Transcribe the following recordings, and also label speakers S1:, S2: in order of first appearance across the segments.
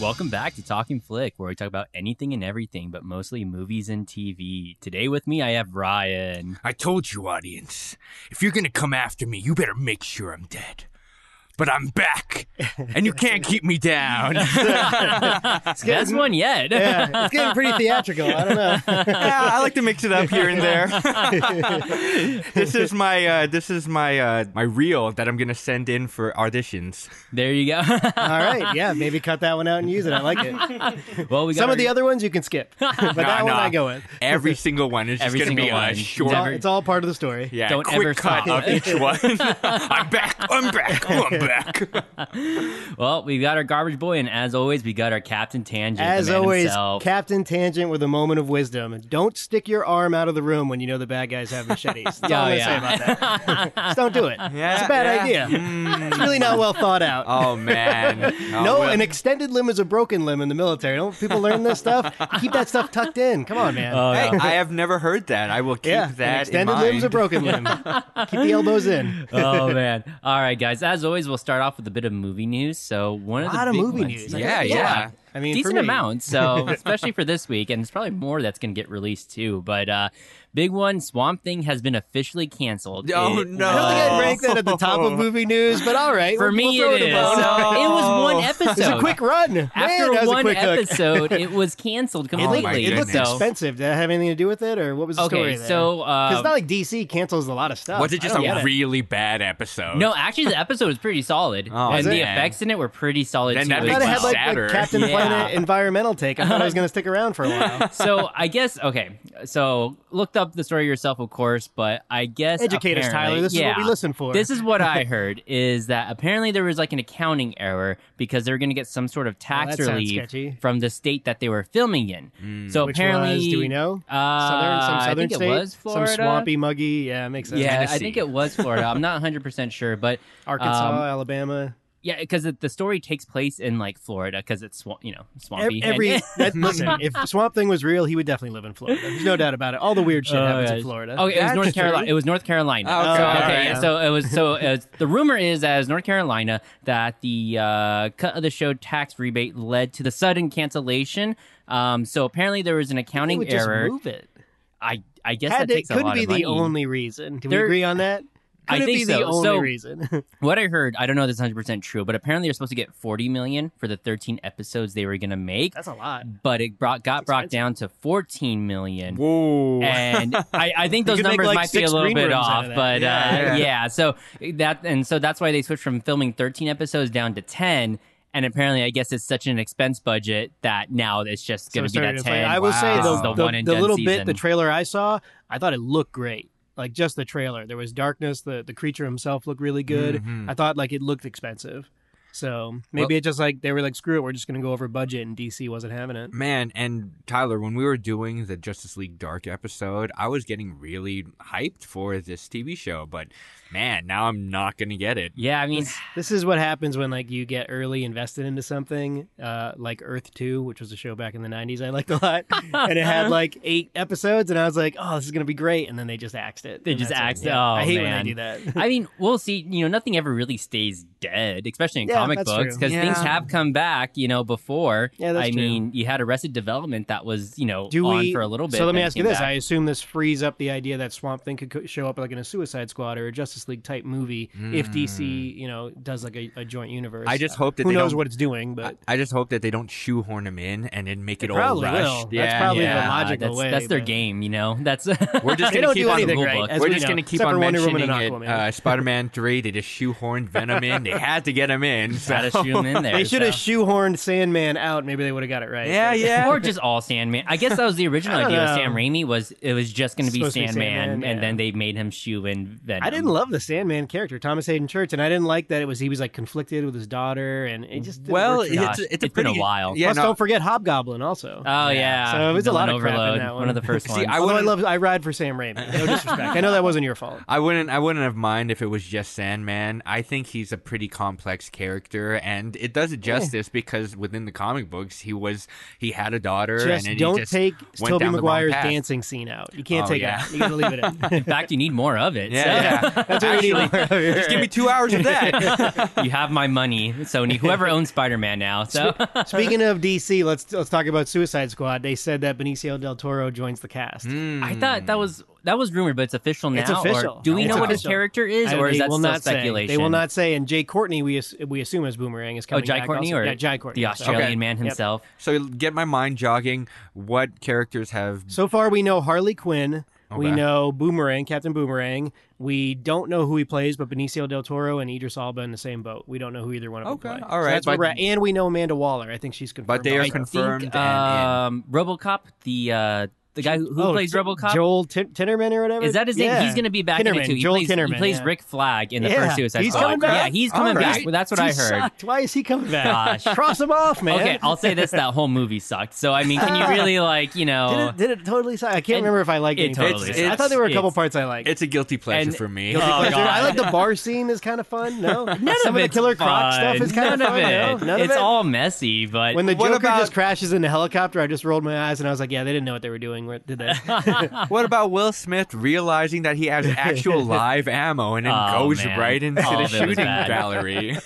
S1: Welcome back to Talking Flick, where we talk about anything and everything, but mostly movies and TV. Today with me, I have Ryan.
S2: I told you, audience, if you're gonna come after me, you better make sure I'm dead. But I'm back, and you can't keep me down.
S1: That's one yet.
S3: yeah, it's getting pretty theatrical. I don't know.
S4: yeah, I like to mix it up here and there. this is my uh, this is my uh, my reel that I'm gonna send in for auditions.
S1: There you go.
S3: All right, yeah, maybe cut that one out and use it. I like it.
S1: well, we got
S3: Some
S1: our-
S3: of the other ones you can skip, but that
S4: Nah,
S3: one
S4: nah.
S3: I go with.
S4: Every single one is just
S1: Every
S4: gonna be
S1: single one.
S4: a short,
S3: It's all,
S1: Never-
S3: it's all part of the story.
S4: yeah,
S1: Don't
S4: quick
S1: ever
S4: cut
S1: stop.
S4: of each one. I'm back. I'm back. Oh, I'm back.
S1: well, we got our garbage boy, and as always, we got our Captain Tangent. the
S3: As
S1: man
S3: always,
S1: himself.
S3: Captain Tangent with a moment of wisdom. Don't stick your arm out of the room when you know the bad guys have machetes. That's all
S1: Oh,
S3: I'm gonna
S1: yeah.
S3: say about that. Just don't do it.
S4: Yeah,
S3: it's a bad
S4: yeah. Mm.
S3: idea. It's really not well thought out.
S4: Oh man. Oh,
S3: no,
S4: well.
S3: an extended limb is a broken limb in the military. Don't people learn this stuff? Keep that stuff tucked in. Come on, man.
S1: Oh,
S4: Hey,
S1: yeah.
S4: I have never heard that. I will keep
S3: yeah,
S4: that
S3: an
S4: in
S3: extended
S4: mind.
S3: limb's a broken limb. Keep the elbows in.
S1: oh man! All right, guys. As always, we'll start off with a bit of movie news. So one of
S3: A
S1: the
S3: lot of
S1: big
S3: movie
S1: ones-
S3: news.
S4: Yeah, yeah.
S3: I mean, for
S1: decent
S3: me,
S1: amount. So especially for this week, and it's probably more that's going to get released too. But uh big one, Swamp Thing has been officially canceled.
S4: Oh,
S1: It-
S4: no.
S3: I don't think I'd rank that at the top of movie news, but all right.
S1: Oh. For
S3: we'll-
S1: me,
S3: we'll throw
S1: it is.
S3: a bone.
S4: No.
S1: It was one episode.
S3: It's a quick run. Man,
S1: After
S3: that was a
S1: one
S3: quick hook.
S1: episode, it was canceled
S4: Oh my
S1: completely.
S3: It looked
S4: goodness.
S1: so,
S3: expensive. Did that have anything to do with it, or what was the story?
S1: okay,
S3: there?
S1: so uh,
S3: 'Cause it's not like DC cancels a lot of stuff.
S4: Was it just
S3: I don't
S4: a
S3: get it.
S4: really bad episode?
S1: no, actually, the episode was pretty solid,
S4: Oh,
S1: and
S3: was
S1: the
S3: it?
S1: effects in it were pretty solid
S4: Then
S1: too. as
S4: that
S3: I thought it
S4: makes
S3: had
S1: well.
S3: like
S4: sadder.
S3: a Captain
S1: Yeah.
S3: Planet environmental take. I thought I was going to stick around for a while.
S1: so I guess okay. So looked up the story yourself, of course, but I guess
S3: Educate
S1: apparently-
S3: us, Tyler. This is what
S1: yeah.
S3: we listen for.
S1: This is what I heard is that apparently there was like an accounting error because they were going to get some sort of tax
S3: Oh, that sounds
S1: relief
S3: sketchy.
S1: from the state that they were filming in.
S4: Hmm.
S1: So
S3: Which
S1: apparently,
S3: was, do we know?
S1: Uh,
S3: Southern, some
S1: I
S3: southern
S1: think
S3: state,
S1: it was Florida.
S3: some swampy, muggy. Yeah, it makes sense.
S1: Yeah, I
S4: Tennessee.
S1: think it was Florida. I'm not 100 percent sure, but
S3: Arkansas,
S1: um,
S3: Alabama.
S1: yeah, because the story takes place in like Florida because it's swa- you know swampy.
S3: Every, every
S1: And-
S3: that, listen, if Swamp Thing was real, he would definitely live in Florida. There's no doubt about it. All the weird shit happens in
S1: yeah.
S3: Florida.
S1: Oh, it was
S4: That's
S1: North Carolina.
S4: true.
S1: It was North Carolina.
S4: Oh,
S1: So,
S4: okay.
S1: okay,
S4: Alright.
S1: so it was. So uh, the rumor is that it was North Carolina that the uh, cut of the show tax rebate led to the sudden cancellation. Um, so apparently there was an
S3: They
S1: accounting
S3: would just
S1: error.
S3: move it.
S1: I I guess
S3: Had
S1: that
S3: to,
S1: takes a
S3: could
S1: lot
S3: be
S1: of
S3: the
S1: money.
S3: only reason. Do we
S1: There-
S3: agree on that?
S1: I
S3: Could it
S1: think
S3: be
S1: so.
S3: the only
S1: So-
S3: reason?
S1: What I heard, I don't know if this is 100 percent true, but apparently you're supposed to get 40 million for the 13 episodes they were gonna make,
S3: That's a lot.
S1: but it brought got brought down to 14 million.
S4: Whoa.
S1: and I, I think those
S3: could make,
S1: numbers
S3: like,
S1: might be a
S3: six
S1: little
S3: green
S1: bit
S3: rooms out
S1: off,
S3: of that.
S1: but uh, yeah.
S4: Yeah, yeah.
S1: So that and so that's why they switched from filming 13 episodes down to 10. And apparently, I guess it's such an expense budget that now it's just
S3: So
S1: going to be
S3: sorry,
S1: that
S3: it's
S1: 10.
S3: like- I will say
S1: This
S3: the,
S1: is
S3: the,
S1: one and
S3: the
S1: done
S3: little
S1: season.
S3: bit the trailer I saw, I thought it looked great. Like just the trailer, there was darkness. The the creature himself looked really good.
S1: Mm-hmm.
S3: I thought like it looked expensive. So maybe it just like they were like, screw it, we're just gonna go over budget, and DC wasn't having it.
S4: Man, and Tyler, when we were doing the Justice League Dark episode, I was getting really hyped for this TV show, but man, now I'm not going to get it.
S1: yeah, I mean,
S3: This is what happens when like you get early invested into something, uh, like Earth Two, which was a show back in the '90s I liked a lot, and it had like eight episodes, and I was like, oh, this is gonna be great, and then they just axed it.
S1: They
S3: And
S1: just
S3: that's
S1: axed it.
S3: Yeah.
S1: Oh,
S3: I hate
S1: man.
S3: when they do that.
S1: I mean, we'll see. You know, nothing ever really stays dead, especially in
S3: Yeah,
S1: comic
S3: that's
S1: books,
S3: true.
S1: because
S4: Yeah.
S1: things have come back. You know, before.
S3: Yeah, that's
S1: I
S3: true.
S1: mean, you had Arrested Development that was you know
S3: do
S1: on
S3: we,
S1: for a little bit.
S3: So let me
S1: then
S3: ask you
S1: came
S3: this:
S1: back.
S3: I assume this frees up the idea that Swamp Thing could co- show up like in a Suicide Squad or a Justice League type movie if DC,
S1: Hmm.
S3: you know, does like a, a joint universe.
S4: I just hope that
S3: who
S4: they
S3: knows
S4: don't-
S3: what it's doing, but
S4: I just hope that they don't shoehorn him in and then make it, all
S3: probably
S4: rushed.
S3: will. That's
S4: Yeah,
S3: probably
S4: yeah.
S3: the logical
S1: that's,
S3: way,
S1: That's their
S3: but-
S1: game, you know. That's
S4: We're just
S3: They
S4: gonna
S3: don't
S4: keep
S3: do
S4: on
S3: anything
S4: rule
S3: right,
S4: book.
S3: as
S4: We're
S3: we
S4: just
S3: know,
S4: gonna keep
S3: except
S4: on
S3: for Wonder
S4: mentioning
S3: Woman and
S4: it.
S3: Aquaman.
S4: Uh, Spider-Man three, they just shoehorned Venom in. They had to get him in.
S1: got to
S4: so-
S1: shoot 'em in there.
S3: they should have
S1: so.
S3: shoehorned Sandman out. Maybe they would have got it right.
S4: Yeah,
S3: But-
S4: yeah.
S1: or just all Sandman. I guess that was the original
S3: I don't
S1: idea of
S3: know.
S1: Sam Raimi was it was just going to be
S3: Oh. Supposed to be
S1: Sandman,
S3: Sandman,
S1: and
S3: yeah.
S1: then they made him shoe in Venom.
S3: I didn't love the Sandman character, Thomas Hayden Church, and I didn't like that it was he was like conflicted with his daughter, and it just didn't
S4: well,
S3: work for me.
S1: Gosh,
S4: it's, it's, a
S1: it's been a
S4: pretty-
S1: while.
S4: Yeah,
S3: Plus,
S4: no,
S3: don't forget Hobgoblin also.
S1: Oh yeah,
S3: So it was a lot
S1: Villain
S3: of crap in
S1: overload.
S3: that
S1: one.
S3: one.
S1: of the first ones.
S4: See,
S3: I,
S4: I
S3: Although I
S4: wouldn't-
S3: love I ride for Sam Raimi. No disrespect. I know that wasn't your fault.
S4: I wouldn't. I wouldn't have mind if it was just Sandman. I think he's a pretty complex character, and it does it justice because within the comic books, he was he had a daughter.
S3: Just
S4: and then he
S3: don't
S4: just
S3: take
S4: went
S3: Toby
S4: down the wrong
S3: Maguire's
S4: path.
S3: dancing scene out. You can't
S4: Oh,
S3: take
S4: yeah.
S3: it out. You gotta leave it in.
S1: In fact, you need more of it. so.
S4: Yeah, yeah.
S3: That's what we need.
S4: just give me two hours of that.
S1: you have my money, Sony. Whoever owns Spider Man now. So
S3: Speaking of DC, let's let's talk about Suicide Squad. They said that Benicio del Toro joins the cast.
S4: Mm.
S1: I thought that was that was rumored, but it's official now.
S3: It's
S1: or-
S3: official.
S1: do we
S3: It's
S1: know what his
S3: official.
S1: character is,
S3: I-
S1: or is
S3: they
S1: that
S3: will
S1: still
S3: not say.
S1: speculation?
S3: They will not say. And Jay Courtney, we as, we assume as Boomerang is
S1: Oh,
S3: coming.
S1: Jai
S3: back
S1: Courtney,
S3: also.
S1: or
S3: yeah, Jai Courtney,
S1: the
S3: I'm sorry.
S1: Australian man
S3: Yep.
S1: himself.
S4: so get my mind jogging. What characters have?
S3: So far, we know Harley Quinn. We
S4: Okay.
S3: know Boomerang, Captain Boomerang. We don't know who he plays, but Benicio del Toro and Idris Alba in the same boat. We don't know who either one of
S4: Okay,
S3: them play.
S4: all
S3: So
S4: right,
S3: that's where
S4: but-
S3: we're at. and we know Amanda Waller. I think she's confirmed.
S4: But they are
S3: also.
S4: confirmed.
S1: Think,
S4: and
S1: um, RoboCop, the uh, the guy who, who
S3: Oh,
S1: plays
S3: Jo-
S1: RoboCop.
S3: Joel Tin- Tinnerman or whatever.
S1: is that his name?
S3: Yeah.
S1: He's going to be back in
S3: Kinnaman,
S1: it too. He
S3: Joel
S1: plays,
S3: Kinnaman,
S1: he plays
S3: yeah.
S1: Rick Flag in the
S3: Yeah.
S1: first Suicide
S3: He's
S1: Squad.
S3: coming back?
S1: Yeah, he's coming
S4: All right.
S1: back. Well, that's what
S3: He
S1: I heard.
S3: sucked. Why is he coming back?
S1: Gosh.
S3: Cross him off, man.
S1: Okay, I'll say this: that whole movie sucked. So I mean, can you really like you know?
S3: did it, did Uh, it totally suck? I can't
S1: And
S3: remember if I liked
S1: it
S3: any parts.
S1: totally
S3: I
S4: sucks.
S3: thought there were a couple
S1: It's-
S3: parts I liked.
S4: it's a guilty pleasure
S1: and-
S4: for me.
S1: Oh,
S3: Like,
S1: God.
S3: I like the bar scene is kind of fun. No, none
S1: None
S3: some
S1: of
S3: the
S1: it's
S3: Killer Croc
S1: fun.
S3: stuff is kind
S1: None
S3: of fun.
S1: it.
S3: no? None
S1: it's
S3: of it.
S1: all messy, but
S3: when the
S4: What
S3: Joker
S4: about-
S3: just crashes in the helicopter, I just rolled my eyes and I was like, "Yeah, they didn't know what they were doing, where- did they?"
S4: What about Will Smith realizing that he has actual live ammo and then
S1: Oh,
S4: goes
S1: man.
S4: right into
S1: Oh,
S4: the
S1: that was
S4: shooting
S1: bad.
S4: gallery?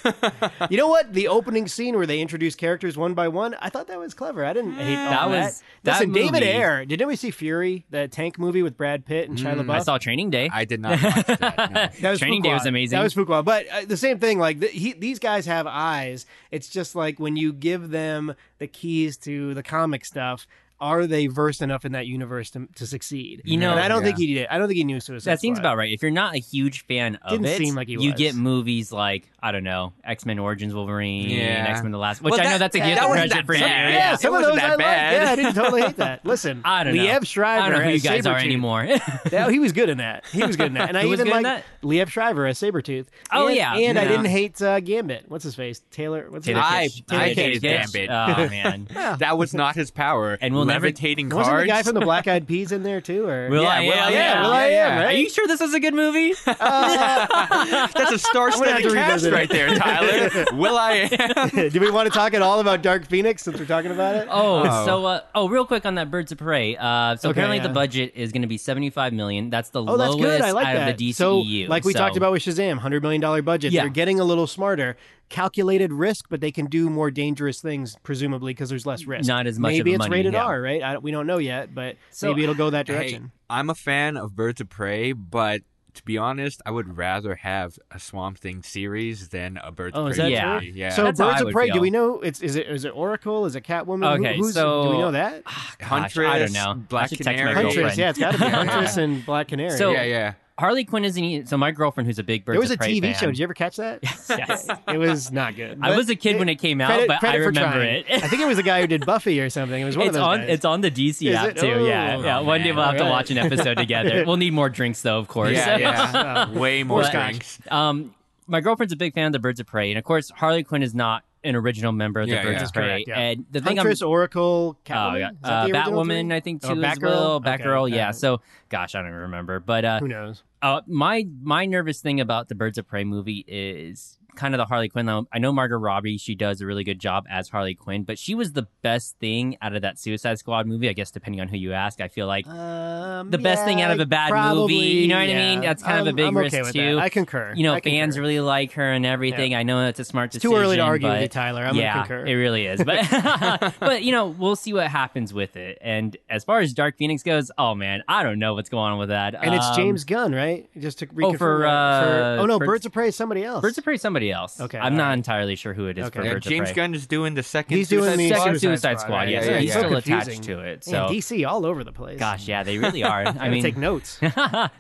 S3: you know what? The opening scene where they introduce characters one by one, I thought that was clever. I didn't hate all
S1: That
S3: that.
S1: was- that
S3: Listen, David
S1: movie-
S3: Ayer. Did anybody see Fury, the tank movie with Brad Pitt and Shia LaBeouf?
S1: I saw Training Day.
S4: I did not watch that. no.
S3: That was
S1: Training Day
S3: Fuqua.
S1: was amazing.
S3: That was Fuqua. But uh, the same thing, like th he, these guys have eyes. It's just like when you give them the keys to the comic stuff, are they versed enough in that universe to, to succeed?
S1: You know-
S3: and I don't
S4: Yeah.
S3: think he did. I don't think he knew Suicide.
S1: that seems
S3: Squad.
S1: about right. If you're not a huge fan of
S3: Didn't
S1: it,
S3: seem like he
S1: you
S3: was.
S1: get movies like I don't know, X Men Origins Wolverine,
S4: Yeah.
S1: X Men the Last, which
S4: Well,
S1: I know
S4: that-
S1: that's a
S4: yeah,
S1: guilty
S4: that wasn't
S1: pleasure
S4: that
S1: for you.
S4: bad.
S1: Yeah.
S3: Yeah,
S4: It
S3: some of
S4: wasn't
S3: those
S4: that
S3: I liked.
S4: bad.
S3: Yeah, I didn't totally hate that. Listen,
S1: I don't know.
S3: Liev Shriver.
S1: I don't know who you
S3: as
S1: guys are
S3: Sabretooth.
S1: anymore.
S3: That- he was good in that. He was good in that. And I
S1: Who was
S3: even
S1: good in
S3: liked Liev Shriver as Sabretooth.
S1: Oh,
S3: and,
S1: yeah.
S3: And I
S1: Yeah.
S3: didn't hate uh, Gambit. What's his face? Taylor. What's his
S1: Taylor
S4: I-
S3: face?
S1: Taylor
S4: I hated
S1: Kitsch.
S4: Gambit.
S1: Oh man.
S4: That was not his power.
S1: And we'll never-
S4: levitating cards.
S3: Wasn't the guy from the Black Eyed Peas in there too? Or
S1: Will
S4: Yeah,
S1: I
S4: Will I
S1: am?
S4: Am.
S1: Yeah.
S3: Will I Am,
S1: Are
S3: right? Uh,
S1: you sure this is a good movie?
S4: That's a
S3: have
S4: star-studded
S3: to
S4: cast
S3: revisit it.
S4: right there, Tyler. Will I am?
S3: Do we want to talk at all about Dark Phoenix since we're talking about it?
S1: Oh,
S4: Oh.
S1: so uh, oh, real quick on that Birds of Prey. Uh, so
S3: Okay,
S1: apparently
S3: yeah.
S1: the budget is going to be seventy-five million. That's the
S3: Oh, that's
S1: lowest
S3: good. I like
S1: out
S3: that.
S1: of the DCEU.
S3: so, like we
S1: so-
S3: talked about with Shazam, hundred million dollar budget.
S1: Yeah.
S3: They're getting a little smarter, calculated risk, but they can do more dangerous things, presumably because there's less risk.
S1: Not as much of
S3: Maybe
S1: a
S3: it's
S1: money,
S3: rated
S1: yeah.
S3: R, right? I, we don't know yet, but
S1: So-
S3: maybe it'll go that
S4: Hey,
S3: direction.
S4: I'm a fan of Birds of Prey, but to be honest, I would rather have a Swamp Thing series than a Birds
S3: Oh,
S4: of
S3: is
S4: Prey.
S1: that
S4: movie. Yeah.
S3: so,
S1: that's how
S3: Birds
S1: I
S3: of
S1: would
S3: Prey.
S1: feel.
S3: Do we know it's is it is it Oracle? Is it Catwoman? Who-
S1: Okay,
S3: who's,
S1: so-
S3: do we know that?
S1: Gosh, I don't know. I
S4: Black
S1: should text
S4: Canary.
S1: my girlfriend.
S3: Huntress, yeah, it's got to be Huntress and Black Canary.
S1: So-
S4: yeah, yeah.
S1: Harley Quinn isn't. e- So my girlfriend, who's a big Birds
S3: there was a
S1: of Prey
S3: TV
S1: fan,
S3: show. Did you ever catch that?
S1: Yes.
S3: it was not good.
S1: I
S3: but
S1: was a kid when it came out,
S3: credit-
S1: but
S3: credit
S1: I
S3: for
S1: remember
S3: trying.
S1: it.
S3: I think it was a guy who did Buffy or something. It was one
S1: it's
S3: of those
S1: on.
S3: guys.
S1: It's on the DC
S3: Is
S1: app
S3: it?
S1: too. yeah,
S3: Oh,
S1: yeah. One day
S4: man.
S1: we'll have to
S3: Alright.
S1: watch an episode together. we'll need more drinks though, of course.
S4: Yeah, yeah. Way more
S1: But,
S4: drinks.
S1: Um, my girlfriend's a big fan of the Birds of Prey, and of course, Harley Quinn is not an original member of the
S4: Yeah,
S1: Birds
S4: yeah.
S1: of Prey.
S3: Correct, yeah.
S1: And the thing I'm
S3: Huntress, Oracle,
S1: Oh,
S3: Catwoman.
S1: yeah.
S3: Is that
S1: Uh,
S3: the original
S1: Batwoman,
S3: three?
S1: I think too
S3: Or
S1: as
S3: Batgirl?
S1: well.
S3: Okay,
S1: Batgirl, yeah.
S3: uh,
S1: So, gosh, I don't remember. But uh,
S3: who knows?
S1: uh, my my nervous thing about the Birds of Prey movie is kind of the Harley Quinn. though. I know Margot Robbie; she does a really good job as Harley Quinn, but she was the best thing out of that Suicide Squad movie. I guess depending on who you ask, I feel like
S3: Um,
S1: the best thing out of a bad
S3: probably,
S1: movie. You know what I
S3: yeah.
S1: mean? That's kind of a
S3: I'm-
S1: big
S3: I'm
S1: risk
S3: okay with
S1: too.
S3: That. I concur.
S1: you know,
S3: I concur.
S1: fans really like her and everything. I know it's a smart
S3: It's
S1: decision.
S3: too early to argue with
S1: but-
S3: you, Tyler. I'm
S1: yeah,
S3: gonna concur.
S1: it really is. But but you know, we'll see what happens with it. And as far as Dark Phoenix goes, oh man, I don't know what's going on with that.
S3: and it's
S1: Um, oh,
S3: James Gunn, right? Just to reconfirm.
S1: for,
S3: that. For-
S1: uh,
S3: oh no,
S1: for-
S3: Birds of Prey, is somebody else.
S1: Birds of Prey, is somebody else.
S3: Okay,
S1: I'm
S3: all
S1: not
S3: right.
S1: entirely sure who it is
S3: Okay.
S1: for
S4: Yeah,
S1: Birds
S4: Uh, James
S1: of Prey.
S4: Gunn is doing the second.
S3: He's doing
S4: Suicide
S3: the
S1: Second
S4: Squad.
S1: Suicide, Squad.
S3: right?
S1: yes,
S4: Yeah,
S1: he's
S4: yeah,
S1: still
S3: yeah.
S1: attached
S3: Confusing.
S1: to it.
S3: Man,
S1: So,
S3: DC all over the place.
S1: gosh, yeah, they really are. I
S3: Gotta
S1: mean,
S3: take notes.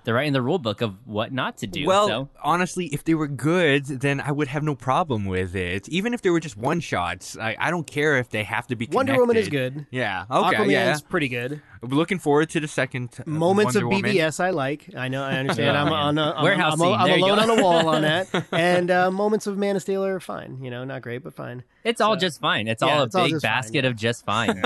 S1: they're writing the rule book of what not to do.
S4: Well,
S1: so.
S4: honestly, if they were good, then I would have no problem with it. Even if they were just one shots, I, I don't care if they have to be.
S3: Wonder Woman is
S4: connected.
S3: good.
S4: Yeah. Okay.
S3: Aquaman's
S4: yeah.
S3: pretty good.
S4: I'm looking forward to the second uh,
S3: Moments
S4: Wonder
S3: of
S4: Woman.
S3: BBS I like. I know I understand.
S1: Yeah,
S3: I'm
S1: man.
S3: on a I'm,
S1: Warehouse
S3: I'm,
S1: scene.
S3: I'm
S1: There you
S3: alone
S1: go.
S3: on a wall on that. And uh, moments of Man of Steel are fine. You know, not great, but fine.
S1: It's all
S3: So-
S1: just fine. It's
S3: Yeah,
S1: all a
S3: it's all
S1: big
S3: just fine,
S1: basket
S3: yeah.
S1: of just fine.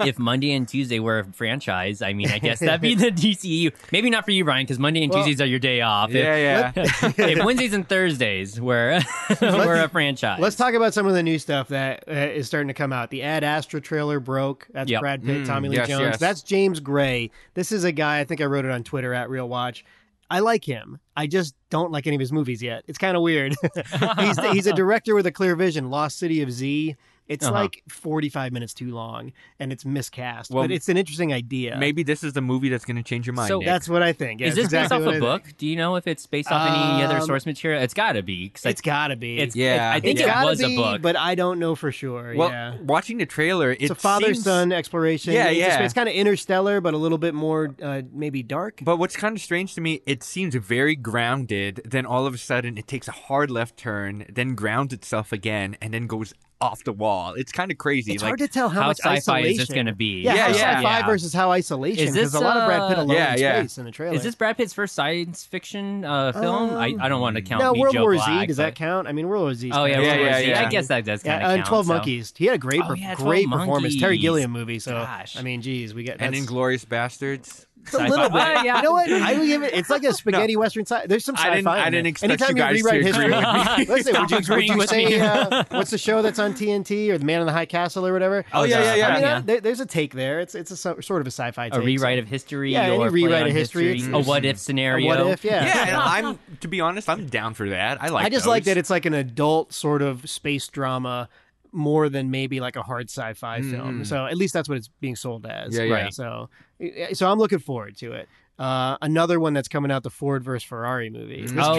S1: if Monday and Tuesday were a franchise, I mean, I guess that'd be the DCU. Maybe not for you, Brian, because Monday and
S3: Well-
S1: Tuesdays are your day off.
S4: Yeah, yeah.
S1: If, if Wednesdays and Thursdays were, were a franchise.
S3: Let's talk about some of the new stuff that uh, is starting to come out. The Ad Astra trailer broke. That's
S1: Yep.
S3: Brad Pitt,
S4: Mm,
S3: Tommy Lee
S4: yes,
S3: Jones.
S4: yes.
S3: That's James Gray. This is a guy. I think I wrote it on Twitter at Real Watch. I like him. I just don't like any of his movies yet. It's kind of weird. he's he's a director with a clear vision. Lost City of Z. It's
S1: Uh-huh.
S3: like 45 minutes too long and it's miscast,
S4: Well,
S3: but it's an interesting idea.
S4: Maybe this is the movie that's going to change your mind.
S1: So-
S4: Nick.
S3: that's what I think. Yeah,
S1: Is
S3: it's
S1: this
S3: exactly
S1: based
S3: what
S1: off
S3: I
S1: a
S3: think.
S1: book? Do you know if it's based off any other
S3: Um,
S1: source material? It's got to be. 'cause I-
S3: It's got to be.
S1: it's-
S4: yeah,
S1: I think
S3: It's
S1: it
S3: gotta
S1: was a
S3: be,
S1: book.
S3: but I don't know for sure.
S4: well,
S3: yeah.
S4: watching the trailer, it
S3: It's a father
S4: seems-
S3: son exploration.
S4: Yeah,
S3: It's just-
S4: yeah.
S3: It's kind of interstellar, but a little bit more uh, maybe dark.
S4: But what's kind of strange to me, it seems very grounded. Then all of a sudden, it takes a hard left turn, then grounds itself again, and then goes off the wall. It's kind of crazy.
S3: it's
S4: like,
S3: hard to tell how,
S1: how
S3: much
S1: sci-fi
S3: isolation.
S1: is this going to be?
S3: Yeah,
S4: Yeah,
S3: how
S4: yeah.
S3: sci-fi
S1: Yeah.
S3: versus how isolation.
S1: Is
S3: Because
S1: this,
S3: a lot of Brad Pitt
S1: uh,
S3: alone
S4: yeah,
S3: in
S4: yeah.
S3: space in the trailer.
S1: Is this Brad Pitt's first science fiction uh, film? I,
S3: Um,
S1: I don't want to count.
S3: now
S1: me
S3: World
S1: Joe
S3: War Z?
S1: Black,
S3: Does that
S1: but-
S3: count? I mean, World War Z.
S1: Oh yeah,
S4: Yeah,
S1: World War
S4: yeah,
S1: Z.
S4: yeah.
S1: I guess that does kind of
S3: and
S1: count.
S3: Twelve
S1: so.
S3: Monkeys. He had a great,
S1: Oh,
S3: per-
S1: yeah, 12
S3: great performance. Terry
S1: Monkeys.
S3: Gilliam movie. So
S1: Gosh.
S3: I mean, geez, we got
S4: and
S3: that's-
S4: Inglorious Bastards.
S3: It's a
S1: Sci-fi.
S3: little bit.
S1: Well, yeah.
S3: You know what? I would give it. It's like a spaghetti western side. There's some
S4: I
S3: sci-fi.
S4: didn't- I
S3: in
S4: didn't
S3: it.
S4: expect
S3: Anytime
S4: you guys to
S3: rewrite
S4: agree
S3: history,
S4: with me.
S3: let's say,
S1: Stop
S3: would you, would
S1: agreeing
S3: you
S1: with
S3: say
S1: me.
S3: uh, what's the show that's on TNT or The Man in the High Castle or whatever?
S4: Oh, yeah,
S3: It's,
S4: yeah,
S3: uh,
S4: yeah.
S3: I mean, uh,
S1: Yeah.
S3: there- there's a take there. It's it's a so- sort of a sci-fi. Take,
S1: a rewrite of history
S3: Yeah, any
S1: or a play
S3: rewrite
S1: on
S3: of history.
S1: a
S3: It's-
S1: what if
S3: So,
S1: scenario.
S3: what if? Yeah.
S4: Yeah, and I'm to be honest, I'm down for that. I like.
S3: I just
S4: those.
S3: like that it's like an adult sort of space drama more than maybe like a hard sci-fi film. So at least that's what it's being sold as.
S4: Hmm. Yeah, yeah. Right.
S3: So eh, so I'm looking forward to it. Uh, another one that's coming out, the Ford versus Ferrari movie. This
S1: Oh, yeah.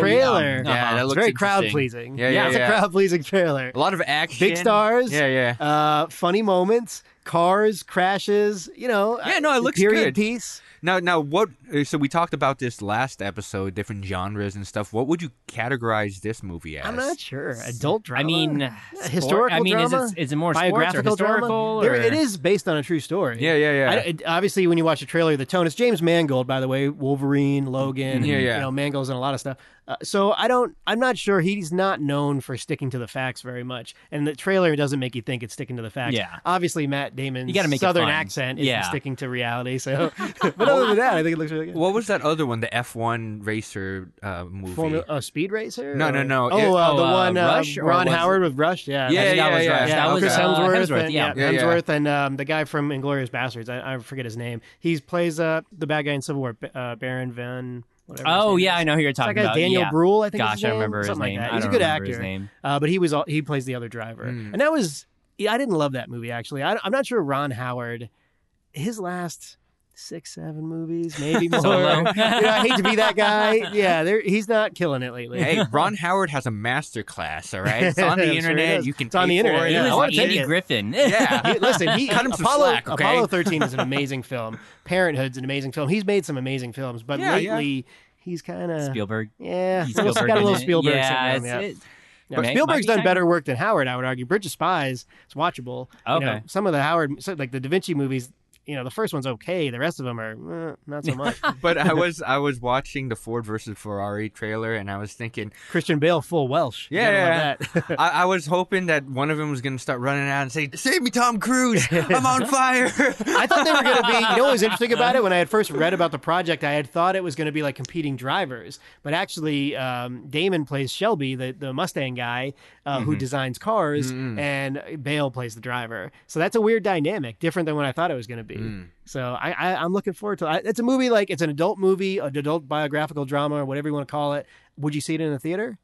S1: Yeah,
S3: trailer,
S1: that
S3: it's
S4: looks
S3: very
S4: interesting.
S3: crowd pleasing.
S4: Yeah, yeah,
S3: it's
S4: yeah.
S3: a crowd pleasing trailer.
S4: a lot of action,
S3: Big stars,
S4: Yeah, yeah.
S3: uh, funny moments, cars, crashes. You know,
S4: Yeah, no, it
S3: uh,
S4: looks
S3: period
S4: good.
S3: piece.
S4: Now, now, what? uh, So we talked about this last episode, different genres and stuff. What would you categorize this movie as?
S3: I'm not sure. Adult drama.
S1: I mean, sport-
S3: historical
S1: I mean,
S3: drama?
S1: is it, is it more sports or
S3: biographical drama.
S1: historical?
S3: There-
S1: or-
S3: it is based on a true story.
S4: Yeah, yeah, yeah.
S3: I, it- obviously, when you watch the trailer, the tone. It's James Mangold, by the way. Wolverine,
S1: Mm-hmm.
S3: Logan.
S4: Yeah, yeah.
S3: You know, Mangold's in a lot of stuff. Uh, so I don't. I'm not sure. He's not known for sticking to the facts very much, and the trailer doesn't make you think it's sticking to the facts.
S1: Yeah.
S3: Obviously, Matt Damon's
S1: You gotta make it
S3: southern
S1: fun.
S3: accent is
S1: Yeah.
S3: sticking to reality. So, but other than that, I think it looks really good.
S4: What was that other one? The F1 racer uh, movie.
S3: Formula, oh, Speed Racer?
S4: No, no,
S3: Or-
S4: no.
S3: Oh,
S4: It-
S3: uh,
S1: oh,
S3: the
S1: uh,
S3: one uh,
S1: Rush, or
S3: Ron
S1: was it-
S3: Howard with Rush. Yeah,
S1: I
S4: Yeah,
S1: think that was
S4: yeah,
S1: Rush.
S4: yeah.
S1: That was
S3: Chris
S1: uh,
S3: Hemsworth, and,
S1: yeah.
S4: Yeah, yeah.
S3: Hemsworth, and um, the guy from Inglorious Bastards. I, I forget his name. He plays uh, the bad guy in Civil War, B- uh, Baron Van. Whatever his
S1: Oh
S3: name
S1: yeah,
S3: is.
S1: I know who you're
S3: It's
S1: talking
S3: that guy
S1: about.
S3: Daniel
S1: yeah.
S3: Bruhl, I think. is
S1: Gosh,
S3: his
S1: I
S3: name,
S1: remember his
S3: Something
S1: name.
S3: Like that.
S1: I
S3: He's a
S1: don't
S3: good
S1: remember
S3: actor,
S1: his name.
S3: Uh, but he was all, he plays the other driver,
S4: Hmm.
S3: and that was yeah, I didn't love that movie actually. I, I'm not sure Ron Howard, his last six seven movies maybe more.
S1: Solo.
S3: You know, I hate to be that guy. Yeah, there- he's not killing it lately.
S4: Hey, Ron Howard has a master class, all right? It's on
S3: Sure
S4: the
S3: he
S4: internet.
S3: does.
S4: you can
S3: It's on
S4: pay
S3: the
S4: for
S3: internet,
S4: it.
S1: He
S3: yeah. I
S1: was
S3: wanna take
S1: Andy
S3: it.
S1: Griffin.
S4: Yeah.
S3: He- listen, he,
S4: Cut him some
S3: Apollo,
S4: slack, okay?
S3: Apollo 13 is an amazing film. Parenthood's an amazing film. He's made some amazing films, but
S4: Yeah, yeah.
S3: lately he's kind of
S1: Spielberg.
S3: yeah,
S1: He's
S3: he's also got a
S1: in
S3: little
S1: it.
S3: Spielberg
S1: yeah,
S3: syndrome. Yeah.
S1: it's- it-
S3: Yeah,
S1: Mag-
S3: Spielberg's
S1: Maggie
S3: done better work than Howard, I would argue. Bridge of Spies, it's watchable. You know,
S1: Okay.
S3: some of the Howard, so, like the Da Vinci movies, you know, the first one's okay. The rest of them are eh, not so much.
S4: But I was I was watching the Ford versus Ferrari trailer, and I was thinking,
S3: Christian Bale, full Welsh. You
S4: Yeah,
S3: gotta
S4: yeah,
S3: love that.
S4: I, I was hoping that one of them was going to start running out and say, "Save me, Tom Cruise! I'm on fire!"
S3: I thought they were going to be. You know what was interesting about it? When I had first read about the project, I had thought it was going to be like competing drivers, but actually, um, Damon plays Shelby, the, the Mustang guy uh, who designs cars, and Bale plays the driver. So that's a weird dynamic, different than what I thought it was going to be. So I, I, I'm looking forward to. I, it's a movie like it's an adult movie, an adult biographical drama, or whatever you want to call it. Would you see it in a theater?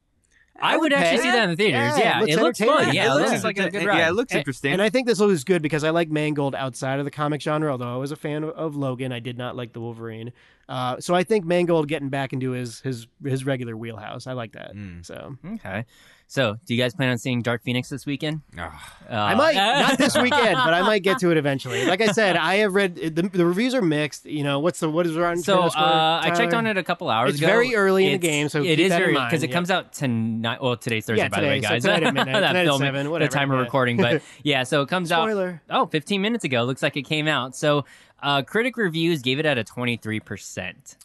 S1: I would
S3: Okay.
S1: actually see that in the theaters.
S3: Yeah,
S1: Yeah,
S3: it looks
S1: it looks fun.
S3: entertaining.
S1: Yeah,
S3: It
S1: it looks
S3: looks
S1: like a good ride.
S4: yeah, it looks interesting.
S3: And I think this was good because I like Mangold outside of the comic genre. Although I was a fan of, of Logan, I did not like the Wolverine. Uh, so I think Mangold getting back into his his his regular wheelhouse. I like that.
S1: Mm.
S3: So
S1: Okay. So, do you guys plan on seeing Dark Phoenix this weekend?
S4: Ah,
S1: Uh,
S3: I might not this weekend, but I might get to it eventually. Like I said, I have read the, the reviews are mixed. You know what's the what is around?
S1: So uh, I checked on it a couple hours
S3: It's
S1: ago.
S3: very early in the game, so
S1: it
S3: keep
S1: is
S3: that in
S1: very
S3: mind,
S1: because it
S3: yeah.
S1: comes out tonight. Well, today's Thursday,
S3: Yeah,
S1: by the way,
S3: today, so
S1: guys.
S3: tonight at midnight,
S1: That
S3: tonight at
S1: film,
S3: seven, whatever,
S1: the time of
S3: yeah.
S1: uh, recording, but yeah, so it comes out.
S3: Spoiler.
S1: Oh, 15 minutes ago. Looks like it came out. So Uh, critic reviews gave it at a 23%.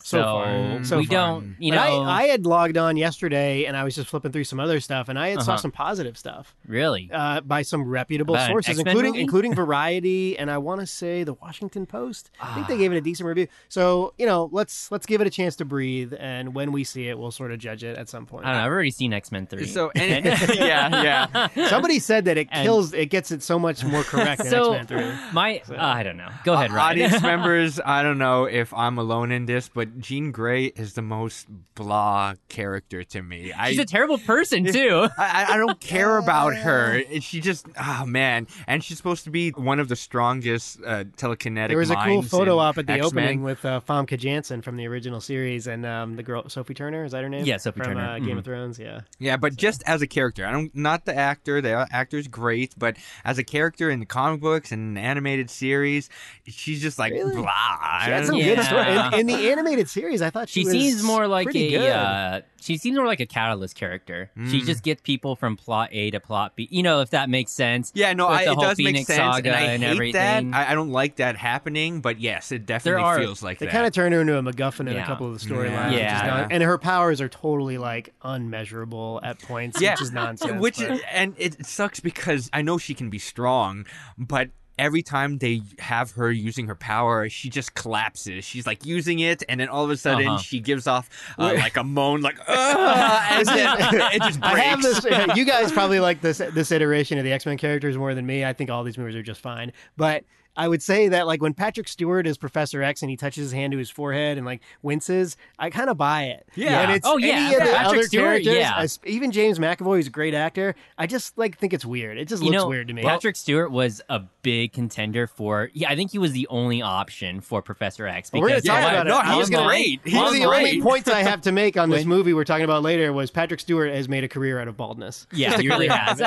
S3: So far. So
S1: we
S3: far.
S1: don't, you know,
S3: But I, I had logged on yesterday and I was just flipping through some other stuff and I had saw
S1: Uh-huh.
S3: some positive stuff
S1: really.
S3: uh, by some reputable
S1: About an
S3: sources,
S1: X-Men
S3: including
S1: movie?
S3: including Variety and I want to say the Washington Post. I think they
S1: Ah.
S3: gave it a decent review. So you know, let's let's give it a chance to breathe, and when we see it, we'll sort of judge it at some point.
S1: I don't know. I've already seen X Men 3.
S4: So and, yeah, yeah.
S3: Somebody said that it
S1: And-
S3: kills, it gets it so much more correct than
S1: So-
S3: X Men Three.
S1: My, I don't know. Go ahead,
S4: Uh,
S1: Ryan.
S4: Audience members, I don't know if I'm alone in this, but Jean Grey is the most blah character to me. I
S1: She's a terrible person, too.
S4: I, I- I don't care about her. It- She just, oh man. And she's supposed to be one of the strongest uh, telekinetic.
S3: There was a cool
S4: minds
S3: photo
S4: in
S3: op at the
S4: X-Men.
S3: opening with uh, Famke Janssen from the original series and um, the girl Sophie Turner. Is that her name?
S1: Yeah, Sophie
S3: from,
S1: Turner. Mm-hmm.
S3: Uh, Game of Thrones. Yeah.
S4: Yeah, but just as a character, I don't not the actor. The actor's great, but as a character in the comic books and animated series, she's just like
S3: Really?
S4: blah. I
S3: She had
S4: don't
S3: some
S4: know.
S3: good
S1: Yeah.
S3: story. In, in the animated series, I thought she,
S1: She
S3: was
S1: seems more like
S3: pretty
S1: a
S3: good.
S1: uh, she seems more like a catalyst character. She
S4: Mm.
S1: just gets people from plot A to plot B. You know, if that makes sense.
S4: Yeah, no,
S1: With
S4: I,
S1: the
S4: it
S1: whole
S4: does make
S1: Phoenix
S4: sense,
S1: saga
S4: and I
S1: and
S4: hate
S1: everything.
S4: that. I, I don't like that happening, but yes, it definitely
S1: are-
S4: feels like
S3: They
S4: that.
S3: kind of turned her into a MacGuffin in a
S1: Yeah.
S3: couple of the storylines. which is
S1: Yeah.
S3: non- and her powers are totally like unmeasurable at points,
S4: Yeah.
S3: which is nonsense.
S4: which
S3: but-
S4: is, and it sucks because I know she can be strong, but every time they have her using her power, she just collapses. She's like using it, and then all of a sudden
S1: Uh-huh.
S4: she gives off uh, like a moan, like "Ugh," and then it just breaks.
S3: I have this. You guys probably like this this iteration of the X Men characters more than me. I think all these movies are just fine, but. I would say that like when Patrick Stewart is Professor X and he touches his hand to his forehead and like winces, I kind of buy it.
S4: Yeah.
S3: and it's
S1: Oh, yeah.
S3: any of the
S1: Patrick
S3: other
S1: Stewart,
S3: characters,
S1: yeah.
S3: as- even James McAvoy, who's a great actor. I just like think it's weird. It just
S1: you
S3: looks
S1: know,
S3: weird to me.
S1: Patrick Stewart was a big contender for. Yeah, I think he was the only option for Professor X.
S3: Well, we're gonna
S1: because-
S3: talk
S4: yeah,
S3: about it.
S4: no,
S3: I
S4: he's
S3: was gonna-
S4: great. He's
S3: One of the only
S4: great.
S3: points I have to make on this movie we're talking about later was Patrick Stewart has made a career out of baldness.
S1: Yeah, he really has.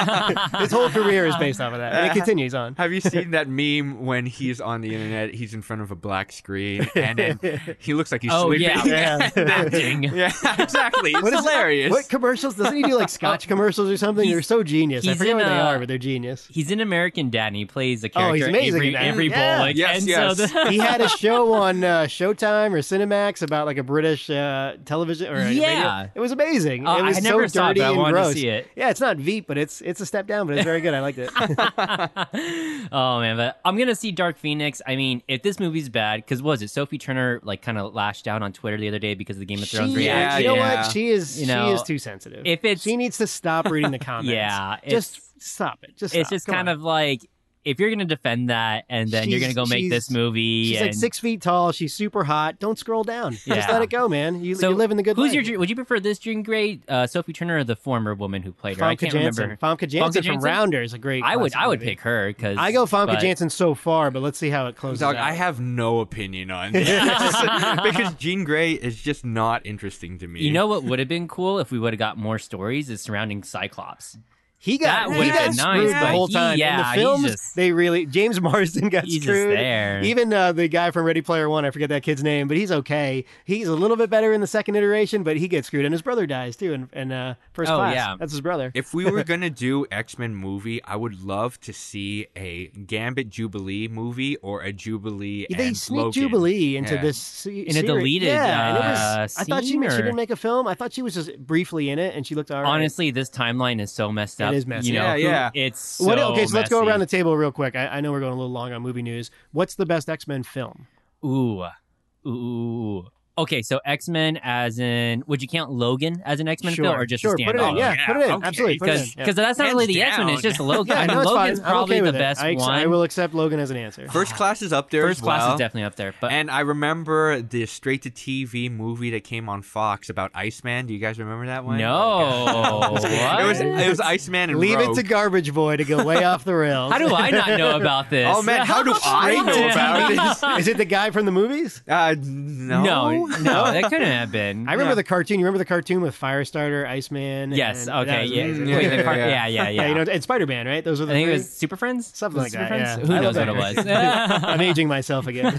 S3: His whole career is based off of that. And it continues on.
S4: Have you seen that meme when he's on the internet? He's in front of a black screen, and then he looks like he's
S1: oh
S4: sleeping.
S1: yeah, That thing.
S4: Yeah, exactly. It's
S3: is-
S4: hilarious.
S3: What commercials? Doesn't he do like Scotch commercials or
S1: Uh,
S3: something?
S1: He's-
S3: They're so genius. I
S1: he's
S3: forget
S1: in uh,
S3: what they
S1: a-
S3: are, but they're genius.
S1: He's an American Dad, and he plays a
S3: Oh,
S1: character.
S3: he's amazing
S1: Avery,
S3: in that.
S1: Avery
S3: Yeah.
S1: Bullock.
S4: Yes,
S1: and
S4: yes.
S1: So the,
S3: He had a show on uh, Showtime or Cinemax about like a British uh, television. Or
S1: Yeah.
S3: radio. it was amazing.
S1: Oh,
S3: it was
S1: I never
S3: so
S1: saw it,
S3: dirty
S1: but I
S3: and
S1: wanted to
S3: gross.
S1: see it.
S3: Yeah, it's not Veep, but it's it's a step down, but it's very good. I liked it.
S1: oh man, but I'm gonna see Dark Phoenix. I mean, if this movie's bad, because was it Sophie Turner like kind of lashed out on Twitter the other day because of the Game of Thrones
S3: She-
S1: reaction?
S3: You know
S4: Yeah.
S3: what? She is
S1: You know,
S3: she is too sensitive.
S1: if it's-
S3: she needs to stop reading the comments.
S1: Yeah, it's-
S3: just stop it. Just
S1: It's
S3: stop.
S1: just
S3: Come
S1: kind
S3: on.
S1: of like if you're gonna defend that, and then you're
S3: She's-
S1: gonna go make
S3: she's-
S1: this movie.
S3: She's like
S1: and-
S3: six feet tall. She's super hot. Don't scroll down. Just
S1: Yeah.
S3: let it go, man. You, you live in the good
S1: Who's
S3: life.
S1: your? Would you prefer this Jean Grey, uh, Sophie Turner, or the former woman who played her? I
S3: Famke
S1: can't
S3: Janssen.
S1: remember.
S3: Famke Janssen from
S1: Janssen?
S3: Rounder is a great.
S1: I would.
S3: classic
S1: I would
S3: movie.
S1: pick her because
S3: I go Famke Janssen so far, but let's see how it closes.
S4: Dog,
S3: out.
S4: I have no opinion on this because Jean Grey is just not interesting to me.
S1: You know what would have been cool if we would have got more stories is surrounding Cyclops.
S3: he got
S1: that
S3: he
S1: would've
S3: got
S1: been
S3: screwed
S1: nice,
S3: the
S1: but
S3: whole
S1: he-
S3: time. In
S1: yeah,
S3: the
S1: he's
S3: films,
S1: just-
S3: they really James Marsden got
S1: He's just
S3: screwed.
S1: there.
S3: Even uh, the guy from Ready Player One, I forget that kid's name, but he's okay. He's a little bit better in the second iteration, but he gets screwed, and his brother dies too. In, in uh, first
S1: Oh,
S3: class,
S1: yeah.
S3: that's his brother.
S4: if we were gonna do X Men movie, I would love to see a Gambit Jubilee movie or a Jubilee.
S3: they
S4: and
S3: sneak
S4: Logan.
S3: Jubilee into
S4: Yeah.
S3: this se-
S1: In a
S3: series.
S1: deleted,
S3: Yeah, and it
S1: uh,
S3: was- I thought she,
S1: scene,
S3: ma- she
S1: or-
S3: didn't make a film. I thought she was just briefly in it, and she looked all right.
S1: Honestly, this timeline is so messed
S3: It
S1: up.
S3: is messy.
S1: You know,
S4: Yeah,
S1: who-
S4: yeah.
S1: It's so
S3: What- okay, so let's go
S1: messy.
S3: around the table real quick. I, I know we're going a little long on movie news. What's the best X Men film?
S1: Ooh. Ooh. Okay, so X Men as in would you count Logan as an X Men
S3: sure,
S1: film or just
S3: sure,
S1: a
S3: put it in.
S1: standalone?
S3: Yeah,
S4: yeah,
S3: put it in.
S4: okay,
S3: Absolutely, put it in.
S1: Because
S3: Yeah.
S1: because that's not
S4: Hands
S1: really the
S4: down.
S1: X Men. It's just Logan.
S3: Yeah,
S1: I
S3: no,
S1: know
S3: it's fine.
S1: Logan's
S3: I'm
S1: probably
S3: okay
S1: the
S3: with it.
S1: best
S3: I, ex-
S1: one.
S3: I will accept Logan as an answer.
S4: First class is up there.
S1: First
S4: as
S1: class
S4: well.
S1: is definitely up there, but
S4: And I remember the straight to TV movie that came on Fox about Iceman. Do you guys remember that one? Oh
S1: no.
S4: It was
S1: What?
S4: it was Iceman and
S3: Leave it
S4: Rogue.
S3: to Garbage Boy to go way off the rails.
S1: How do I not know about this?
S4: Oh man, how do I know about this?
S3: Is it the guy from the movies?
S4: Uh, no,
S1: No, no, that couldn't have been.
S3: I remember
S4: Yeah.
S3: the cartoon. You remember the cartoon with Firestarter, Iceman?
S1: Yes.
S3: and- that
S1: Okay.
S3: was
S1: Yeah.
S3: amazing.
S4: Yeah,
S1: Wait,
S4: yeah,
S1: the car-
S4: yeah.
S1: yeah. Yeah.
S3: Yeah,
S1: Yeah.
S3: you know, it's Spider Man, right? Those were
S1: I
S3: the
S1: think it
S3: three?
S1: was Super Friends.
S3: something
S1: Was
S3: like
S1: it
S3: that.
S1: Super Friends?
S3: yeah.
S1: Who
S3: I love
S1: knows what it
S3: that
S1: was? Um,
S3: cartoon. I'm aging myself again.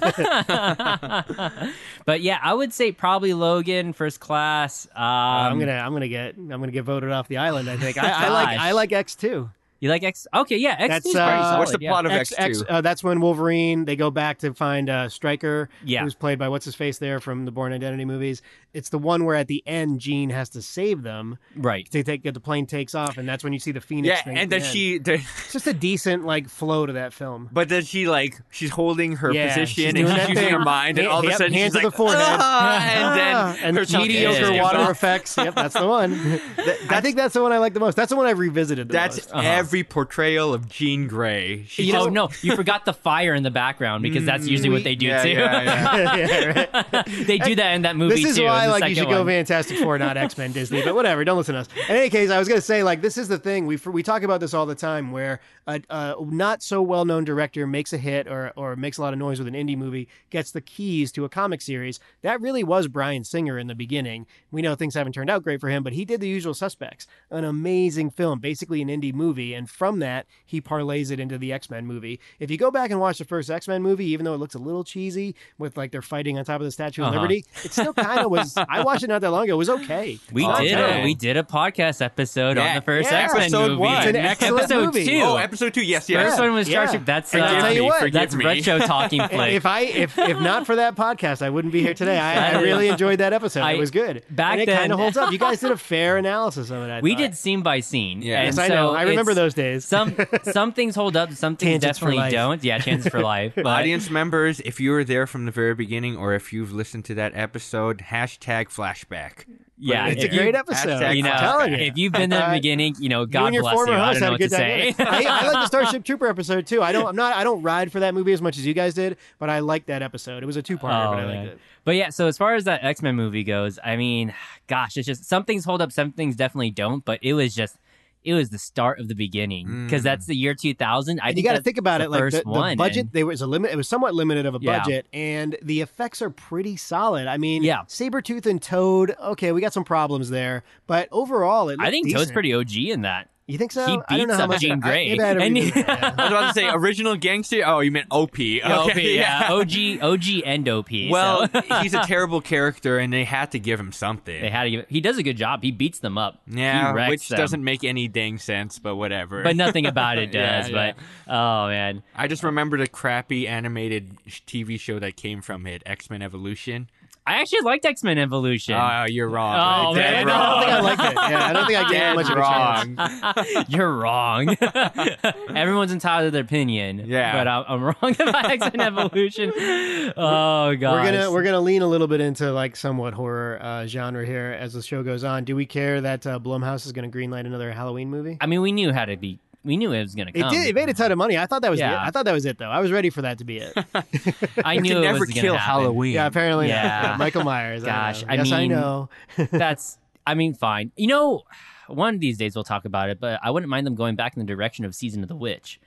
S1: but yeah, I would say probably Logan, First Class. Um,
S3: Uh, I'm gonna, I'm gonna get, I'm gonna get voted off the island. I think I, I like,
S1: Gosh.
S3: I like X two.
S1: You like X? Okay, yeah, X
S3: That's,
S1: is pretty
S3: uh,
S1: solid.
S4: What's the
S1: yeah.
S4: plot of
S3: X,
S4: X2?
S3: X, uh, that's when Wolverine they go back to find uh, Stryker,
S1: Yeah.
S3: who's played by what's his face there from the Born Identity movies. It's the one where at the end Jean has to save them
S1: Right.
S3: to take the plane takes off, and that's when you see the Phoenix.
S4: yeah,
S3: thing at
S4: and
S3: the
S4: then
S3: end.
S4: she, then-
S3: It's just a decent like flow to that film.
S4: but then she like she's holding her
S3: Yeah, she's
S4: position
S3: doing
S4: and
S3: that
S4: she's using
S3: thing.
S4: her mind, and
S3: Yeah,
S4: all of a
S3: yep,
S4: sudden
S3: hands
S4: she's
S3: to
S4: like,
S3: the forehead.
S4: "Ah," and then
S3: and
S4: her chest
S3: mediocre
S4: is
S3: water
S4: up.
S3: effects. Yep, that's the one. I think that's the one I like the most. That's the one I revisited. The
S4: That's
S3: most. Uh-huh.
S4: every portrayal of Jean Grey. She
S1: oh no, you forgot the fire in the background because that's usually what they do
S4: yeah,
S1: too.
S4: yeah, yeah.
S3: Mm, Yeah, right.
S1: they do that in that movie
S3: This is
S1: too. in
S3: why,
S1: the
S3: like, you
S1: second
S3: should go
S1: one.
S3: Fantastic Four, not X Men, Disney. But whatever, don't listen to us. In any case, I was going to say, like, this is the thing we we talk about this all the time, where a, a not so well known director makes a hit or or makes a lot of noise with an indie movie, gets the keys to a comic series. That really was Brian Singer in the beginning. We know things haven't turned out great for him, but he did The Usual Suspects, an amazing film, basically an indie movie, and from that he parlays it into the X Men movie. If you go back and watch the first X Men movie, even though it looks a little cheesy with like they're fighting on top of the Statue of
S1: Uh-huh.
S3: Liberty, it still kind of was. I watched it not that long ago. It was okay.
S1: We
S4: Oh,
S1: did
S4: okay.
S1: a, we did a podcast episode on
S4: Yeah.
S1: the first
S4: Yeah.
S1: X Men
S4: Episode
S1: movie.
S4: one. It's
S3: an excellent
S1: episode
S3: movie.
S1: two.
S4: Oh, episode two. Yes, yes.
S1: First one was Star
S3: Yeah.
S1: Trek. That's uh,
S3: And
S4: Forgive
S3: I'll tell you
S4: me,
S3: what,
S4: forgive
S1: that's
S4: me.
S1: retro talking flick.
S3: If I if if not for that podcast, I wouldn't be here today. I, I really enjoyed that episode.
S1: I-
S3: it was good.
S1: back
S3: and it
S1: then-
S3: kind of holds up. You guys did a fair analysis of it. I
S1: we
S3: thought.
S1: did scene by scene.
S4: Yeah.
S1: and
S3: Yes, I
S1: so
S3: know. I remember
S1: it's-
S3: those days.
S1: Some some things hold up, some things
S3: Tangents for
S1: definitely
S3: life.
S1: don't. Yeah, chances for life. But
S4: Audience members, if you were there from the very beginning or if you've listened to that episode, hashtag flashback.
S1: yeah,
S3: it's a
S1: if you-
S3: great episode.
S4: Hashtag
S1: You know,
S3: I'm telling you.
S1: if you've been there in the beginning, you know,
S3: you
S1: God
S3: and your
S1: bless
S3: former
S1: you. I don't
S3: host
S1: know
S3: had a
S1: what
S3: good
S1: to say.
S3: dynamic. I, I like the Starship Trooper episode too. I don't. I'm not. I don't ride for that movie as much as you guys did, but I liked that episode. It was a two parter,
S1: Oh,
S3: but I
S1: man.
S3: liked it.
S1: But yeah, so as far as that X Men movie goes, I mean, gosh, it's just some things hold up, some things definitely don't. But it was just, it was the start of the beginning because that's the year 2000. I
S3: Mm. And you got to
S1: that's
S3: think about
S1: the
S3: it, like
S1: first
S3: the, the
S1: one,
S3: budget.
S1: and-
S3: there was a limit. It was somewhat limited of a
S1: Yeah.
S3: budget, and the effects are pretty solid. I mean,
S1: Yeah.
S3: Sabretooth and Toad. Okay, we got some problems there, but overall, it
S1: I
S3: looked
S1: think
S3: decent.
S1: Toad's pretty OG in that.
S3: You think so?
S1: He
S3: I don't know
S1: beats
S3: how
S1: up
S3: much-
S1: Jean
S3: I-
S1: Grey.
S3: maybe I had to
S1: And he-
S3: revisit that, yeah.
S4: I was about to say original gangster. Oh, you meant OP. Okay,
S1: OP, yeah, OG, OG, and OP. so
S4: Well, he's a terrible character, and they had to give him something.
S1: they had to give. He does a good job. He beats them up. He
S4: yeah,
S1: wrecks
S4: which
S1: them.
S4: doesn't make any dang sense, but whatever.
S1: But nothing about it
S4: Yeah,
S1: does.
S4: yeah.
S1: But oh man,
S4: I just remember the crappy animated sh- TV show that came from it, X Men Evolution.
S1: I actually liked X Men Evolution.
S4: Oh, you're wrong.
S1: Oh,
S4: Dead
S1: man,
S3: I don't
S1: wrong.
S3: think I liked it. Yeah, I don't think I gave it
S4: Dead
S3: much of a chance.
S4: wrong.
S1: You're wrong. Everyone's entitled to their opinion.
S4: Yeah.
S1: but I'm, I'm wrong about X Men Evolution. Oh god,
S3: We're gonna we're gonna lean a little bit into like somewhat horror uh, genre here as the show goes on. Do we care that uh, Blumhouse is gonna greenlight another Halloween movie?
S1: I mean, we knew how to be. We knew it was gonna
S3: It
S1: come.
S3: did. It made a ton of money. I thought that was.
S1: Yeah.
S3: It. I thought that was it though. I was ready for that to be it.
S1: I
S4: You
S1: knew
S4: can
S1: it
S4: never
S1: was gonna
S4: kill
S1: happen.
S4: Halloween.
S3: Yeah, apparently. not.
S1: Yeah.
S3: Yeah, Michael Myers.
S1: Gosh,
S3: I
S1: I
S3: know. yes,
S1: mean-
S3: I know.
S1: That's. I mean, fine. You know, one of these days we'll talk about it, but I wouldn't mind them going back in the direction of Season of the Witch.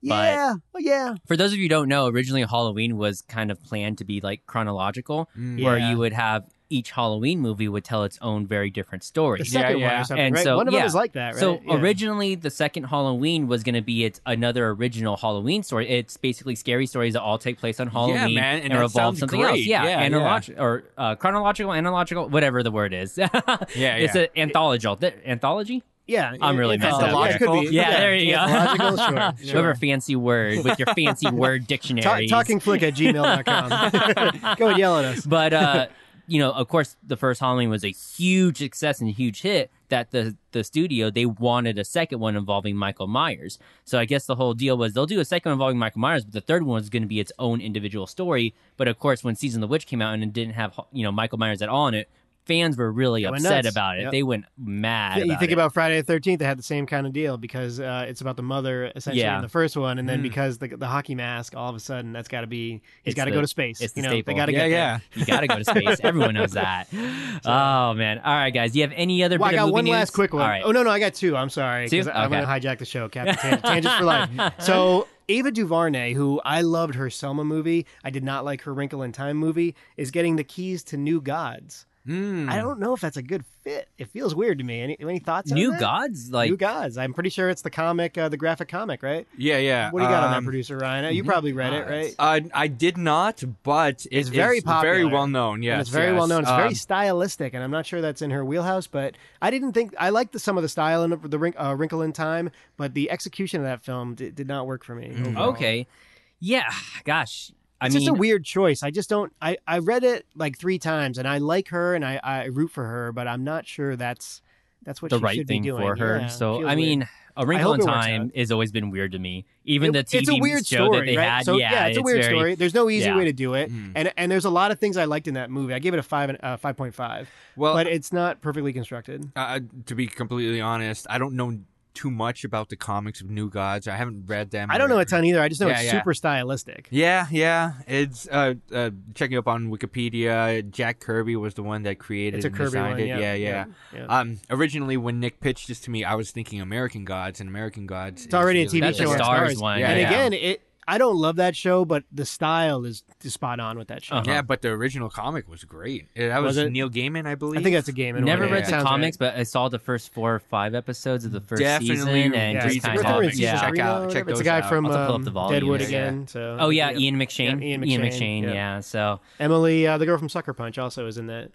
S3: Yeah, well, yeah.
S1: For those of you who don't know, originally Halloween was kind of planned to be like chronological,
S4: Mm.
S1: where
S3: Yeah.
S1: you would have each Halloween movie would tell its own very different story.
S3: The second
S4: yeah.
S3: one or something,
S1: And
S3: right?
S1: so-
S3: one of
S1: yeah.
S3: them is like that, right?
S1: So
S3: Yeah.
S1: originally, the second Halloween was going to be its another original Halloween story. It's basically scary stories that all take place on Halloween
S4: man, and that
S1: revolve
S4: sounds
S1: something
S4: great.
S1: else. Yeah,
S4: Yeah,
S1: analog- or uh, chronological, analogical, whatever the word is.
S4: Yeah,
S1: it's
S4: yeah.
S1: an anthology. Th- anthology?
S3: Yeah,
S1: I'm really
S3: it's
S1: messed up.
S3: Yeah, it could be.
S1: Yeah, there you go.
S3: Anthological, sure, sure.
S1: Whatever fancy word with your fancy word
S3: Ta-
S1: dictionary.
S3: talking flick at gmail.com. Go and yell at us.
S1: But uh, you know, of course, the first Halloween was a huge success and a huge hit. That the the studio they wanted a second one involving Michael Myers. So I guess the whole deal was they'll do a second one involving Michael Myers, but the third one was going to be its own individual story. But of course, when Season of the Witch came out and it didn't have you know Michael Myers at all in it, fans were really
S3: went
S1: upset
S3: nuts.
S1: about it.
S3: Yep.
S1: They went mad.
S3: Yeah,
S1: about
S3: you think
S1: it.
S3: about Friday the Thirteenth; they had the same kind of deal because uh, it's about the mother essentially
S1: Yeah.
S3: in the first one, and then
S4: Mm.
S3: because the, the hockey mask, all of a sudden that's got to be
S1: It's
S3: he's got to
S1: the-
S3: go to space.
S1: it's the
S3: you know,
S1: staple.
S3: they got to
S4: yeah,
S3: get
S4: yeah.
S1: you got to go to space. Everyone knows that. Oh man! All right, guys. Do you have any other?
S3: There. Well, I
S1: bit of
S3: got
S1: movie
S3: one
S1: news?
S3: last quick one.
S1: All right.
S3: Oh no, no, I got two. I'm sorry.
S1: Two?
S3: 'cause I'm
S1: Okay.
S3: going to hijack the show, Captain Tan- Tangents for Life. So Ava DuVernay, who I loved her Selma movie, I did not like her Wrinkle in Time movie, is getting the keys to New Gods.
S4: Mm.
S1: Hmm.
S3: I don't know if that's a good fit. It feels weird to me. Any, any thoughts? on
S1: New
S3: that?
S1: Gods, like
S3: New Gods. I'm pretty sure it's the comic, uh, the graphic comic, right?
S4: Yeah, yeah.
S3: What do you got on that,
S4: um,
S3: producer Ryan? You probably read it, right?
S4: Uh, I did not, but it is
S3: It's
S4: very
S3: very popular.
S4: well known. Yes,
S3: and it's very
S4: yes.
S3: well known. It's
S4: Um,
S3: very stylistic, and I'm not sure that's in her wheelhouse. But I didn't think I liked the, some of the style and the wrin- uh, Wrinkle in Time, but the execution of that film did, did not work for me. overall.
S1: Mm, okay, yeah, gosh, I
S3: it's
S1: mean,
S3: just a weird choice. I just don't. I I read it like three times, and I like her, and I I root for her, but I'm not sure that's that's what
S1: the
S3: she
S1: right
S3: should
S1: thing
S3: be doing.
S1: for her.
S3: Yeah,
S1: so
S3: feels
S1: I
S3: weird.
S1: mean, A Wrinkle in
S3: hope it works
S1: Time
S3: out.
S1: has always been weird to me. Even
S3: It-
S1: the TV
S3: it's a weird
S1: show
S3: story,
S1: that they
S3: right?
S1: had,
S3: So,
S1: yeah,
S3: it's, a weird
S1: very-
S3: story. There's no easy
S1: yeah.
S3: way to do it,
S4: Mm.
S3: and and there's a lot of things I liked in that movie. I gave it a five and uh, five point five,
S4: Well,
S3: but it's not perfectly constructed.
S4: uh, to be completely honest, I don't know too much about the comics of New Gods. I haven't read them.
S3: I don't know a ton either. I just know
S4: Yeah,
S3: it's
S4: yeah.
S3: super stylistic.
S4: Yeah, yeah. It's uh, uh checking up on Wikipedia. Jack Kirby was the one that created
S3: It's a
S4: and
S3: Kirby
S4: designed
S3: one.
S4: it. yeah.
S3: Yeah,
S4: yeah.
S3: yeah.
S1: Uh,
S4: Um, originally, when Nick pitched this to me, I was thinking American Gods, and American Gods.
S3: It's already a TV
S1: That's
S3: show.
S1: a
S3: on
S1: Stars one,
S4: Yeah,
S3: and
S4: yeah.
S3: again, it I don't love that show, but the style is is spot on with that show.
S1: Uh-huh.
S4: Yeah, but the original comic was great. Yeah, That
S3: Was
S4: was,
S3: it?
S4: Neil Gaiman, I believe.
S3: I think that's a game. In
S1: Never
S3: one.
S4: Yeah.
S1: read the
S3: Sounds right.
S1: comics, but I saw the first four or five episodes of the first
S4: Definitely
S1: season and
S4: read
S1: just
S4: the
S1: kind
S4: comics.
S1: of
S4: We're doing
S1: yeah.
S4: season Check out-
S3: Severino,
S4: check
S3: It's a
S4: those
S3: guy
S4: out.
S3: from
S1: I'll have to pull up
S3: um,
S1: the volume.
S3: Deadwood
S1: Yeah, yeah.
S3: again. So
S1: Oh yeah,
S3: yeah.
S1: Ian McShane.
S3: Yeah, Ian McShane, yeah.
S1: yeah. So
S3: Emily, uh, the girl from Sucker Punch, also is in that.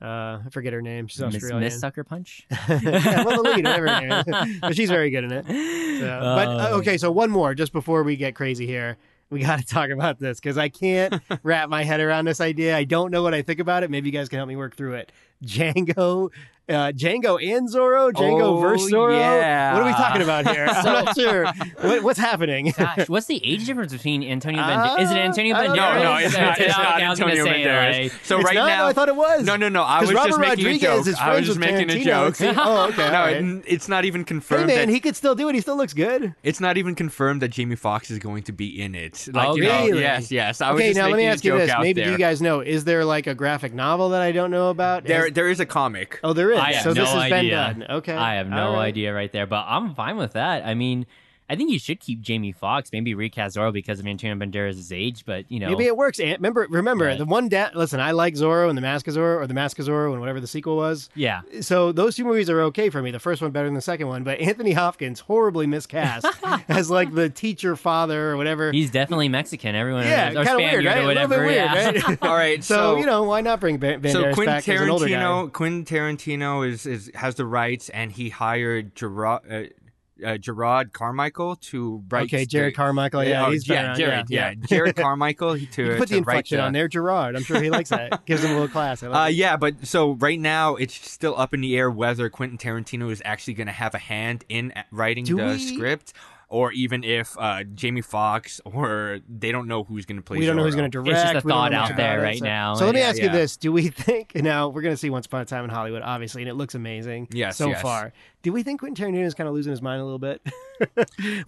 S3: Uh, I forget her name. She's
S1: Miss,
S3: Australian.
S1: Miss Sucker Punch.
S3: yeah, well, the lead, whatever her name is. but she's very good in it. So, but uh,
S4: Um,
S1: Um,
S3: okay, so one more just before we get crazy here. We got to talk about this because I can't wrap my head around this idea. I don't know what I think about it. Maybe you guys can help me work through it. Django, uh, Django and Zorro, Django
S4: Oh,
S3: versus Zorro.
S4: yeah.
S3: What are we talking about here? I'm not sure. What, what's happening?
S1: Gosh, what's the age difference between Antonio Banderas? Is it
S3: Uh,
S1: Antonio
S3: I
S1: Banderas?
S3: don't know.
S4: no, no, it's
S1: Okay,
S4: not. It's
S1: okay,
S4: not
S1: I was gonna
S4: Antonio
S1: say,
S4: Banderas.
S1: like-
S4: so
S3: It's
S4: right
S3: not?
S4: now,
S3: I thought it was.
S4: No, no, no. I was
S3: Because Robert
S4: just making a
S3: Rodriguez
S4: joke.
S3: is
S4: I was
S3: friends
S4: just
S3: with
S4: making
S3: Tarantino.
S4: a joke.
S3: See? Oh, okay,
S4: no,
S3: all right.
S4: it, it's not even
S3: Hey
S4: confirmed. that,
S3: man, he could still do it. He still looks good.
S4: it's not even confirmed that Jamie Foxx is going to be in it. Like,
S1: Oh,
S4: you know,
S3: really?
S4: yes, yes. I was
S3: okay,
S4: just
S3: now let
S4: making
S3: me
S4: a
S3: ask you
S4: joke
S3: this.
S4: out
S3: Maybe
S4: there.
S3: you guys know. Is there like a graphic novel that I don't know about?
S4: There,
S3: Is-
S4: there is a comic.
S3: oh, there is.
S1: I have
S3: so
S1: no
S3: this has been
S1: idea.
S3: done. Okay,
S1: I have no
S3: all right.
S1: idea right there, but I'm fine with that. I mean, I think you should keep Jamie Foxx, maybe recast Zorro because of Antonio Banderas' age, but you know,
S3: Maybe it works. Ant. Remember, remember
S1: Right.
S3: the one dad. Listen, I like Zorro and the Mask of Zorro, or the Mask of Zorro, and whatever the sequel was.
S1: yeah.
S3: So those two movies are okay for me. The first one better than the second one, but Anthony Hopkins horribly miscast as like the teacher, father, or whatever.
S1: He's definitely Mexican. Everyone,
S3: yeah,
S1: or
S3: kind of
S1: Spaniard or
S3: weird, right? A little
S1: whatever.
S3: bit weird,
S1: yeah.
S3: right?
S4: All right,
S3: so, you know, why not bring Ban- Banderas
S4: so Quentin
S3: back as an older guy?
S4: Tarantino, Quentin Tarantino is, is has the rights, and he hired Gerard, uh, uh, Gerard Carmichael to write.
S3: Okay, Jared
S4: the-
S3: Carmichael. Yeah,
S4: oh,
S3: he's been around,
S4: Jared.
S3: yeah,
S4: Yeah, Jared Carmichael he- to
S3: You can put
S4: to
S3: the
S4: write
S3: inflection
S4: the-
S3: on there, Gerard. I'm sure he likes that. Gives him a little class. I like
S4: Uh,
S3: it.
S4: yeah, but so right now it's still up in the air whether Quentin Tarantino is actually going to have a hand in a- writing
S3: Do
S4: the
S3: we-
S4: script, or even if uh, Jamie Foxx or they don't know who's going to play.
S3: we don't know who's going
S4: Zorro.
S3: to direct.
S1: It's just a
S3: we don't
S1: thought
S3: know much
S1: out there
S3: about it,
S1: right
S3: so-
S1: now.
S3: So let me
S4: Yeah,
S3: ask you
S4: yeah.
S3: this: Do we think now we're going to see Once Upon a Time in Hollywood, obviously, and it looks amazing
S4: Yes,
S3: so
S4: yes.
S3: far. Do we think Quentin Tarantino is kind of losing his mind a little bit?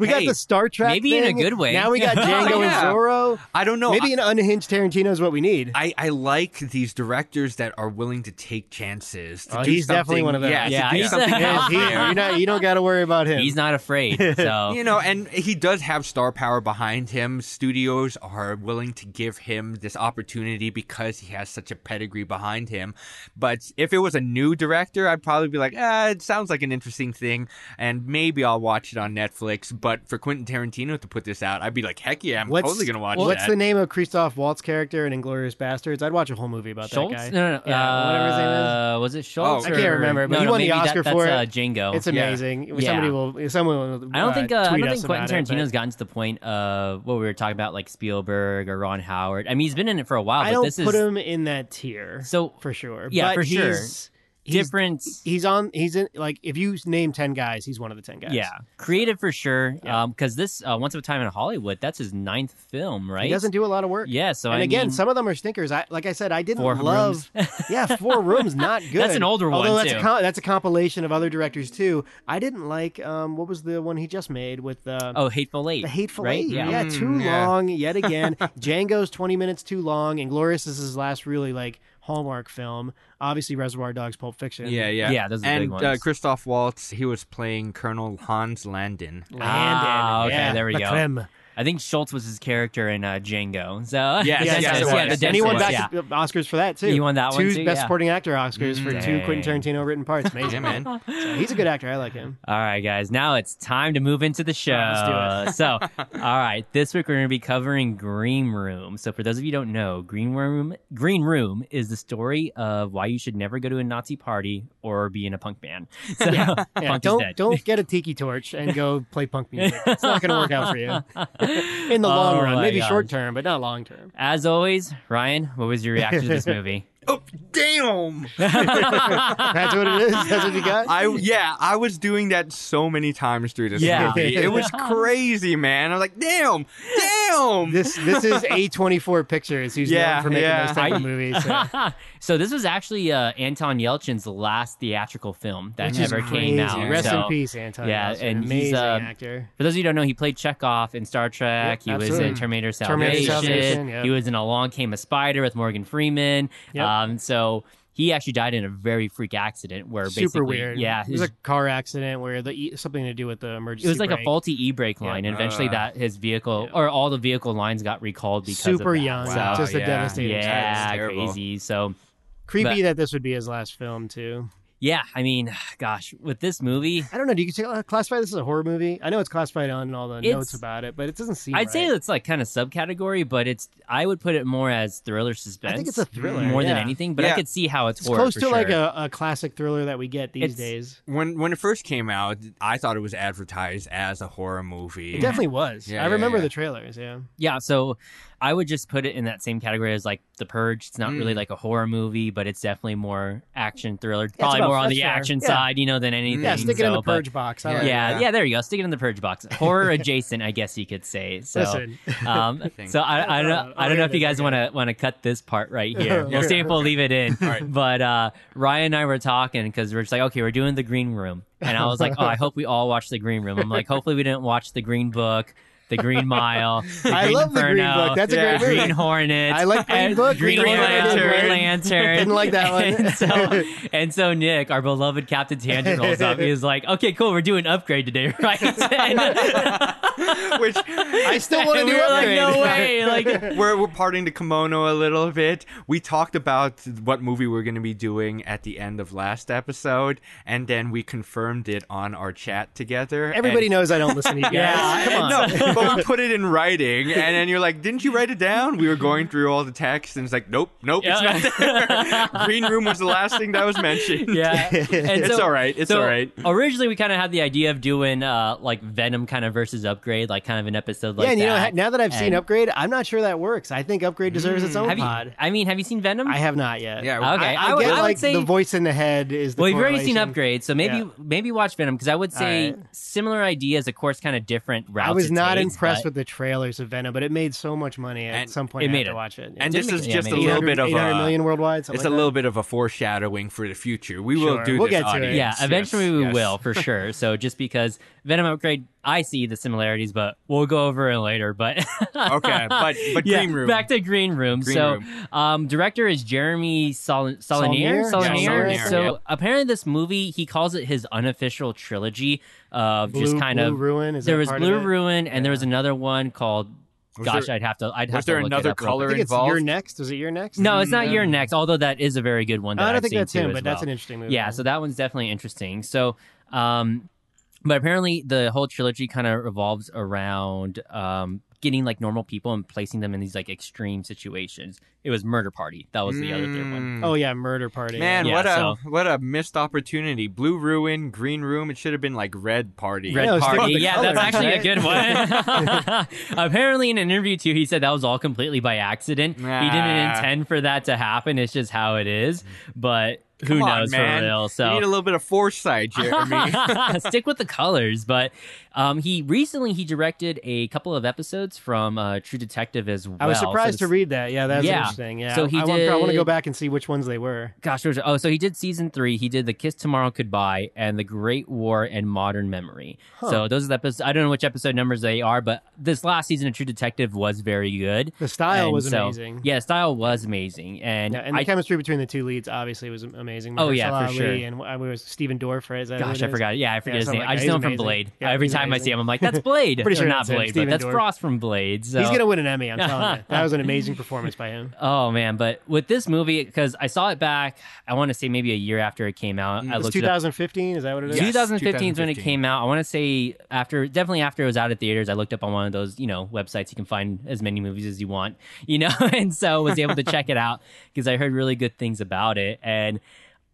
S3: we got
S4: Hey,
S3: the Star Trek,
S1: maybe in a
S3: thing.
S1: good way.
S3: Now we got Django
S4: Yeah.
S3: and Zorro.
S4: I don't know.
S3: maybe an unhinged Tarantino is what we need.
S4: I, I like these directors that are willing to take chances. To
S3: Oh,
S4: do
S3: he's definitely
S4: something-
S3: one of those.
S4: Yeah, to
S1: Yeah,
S4: do
S1: he's-
S4: something
S3: Yes,
S4: out
S3: he-
S4: there.
S3: you're not- you don't got to worry about him.
S1: He's not afraid. So
S4: You know, and he does have star power behind him. Studios are willing to give him this opportunity because he has such a pedigree behind him. But if it was a new director, I'd probably be like, ah, it sounds like an interesting thing, and maybe I'll watch it on Netflix. But for Quentin Tarantino to put this out, I'd be like, heck yeah, I'm
S3: What's-
S4: totally gonna watch
S3: What's
S4: that.
S3: the name of Christoph Waltz character in Inglorious Bastards? I'd watch a whole movie about
S1: Schultz?
S3: that guy.
S1: No, no, no.
S3: Yeah, whatever his name is.
S1: Uh, was it Schultz?
S4: I
S1: or-
S4: can't
S3: remember, but
S1: no,
S3: he
S1: no,
S3: won the
S1: maybe
S3: Oscar
S1: that,
S3: for
S1: that's, Uh, Django.
S3: It's
S4: Yeah.
S3: amazing.
S1: Yeah.
S3: Somebody will. Someone will.
S1: I don't think uh, I
S3: tweet
S1: don't
S3: us
S1: think Quentin
S3: about it, but-
S1: Tarantino's gotten to the point of what we were talking about, like Spielberg or Ron Howard. I mean, he's been in it for a while,
S3: I
S1: but
S3: don't
S1: this is
S3: put him in that tier
S1: so
S3: for sure.
S1: Yeah,
S3: but
S1: for sure.
S3: He's, he's-
S1: different.
S3: He's on. He's in. Like, if you name ten guys, he's one of the ten guys.
S1: Yeah, creative for sure. Because
S3: Yeah.
S1: this uh, Once Upon a Time in Hollywood, that's his ninth film, right?
S3: he doesn't do a lot of work.
S1: Yeah. So
S3: and
S1: I
S3: again,
S1: mean,
S3: some of them are stinkers. I like I said, I didn't
S1: Four
S3: love. yeah, four rooms, not good.
S1: That's an older one,
S3: Although that's
S1: too.
S3: a com- that's a compilation of other directors too. I didn't like. Um, what was the one he just made with? Uh,
S1: oh, Hateful Eight.
S3: The Hateful
S1: right?
S3: Eight. Yeah,
S1: Yeah.
S4: Mm,
S3: too
S4: yeah.
S3: long yet again. Django's 20 minutes too long. Inglorious is his last really like Hallmark film. Obviously, Reservoir Dogs, Pulp Fiction.
S4: yeah, yeah,
S1: Yeah, those are the
S4: and
S1: big
S4: Uh,
S1: ones.
S4: Christoph Waltz, he was playing Colonel Hans Landon.
S3: Landon.
S1: Ah, okay,
S3: yeah,
S1: there we
S3: La
S1: go.
S3: Creme.
S1: I think Schultz was his character in uh, Django. So
S4: Yes,
S1: yeah,
S4: yes, yes,
S1: yeah,
S4: yes.
S1: the
S3: and he won
S1: Deadpool,
S3: back
S1: yeah.
S3: to Oscars for that too.
S1: He won that
S3: two
S1: one too,
S3: Best
S1: yeah.
S3: Supporting Actor Oscars for two Quentin
S1: Dang.
S3: Tarantino written parts. Amazing,
S4: Yeah, man.
S3: So he's a good actor. I like him.
S1: All right, guys. Now it's time to move into the show.
S3: right,
S1: so, all right, this week we're going to be covering Green Room. So, for those of you who don't know, Green Room Green Room is the story of why you should never go to a Nazi party or be in a punk band. So,
S3: Yeah,
S1: punk is
S3: don't
S1: dead.
S3: don't get a tiki torch and go play punk music. It's not going to work out for you in the long
S1: Oh
S3: run.
S1: my
S3: Maybe
S1: gosh.
S3: short term, but not long term.
S1: As always, Ryan, what was your reaction to this movie?
S4: Oh, damn.
S3: That's what it is. That's what you got.
S4: I yeah, I was doing that so many times through this
S1: Yeah.
S4: movie. It was crazy, man. I was like, damn, damn.
S3: This this is a twenty four pictures. Who's
S4: Yeah,
S3: known for making
S4: yeah.
S3: those type of movies? So.
S1: so, this was actually uh, Anton Yelchin's last theatrical film that
S3: Which is
S1: ever
S3: crazy.
S1: came out.
S3: Rest
S1: So-
S3: in peace, Anton.
S1: yeah,
S3: Yelchin.
S1: and he's,
S3: amazing
S1: uh,
S3: actor.
S1: For those of you who don't know, he played Chekhov in Star Trek.
S3: Yep,
S1: he was in
S3: absolutely.
S1: Terminator
S3: Terminator
S1: Salvation.
S3: Salvation, yep.
S1: He was in Along Came a Spider with Morgan Freeman.
S3: Yep.
S1: Um, so he actually died in a very freak accident where
S3: Super
S1: basically,
S3: weird.
S1: Yeah,
S3: it was a car accident where the e- something to do with the emergency.
S1: it was like a
S3: brake.
S1: faulty e-brake line, and eventually
S4: Uh,
S1: that his vehicle
S3: yeah.
S1: or all the vehicle lines got recalled because of
S3: Super
S1: that.
S3: young,
S1: So,
S4: Wow,
S3: just a
S4: yeah.
S3: devastating.
S4: Yeah.
S3: accident.
S1: yeah,
S4: terrible.
S1: crazy. So
S3: Creepy that this would be his last film too.
S1: yeah, I mean, gosh, with this movie,
S3: I don't know. Do you consider- classify this as a horror movie? I know it's classified on all the
S1: It's-
S3: notes about it, but it doesn't seem.
S1: I'd say
S3: right.
S1: it's like kind of subcategory, but it's I would put it more as thriller suspense.
S3: I think it's a thriller
S1: more than
S3: yeah.
S1: anything, but I
S4: Yeah.
S1: could see how it's,
S3: It's
S1: horror
S3: close
S1: for
S3: to like
S1: sure.
S3: a, a classic thriller that we get these
S1: It's-
S3: days.
S4: when when it first came out, I thought it was advertised as a horror movie.
S3: It definitely was.
S4: Yeah,
S3: I
S4: yeah,
S3: remember
S4: yeah.
S3: the trailers. Yeah,
S1: Yeah, so I would just put it in that same category as like The Purge. It's not really like a horror movie, but it's definitely more action thriller, probably
S3: about-
S1: more on
S3: that's
S1: the
S3: fair.
S1: action
S3: Yeah.
S1: side, you know, than anything.
S3: yeah. Stick it in
S1: so,
S3: the
S1: but-
S3: purge box. I
S4: Yeah.
S3: like it.
S1: Yeah,
S4: Yeah.
S1: yeah, there you go. Stick it in the purge box. Horror adjacent, I guess you could say. So,
S3: Listen,
S1: um,
S4: Thanks.
S1: so I, I don't, know- I don't know if you guys want to want to cut this part right here. We'll see if we'll leave it in. But uh, Ryan and I were talking because we're just like, okay, we're doing the Green Room, and I was like, oh, I hope we all watch the Green Room. I'm like, hopefully we didn't watch the Green Book, the Green Mile. The
S3: I
S1: Green
S3: love the Green
S1: Inferno,
S3: Book. That's
S4: Yeah.
S3: a great movie.
S1: Green Hornet.
S3: I like Green
S1: and
S3: Book,
S1: Green,
S3: Green Hornet,
S1: Lantern.
S3: Green
S1: Green
S3: Lantern.
S1: Lantern.
S3: Didn't like that one.
S1: And so, and so Nick, our beloved Captain Tangent, rolls up. He was like, "Okay, cool. We're doing upgrade today, right?" And,
S4: Which
S3: I still want to
S1: and we
S3: do
S1: were like,
S3: upgrade.
S1: "No way!" Like,
S4: we're we're parting the kimono a little bit. We talked about what movie we're going to be doing at the end of last episode, and then we confirmed it on our chat together.
S3: Everybody
S4: and-
S3: knows I don't listen to you guys.
S1: Yeah.
S3: Come on.
S4: No, but we put it in writing, and then you're like, "Didn't you write it down?" We were going through all the text, and it's like, "Nope, nope, it's not there." Green room was the last thing that was mentioned.
S1: Yeah, And
S4: It's all right, it's
S1: so
S4: all right.
S1: Originally, we kind of had the idea of doing uh, like Venom kind of versus Upgrade, like kind of an episode like
S3: yeah, and you know, ha-
S1: that.
S3: now that I've seen
S1: And- Mm,
S3: Upgrade, I'm not sure that works. I think Upgrade deserves its own
S1: have
S3: pod.
S1: you? I mean, have you seen Venom?
S3: I have not yet.
S4: Yeah,
S1: Okay,
S3: I, I
S1: I would-
S3: get
S1: I would
S3: like
S1: say-
S3: the voice in the head is the.
S1: well, you've already seen
S3: correlation.
S1: Upgrade, so maybe
S3: Yeah.
S1: maybe watch Venom because I would say
S3: All right.
S1: similar ideas, of course, kind of different routes.
S3: I was
S1: it
S3: not
S1: takes,
S3: impressed
S1: but-
S3: with the trailers of Venom, but it made so much money. At
S4: And
S3: some point,
S1: it
S3: I
S1: made
S3: had to
S1: it.
S3: watch it.
S1: Didn't
S4: And this
S1: make-
S4: is
S1: yeah,
S4: just a
S1: maybe.
S4: little
S3: 800
S4: bit of
S1: uh,
S3: 800
S4: a,
S3: million worldwide.
S4: it's
S3: something
S4: a
S3: like
S4: little bit of a foreshadowing for the future. We
S3: Sure.
S4: will do
S3: We'll
S4: this.
S3: get to it.
S4: audience.
S1: Yeah,
S4: Yes,
S1: eventually we
S4: yes.
S1: will for sure. So just because Venom Upgrade, I see the similarities, but we'll go over it later. But
S4: Okay, but but
S1: yeah,
S4: Green Room.
S1: back to Green Room.
S4: Green
S1: so
S4: Room.
S1: um, director is Jeremy Sol- Solinier.
S3: Saulnier?
S1: Solinier.
S4: Yeah, Saulnier,
S1: So
S4: yeah.
S1: apparently, this movie he calls it his unofficial trilogy of
S3: that. Blue,
S1: just kind
S3: Blue
S1: of.
S3: Ruin. Is
S1: there
S3: that
S1: was
S3: part
S1: Blue
S3: of it?
S1: Ruin, and there was another one called.
S4: Was
S1: gosh,
S4: there-
S1: I'd have to. I'd have
S4: was
S1: to
S4: there
S1: look it
S4: another
S1: up real
S4: color
S3: I
S1: quick.
S3: think it's
S4: involved?
S3: your next. Was it your next?
S1: No, it's not
S4: Mm,
S1: your
S4: um,
S1: next. Although that is a very good one. That
S3: Oh, I
S1: I've
S3: don't think
S1: seen
S3: that's
S1: too
S3: him,
S1: as
S3: but
S1: well.
S3: that's an interesting movie.
S1: Yeah, so that one's definitely interesting. So, um, but apparently the whole trilogy kind of revolves around um getting like normal people and placing them in these like extreme situations. It was Murder Party. That was the other third one.
S4: Mm.
S3: Oh yeah, Murder Party.
S4: Man,
S1: Yeah,
S4: what a
S1: so-
S4: what a missed opportunity! Blue ruin, green room. It should have been like red party.
S1: Red
S3: Yeah, stick with
S1: Party.
S3: the
S1: Yeah, that's actually
S3: colors,
S1: a
S3: right?
S1: good one. Apparently, in an interview too, he said that was all completely by accident. He didn't
S4: Nah.
S1: intend for that to happen. It's just how it is. But who
S4: Come on,
S1: knows
S4: man.
S1: for real? So
S4: You need a little bit of foresight, Jeremy.
S1: Stick with the colors, but um, he recently he directed a couple of episodes from uh, True Detective as well.
S3: I was
S1: So
S3: surprised to
S1: this-
S3: read that. Yeah, that's
S1: Yeah.
S3: interesting. Yeah,
S1: So he
S3: I, want, I want to go
S1: did-
S3: back and see which ones they were.
S1: Gosh, there was- oh, so he did season three. He did the Kiss Tomorrow Goodbye and the Great War and Modern Memory. So those are the episodes. I don't know which episode numbers they are, but this last season of True Detective was very good.
S3: The style
S1: And
S3: was
S1: so-
S3: amazing.
S1: Yeah, style was amazing, and,
S3: Yeah, and the
S1: I
S3: chemistry between the two leads obviously was amazing. amazing.
S1: Oh, yeah,
S3: Mahershala
S1: for sure.
S3: Ali And I was Stephen Dorff, right?
S1: Gosh, I forgot. Yeah, I forget
S3: Yeah,
S1: his
S3: something
S1: name. I
S3: like that.
S1: just
S3: He's
S1: know him from
S3: amazing.
S1: Blade.
S3: Yeah,
S1: Every
S3: he's
S1: time I
S3: amazing.
S1: see him, I'm like, that's Blade.
S3: Pretty
S1: Or
S3: sure
S1: not
S3: that's him,
S1: Blade, but
S3: Stephen
S1: that's
S3: Dorff.
S1: Frost from Blade. So.
S3: He's gonna win an Emmy. I'm telling you, that was an amazing performance by him.
S1: Oh man, but with this movie, because I saw it back, I want to say maybe a year after it came out.
S4: Mm,
S1: I
S3: It's
S1: looked it up.
S3: 2015. Is that what it is?
S4: Yeah. Yes,
S1: 2015 is when it
S4: 2015.
S1: came out. I want to say after, definitely after it was out at theaters, I looked up on one of those, you know, websites you can find as many movies as you want, you know, and so was able to check it out because I heard really good things about it. And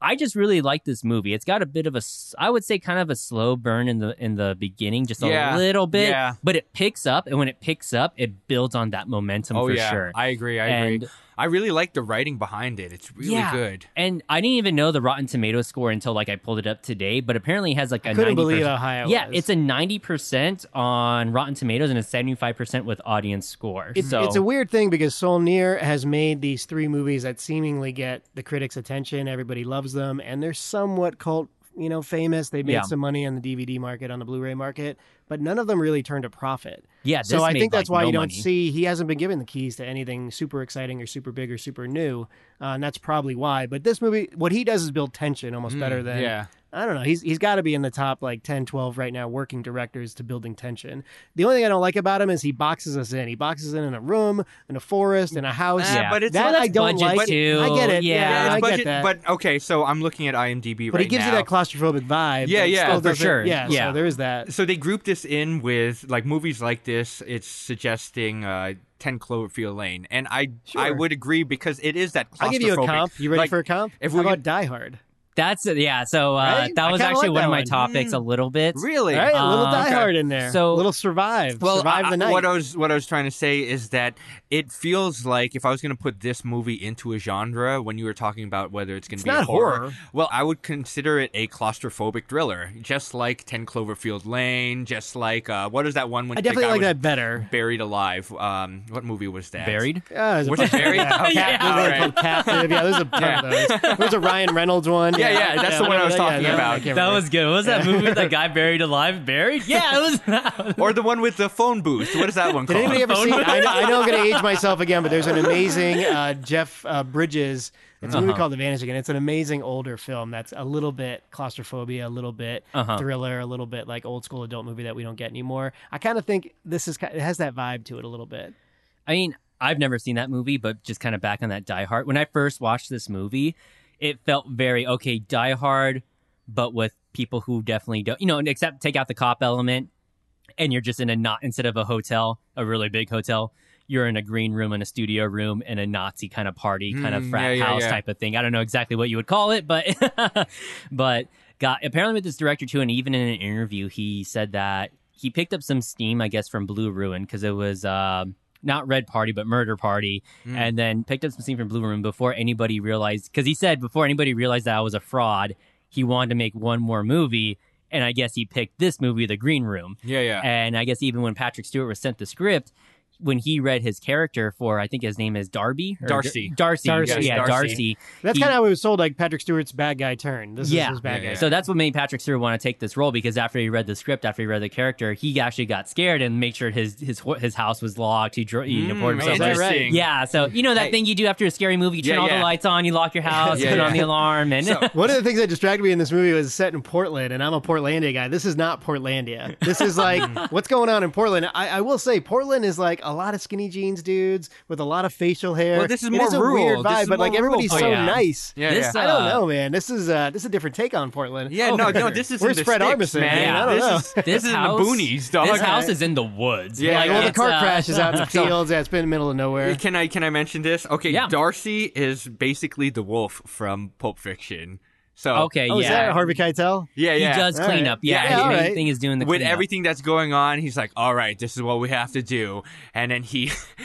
S1: I just really like this movie. It's got a bit of a, s- I would say, kind of a slow burn in the in the beginning, just a
S4: Yeah.
S1: little bit,
S4: Yeah.
S1: but it picks up, and when it picks up, it builds on that momentum
S4: Oh
S1: for
S4: yeah,
S1: sure.
S4: I agree. I
S1: and
S4: agree. I really like the writing behind it. It's really
S1: Yeah.
S4: good.
S1: and I didn't even know the Rotten Tomato score until like I pulled it up today, but apparently it has like a 90%.
S3: Couldn't believe how high it
S1: yeah,
S3: was.
S1: it's a ninety percent on Rotten Tomatoes and a seventy-five percent with audience score.
S3: It's,
S1: so
S3: it's a weird thing because Solnier has made these three movies that seemingly get the critics' attention. Everybody loves them, and they're somewhat cult, you know, famous. They made
S1: Yeah.
S3: some money on the DVD market, on the Blu-ray market, but none of them really turned a profit.
S1: yeah.
S3: So
S1: this
S3: I
S1: made,
S3: think that's
S1: like,
S3: why
S1: no
S3: you
S1: money.
S3: don't see he hasn't been given the keys to anything super exciting or super big or super new, uh, and that's probably why. But this movie, what he does is build tension almost
S1: Mm,
S3: better than
S4: Mm, Yeah,
S3: I don't know. He's he's got to be in the top like 10, 12 right now working directors to building tension. The only thing I don't like about him is he boxes us in. He boxes in in a room, in a forest, in a house.
S4: Ah, Yeah. but it's-
S3: that
S4: well,
S3: I
S1: that's
S3: don't
S1: budget
S3: like.
S1: too.
S3: I get it.
S1: Yeah.
S3: Yeah,
S1: Yeah,
S4: it's
S3: I
S4: budget,
S3: get that. But,
S4: but okay. So I'm looking at IMDb
S3: it
S4: right
S3: gives
S4: now.
S3: you that claustrophobic vibe.
S4: Yeah,
S3: but it
S4: yeah,
S3: still
S4: for
S3: doesn't-
S1: sure.
S3: Yeah,
S1: Yeah.
S3: so there is that.
S4: so they group this in with like movies like this it's suggesting uh 10 cloverfield lane and i i
S3: Sure.
S4: would agree because it is that claustrophobic.
S3: I'll give you a comp. You ready
S4: Like,
S3: for a comp?
S4: if
S3: How
S4: we
S3: about
S4: could-
S3: Die Hard?
S1: That's it. Yeah. So uh,
S3: Right? I
S1: that was
S3: kinda
S1: actually
S3: like
S1: one
S3: that
S1: of my
S3: one. Mm.
S1: topics a little bit.
S4: really
S3: All right, a little
S1: Uh,
S3: Die
S1: okay.
S3: Hard in there.
S1: So-
S3: a little survive.
S4: well
S3: survive
S4: I-
S3: the
S4: I-
S3: night.
S4: what i was what i was trying to say is that it feels like if i was going to put this movie into a genre when you were talking about whether it's going to
S3: It's
S4: be a
S3: not
S4: horror,
S3: horror.
S4: well i would consider it a claustrophobic thriller just like 10 cloverfield lane just like uh what is that one when
S3: I
S4: the
S3: definitely
S4: guy
S3: like
S4: was
S3: that better.
S4: buried alive um what movie was that
S1: Buried.
S3: Yeah, there's a
S4: What's it,
S3: bunch of-
S4: Barry?
S3: Yeah,
S4: Okay,
S3: Cap-
S4: all
S3: there's a
S4: right.
S3: bunch of Captive. Yeah, there's a bunch of those. There's a Ryan Reynolds one.
S4: Yeah, yeah, that's the one I was talking
S3: that one,
S4: about.
S3: I can't
S1: That
S3: remember.
S1: was good. What was that movie? with that guy buried alive, buried. Yeah, it was.
S4: or the one with the phone booth. What is that one
S3: Did
S4: called?
S3: anybody ever
S1: Phone
S3: see?
S1: booth.
S3: I know, I know I'm going to age myself again, but there's an amazing uh, Jeff uh, Bridges. It's a
S4: Uh-huh.
S3: movie called The Vanishing, and it's an amazing older film that's a little bit claustrophobia, a little bit
S1: Uh-huh.
S3: thriller, a little bit like old school adult movie that we don't get anymore. I kind of think this is ki- it has that vibe to it a little bit.
S1: I mean, I've never seen that movie, but just kind of back on that Die Hard. When I first watched this movie, it felt very okay, Die Hard, but with people who definitely don't, you know, except take out the cop element, and you're just in a not instead of a hotel, a really big hotel. You're in a green room and a studio room in a Nazi kind of party, kind of
S4: Mm,
S1: frat
S4: yeah, yeah,
S1: house
S4: yeah.
S1: type of thing. I don't know exactly what you would call it, but but got apparently with this director too, and even in an interview, he said that he picked up some steam, I guess, from Blue Ruin because it was um, not Red Party but Murder Party,
S4: Mm.
S1: and then picked up some steam from Blue Ruin before anybody realized because he said before anybody realized that I was a fraud, he wanted to make one more movie, and I guess he picked this movie, The Green Room.
S4: yeah, yeah.
S1: And I guess even when Patrick Stewart was sent the script, when he read his character for, I think his name is Darby or
S4: Darcy.
S1: Darcy,
S3: Darcy.
S1: yeah, Darcy.
S4: Yes, Darcy.
S3: That's
S1: He-
S3: kind of how it was sold, like Patrick Stewart's bad guy turn. This
S1: Yeah.
S3: is his bad
S4: Yeah,
S3: guy.
S4: yeah.
S1: So that's what made Patrick Stewart want to take this role because after he read the script, after he read the character, he actually got scared and made sure his his ho- his house was locked. He dro- E, he
S4: Mm,
S1: reported himself.
S3: interesting.
S1: Yeah, so you know that
S4: Hey.
S1: thing you do after a scary movie, you turn
S4: Yeah,
S1: all the
S4: yeah.
S1: lights on, you lock your house,
S4: Yeah,
S1: turn on
S4: yeah.
S1: the alarm, and
S4: So-
S3: One of the things that distracted me in this movie was set in Portland, and I'm a Portlandia guy. This is not Portlandia. This is like what's going on in Portland. I, I will say Portland is like a lot of skinny jeans dudes with a lot of facial hair.
S4: Well, this is
S3: It
S4: more
S3: a weird
S4: rural. This
S3: vibe,
S4: is
S3: but like
S4: more rural Oh,
S3: everybody's so
S1: Portland.
S3: nice.
S4: Yeah,
S1: This,
S4: yeah.
S1: uh,
S3: I don't know, man. This is uh, this is a different take on Portland.
S4: Yeah,
S3: Oh,
S4: no,
S3: for
S4: no,
S3: sure.
S4: this is in
S3: Where's
S4: the
S3: Fred
S4: sticks,
S3: Armisen,
S4: man.
S3: man? I don't
S4: This
S3: know.
S4: is- this is in the boonies, dog.
S1: This house is in the woods.
S4: Yeah,
S3: like, well, the
S1: it's,
S3: car
S1: uh,
S3: crash is out in the fields. yeah, it's been in the middle of nowhere.
S4: Can I can I mention this? Okay,
S1: Yeah.
S4: Darcy is basically the wolf from Pulp Fiction. So
S1: Okay,
S3: Oh,
S1: yeah.
S3: is that Harvey Keitel?
S4: yeah, yeah.
S1: He does
S3: All
S1: clean
S3: right.
S1: up. Yeah,
S4: Yeah,
S1: his
S4: all
S1: main
S3: right.
S1: thing is doing the
S4: With
S1: cleanup.
S4: everything that's going on, he's like, "All right, this is what we have to do," and then he.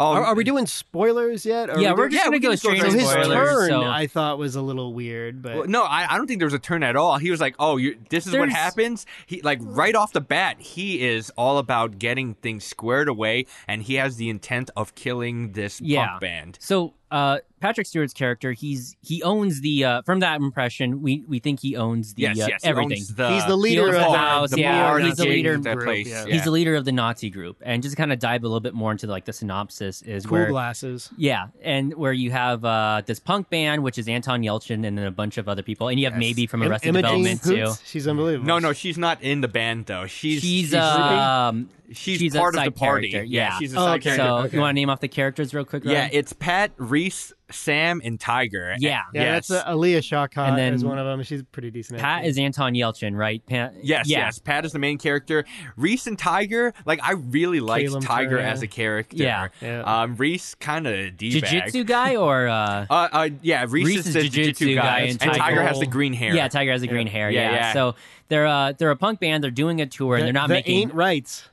S4: Oh,
S3: Are, are we doing spoilers yet? Are
S1: Yeah,
S3: we
S1: we're
S3: doing-
S1: just
S4: yeah,
S1: gonna
S4: we can
S1: go
S4: just go
S1: straight
S4: through
S3: so
S1: into
S3: his
S4: spoilers,
S3: turn,
S1: so-
S3: I thought was a little weird, but
S4: Well, no, I, I don't think there was a turn at all. He was like, "Oh, you this is what
S1: There's-
S4: happens." He like right off the bat, he is all about getting things squared away, and he has the intent of killing this
S1: Yeah.
S4: punk band.
S1: So uh, Patrick Stewart's character, he's he owns the uh, from that impression, we we think he owns the
S4: yes,
S1: uh,
S4: yes, he
S1: everything.
S4: owns the,
S3: He's the leader
S1: owns
S3: of
S1: the
S4: bar,
S1: house,
S4: the
S1: yeah,
S4: bar,
S1: he's the
S4: the gig,
S1: leader of
S4: that
S3: group,
S4: place.
S3: yeah.
S1: He's the leader of the Nazi group, and just kind of dive a little bit more into like the synopsis is
S3: Cool
S1: where
S3: glasses.
S1: yeah, and where you have uh, this punk band, which is Anton Yelchin, and then a bunch of other people, and you have
S4: Yes.
S1: maybe from
S3: Im-
S1: Arrested
S3: Imogen
S1: Development too.
S3: Hoots, She's unbelievable.
S4: no, no, she's not in the band though. She's
S1: She's
S4: she's,
S1: um,
S4: she's
S1: she's a
S4: part of the
S1: side
S4: party.
S1: character, yeah.
S4: she's a
S3: Oh,
S4: side
S3: okay.
S4: character.
S1: so you want to name off the characters real quick?
S4: Yeah,
S1: Rob?
S4: it's Pat, Reese, Sam, and Tiger.
S1: yeah.
S3: Yeah,
S4: yes.
S3: that's uh, Aaliyah Shawcott
S1: And then
S3: is one of them. She's pretty decent.
S1: Pat
S3: actress.
S1: is Anton Yelchin, right? Pat,
S4: Yes,
S1: yeah.
S4: yes. Pat is the main character. Reese and Tiger, like I really liked
S3: Caleb
S4: Tiger
S3: Turner.
S4: as a character.
S1: Yeah.
S3: Yeah.
S4: Um, Reese kind of d bag.
S1: Jiu-jitsu guy or uh,
S4: Uh, uh, yeah, Reese,
S1: Reese
S4: is,
S1: is
S4: the
S1: jiu-jitsu
S4: jiu-jitsu guy,
S1: guy,
S4: and,
S1: and
S4: Tiger,
S1: Tiger-
S4: has the green hair.
S1: yeah, Tiger has the green hair.
S4: Yeah,
S1: Yeah,
S4: yeah.
S1: So they're uh, they're a punk band. They're doing a tour and they're not
S3: the
S1: making.
S3: ain't rights.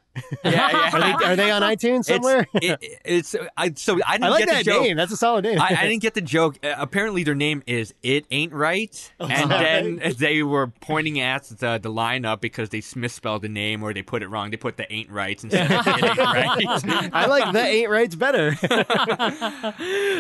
S4: yeah, yeah.
S3: Are they, are they on iTunes somewhere?
S4: It's, it, it's I, so I didn't
S3: I like
S4: get
S3: that
S4: the joke.
S3: name. That's a solid name.
S4: I, I didn't get the joke. Uh, apparently, their name is "It Ain't Right,"
S3: Oh,
S4: and then they were pointing at the, the lineup because they misspelled the name or they put it wrong. They put the "Ain't Right" instead of "It Ain't Right."
S3: I like the ain't rights better. Oh,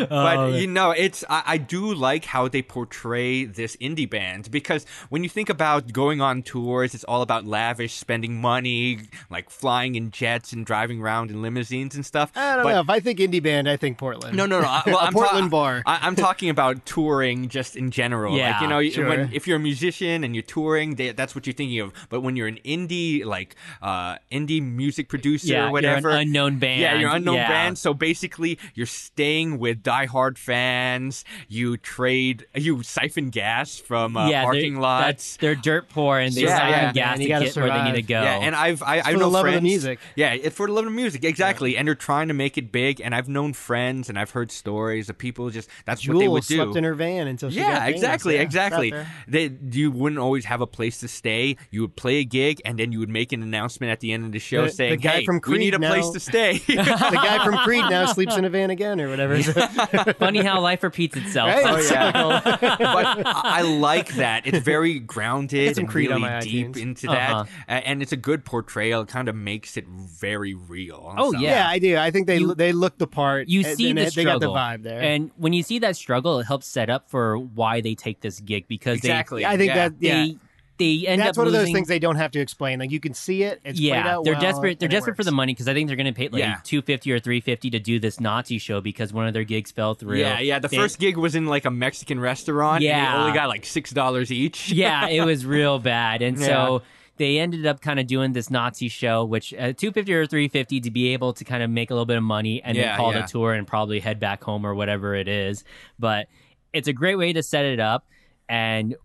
S4: but you know, it's I, I do like how they portray this indie band because when you think about going on tours, it's all about lavish, spending money, like flying in jets and driving around in limousines and stuff.
S3: I don't
S4: But-
S3: know. If I think indie band, I think Portland.
S4: No, no, no. I, well,
S3: A
S4: I'm ta-
S3: Portland bar.
S4: I, I'm talking about touring just in general.
S1: Yeah,
S4: like, you know,
S3: sure.
S4: when, if you're a musician and you're touring, they, that's what you're thinking of. But when you're an indie, like uh, indie music producer
S1: yeah,
S4: or whatever,
S1: You're an unknown band.
S4: yeah, you're an unknown
S1: Yeah.
S4: band. So basically, you're staying with diehard fans. You trade, you siphon gas from uh,
S1: yeah,
S4: parking
S1: they're,
S4: lots.
S1: that's- they're dirt poor and they
S4: Yeah,
S1: yeah,
S4: yeah.
S1: yeah, gas
S3: And
S1: to
S3: you gotta
S1: get where they need to
S3: survive.
S1: go.
S4: Yeah, and I've I, I
S3: for
S4: know
S3: the love of
S4: friends.
S3: the music.
S4: Yeah, it's for the love of the music, exactly. And they're trying to make it big. And I've known friends, and I've heard stories of people just that's what they
S3: Jewel
S4: would do.
S3: slept in her van until she got
S4: yeah,
S3: famous.
S4: exactly,
S3: Yeah, it's out
S4: exactly.
S3: there.
S4: They you wouldn't always have a place to stay. You would play a gig, and then you would make an announcement at the end of the show
S3: The- the
S4: saying,
S3: guy
S4: "Hey,
S3: from
S4: we need
S3: Creed
S4: a place
S3: now-
S4: to stay."
S3: the guy from Creed now sleeps in a van again or whatever.
S1: Funny how life repeats itself.
S3: Right?
S1: That's-
S3: Oh, yeah.
S4: but I I like that. It's very grounded
S3: some
S4: and
S3: Creed on
S4: really
S3: my
S4: deep
S3: iTunes.
S4: into that,
S1: Uh-huh.
S4: A- and it's a good portrayal. It kind of makes it very real.
S1: Oh,
S4: So-
S1: yeah.
S3: yeah. I do. I think they
S1: You-
S3: they look the part.
S1: You
S3: and-
S1: see
S3: and
S1: the
S3: they, they
S1: struggle.
S3: got the vibe there.
S1: And when you see that struggle, it helps set up for why they take this gig because
S4: exactly.
S3: I think
S4: yeah.
S3: that
S1: they
S3: yeah.
S1: they they end
S3: That's
S1: up
S3: one of those
S1: losing-
S3: things they don't have to explain. Like you can see it. It's played
S1: yeah,
S3: out
S1: they're
S3: well,
S1: desperate. They're
S3: and it
S1: desperate for
S3: works.
S1: the money because I think they're going to pay like
S4: Yeah.
S1: two fifty or three fifty to do this Nazi show because one of their gigs fell through.
S4: Yeah, yeah. The
S1: They-
S4: first gig was in like a Mexican restaurant. and
S1: Yeah.
S4: they only got like six dollars each.
S1: yeah, it was real bad. And
S4: Yeah.
S1: so they ended up kind of doing this Nazi show, which uh, two fifty or three fifty to be able to kind of make a little bit of money and
S4: Yeah,
S1: then call it
S4: yeah.
S1: a tour and probably head back home or whatever it is. But it's a great way to set it up. And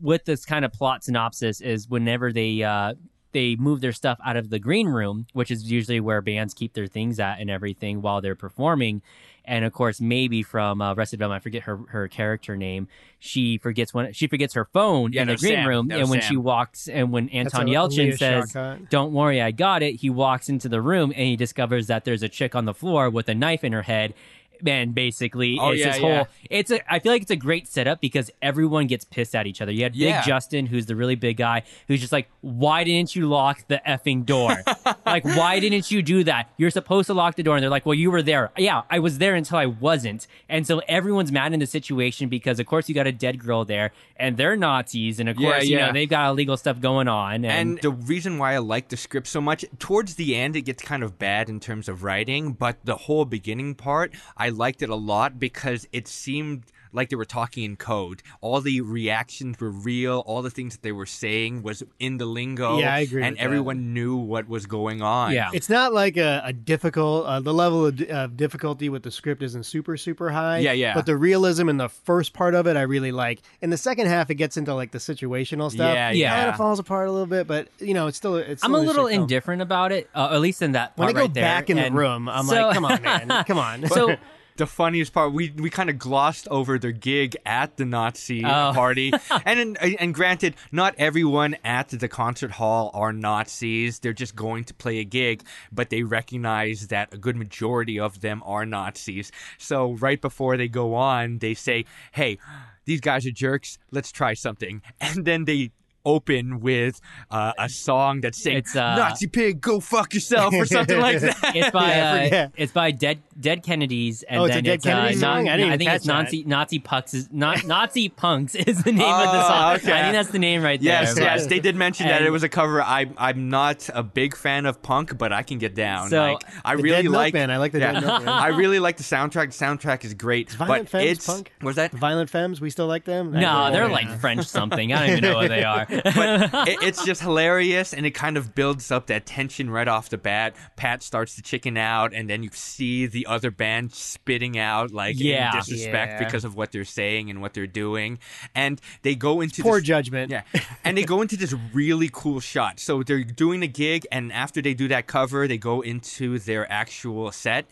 S1: with this kind of plot synopsis is whenever they uh, they move their stuff out of the green room, which is usually where bands keep their things at and everything while they're performing. And of course, maybe from uh, Arrested Development, I forget her her character name. She forgets when she forgets her phone
S4: Yeah,
S1: in
S4: no,
S1: the green
S4: Sam.
S1: room,
S4: That was
S1: and when
S4: Sam.
S1: she walks, and when
S3: That's
S1: Anton
S3: a-
S1: Yelchin
S3: Aaliyah
S1: says,
S3: Shawcott.
S1: "Don't worry, I got it," he walks into the room and he discovers that there's a chick on the floor with a knife in her head. Man, basically,
S4: Oh,
S1: it's
S4: yeah,
S1: this
S4: yeah.
S1: whole. It's a. I feel like it's a great setup because everyone gets pissed at each other. You had
S4: Yeah.
S1: Big Justin, who's the really big guy, who's just like, "Why didn't you lock the effing door? like, why didn't you do that? You're supposed to lock the door." And they're like, "Well, you were there. Yeah, I was there until I wasn't." And so everyone's mad in the situation because, of course, you got a dead girl there, and they're Nazis, and of
S4: Yeah,
S1: course, you
S4: yeah.
S1: know they've got illegal stuff going on,
S4: And
S1: and,
S4: the reason why I like the script so much, towards the end, it gets kind of bad in terms of writing, but the whole beginning part, I liked it a lot because it seemed like they were talking in code. All the reactions were real. All the things that they were saying was in the lingo.
S3: Yeah, I agree
S4: And
S3: with that.
S4: everyone knew what was going on.
S1: yeah,
S3: It's not like a, a difficult. Uh, the level of, of difficulty with the script isn't super super high.
S4: Yeah, yeah.
S3: But the realism in the first part of it, I really like. In the second half, it gets into like the situational stuff.
S4: Yeah,
S1: Yeah.
S3: Kind of falls apart a little bit, but you know, it's still. It's
S1: I'm a
S3: still
S1: little
S3: sitcom.
S1: indifferent about it, uh, at least in that
S3: When I
S1: part
S3: go
S1: right there.
S3: back in the
S1: And
S3: room, I'm
S1: so-
S3: like, come on, man, come on.
S1: so
S4: The funniest part, we, we kind of glossed over their gig at the Nazi
S1: Oh.
S4: party, and and granted, not everyone at the concert hall are Nazis. They're just going to play a gig, but they recognize that a good majority of them are Nazis. So right before they go on, they say, "Hey, these guys are jerks. Let's try something," and then they open with uh, a song that's saying
S1: It's, uh,
S4: "Nazi pig, go fuck yourself" or something like that.
S1: It's by
S3: Yeah, I
S1: uh,
S3: forget.
S1: it's by Dead Dead Kennedys and
S3: Oh, it's a
S1: then
S3: Dead
S1: it's, uh,
S3: Kennedys
S1: Na-
S3: song? I
S1: I,
S3: didn't even
S1: think it's
S3: catch
S1: Nazi
S3: that.
S1: Nazi punks is not Nazi punks is the name of the
S4: Oh,
S1: song.
S4: okay.
S1: I think that's the name right
S4: Yes,
S1: there.
S4: yes,
S1: but-
S4: they did mention that
S1: And-
S4: it was a cover. I I'm not a big fan of punk, but I can get down.
S1: So,
S4: like, I
S3: The
S4: really
S3: Dead
S4: like
S3: Milkman. I like the
S4: yeah.
S3: Dead Milkman.
S4: I really like the soundtrack. The soundtrack is great,
S3: Violent
S4: but
S3: Femmes
S4: it's
S3: punk?
S4: was that
S3: Violent Femmes, we still like them?
S1: no, they're
S3: Yeah.
S1: like French something. I don't even know what they are.
S4: but it, it's just hilarious and it kind of builds up that tension right off the bat pat starts to chicken out and then you see the other band spitting out like in
S1: Yeah.
S4: disrespect
S3: Yeah.
S4: because of what they're saying and what they're doing and they go into
S3: poor
S4: this,
S3: judgment.
S4: yeah and they go into this really cool shot so they're doing a gig and after they do that cover they go into their actual set